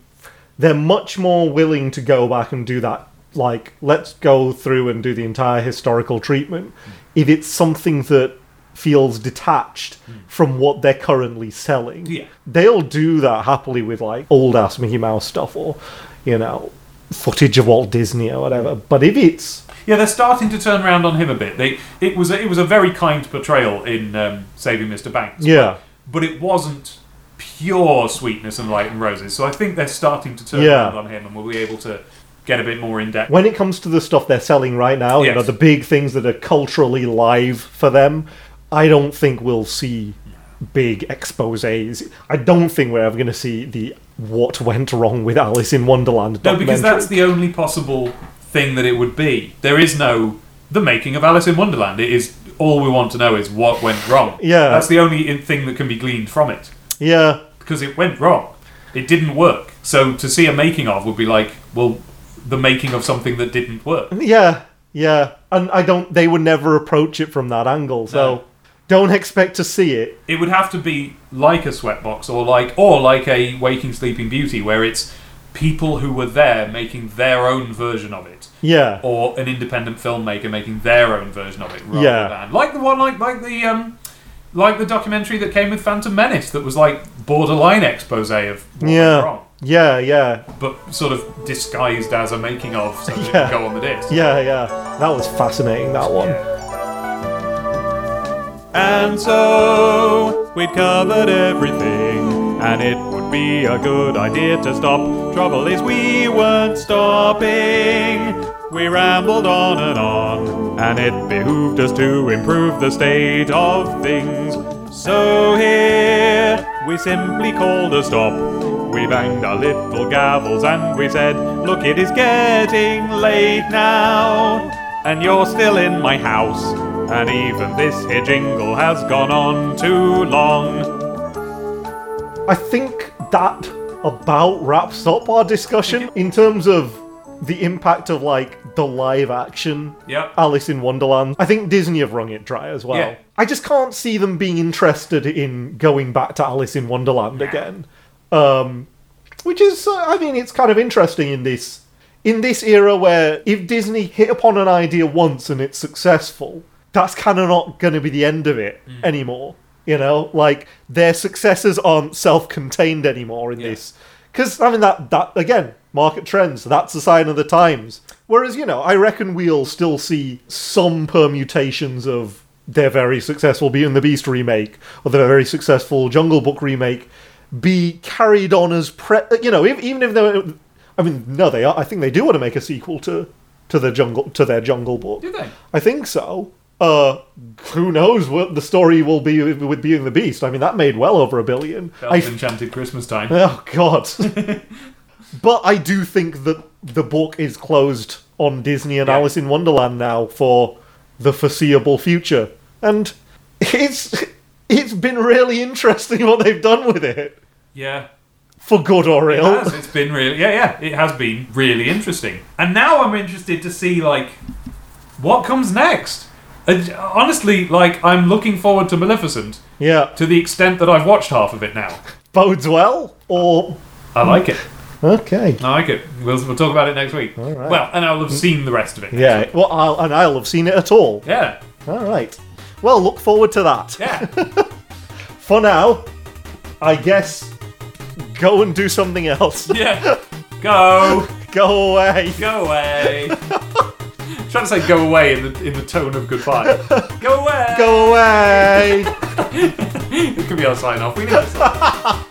S3: they're much more willing to go back and do that. Like, let's go through and do the entire historical treatment if it's something that feels detached from what they're currently selling.
S2: Yeah.
S3: they'll do that happily with like old ass Mickey Mouse stuff or you know footage of Walt Disney or whatever. But if it's
S2: Yeah, they're starting to turn around on him a bit. They it was a, it was a very kind portrayal in um, Saving Mr. Banks.
S3: yeah.
S2: but it wasn't pure sweetness and light and roses. So I think they're starting to turn
S3: Yeah.
S2: around on him, and we'll be able to get a bit more in depth.
S3: when it comes to the stuff they're selling right now, you
S2: Yes.
S3: know, the big things that are culturally live for them, I don't think we'll see big exposes. I don't think we're ever going to see the what went wrong with Alice in Wonderland
S2: no,
S3: documentary.
S2: because that's the only possible thing that it would be. There is no the making of Alice in Wonderland. It is all we want to know is what went wrong.
S3: Yeah.
S2: that's the only in- thing that can be gleaned from it
S3: yeah,
S2: because it went wrong. It didn't work. So to see a making of would be like, well, the making of something that didn't work.
S3: yeah. Yeah, and I don't. They would never approach it from that angle, so
S2: No.
S3: don't expect to see it.
S2: It would have to be like a sweatbox or like or like a Waking Sleeping Beauty where it's people who were there making their own version of it.
S3: Yeah,
S2: Or an independent filmmaker making their own version of it rather
S3: Yeah.
S2: than like the one like like the um like the documentary that came with Phantom Menace that was like borderline expose of what went
S3: yeah,
S2: wrong,
S3: yeah, yeah,
S2: but sort of disguised as a making of so that it
S3: Yeah.
S2: would go on the disc.
S3: yeah, yeah. That was fascinating. That one.
S1: And so we'd covered everything, and it would be a good idea to stop. Trouble is, we weren't stopping. We rambled on and on, and it behooved us to improve the state of things. So here we simply called a stop. We banged our little gavels and we said, Look, it is getting late now and you're still in my house. And even this here jingle has gone on too long.
S3: I think that about wraps up our discussion in terms of the impact of like the live action
S2: Yep.
S3: Alice in Wonderland. I think Disney have wrung it dry as well.
S2: Yeah.
S3: I just can't see them being interested in going back to Alice in Wonderland again. Um which is uh, I mean it's kind of interesting in this in this era where if Disney hit upon an idea once and it's successful, that's kind of not going to be the end of it anymore. You know, like their successes aren't self-contained anymore in this, because I mean that that again, market trends. That's a sign of the times. Whereas you know, I reckon we'll still see some permutations of their very successful Beauty and the Beast remake or their very successful Jungle Book remake be carried on as pre. You know, if, even if they're, I mean, no, they are. I think they do want to make a sequel to to the jungle to their Jungle Book.
S2: Do they?
S3: I think so. Uh, who knows what the story will be with, with Beauty and the Beast? I mean, that made well over a billion. I
S2: Bells Enchanted Christmas time.
S3: Oh God! but I do think that the book is closed on Disney and
S2: Yeah.
S3: Alice in Wonderland now for the foreseeable future, and it's it's been really interesting what they've done with it
S2: yeah.
S3: for good or
S2: It
S3: ill.
S2: has. It's been really, yeah, yeah. It has been really interesting. And now I'm interested to see like what comes next. And honestly, like I'm looking forward to Maleficent
S3: Yeah,
S2: to the extent that I've watched half of it now.
S3: bodes well. Or
S2: I like it.
S3: okay,
S2: I like it. We'll, we'll talk about it next week.
S3: right.
S2: Well, and I'll have seen the rest of it. next
S3: yeah.
S2: week.
S3: Well, I'll, and I'll have seen it at all.
S2: Yeah.
S3: All right. Well, look forward to that.
S2: Yeah.
S3: For now, I guess go and do something else.
S2: Yeah. Go.
S3: go away.
S2: Go away. trying to say go away in the in the tone of goodbye. Go away.
S3: Go away.
S2: It could be our sign off. We need to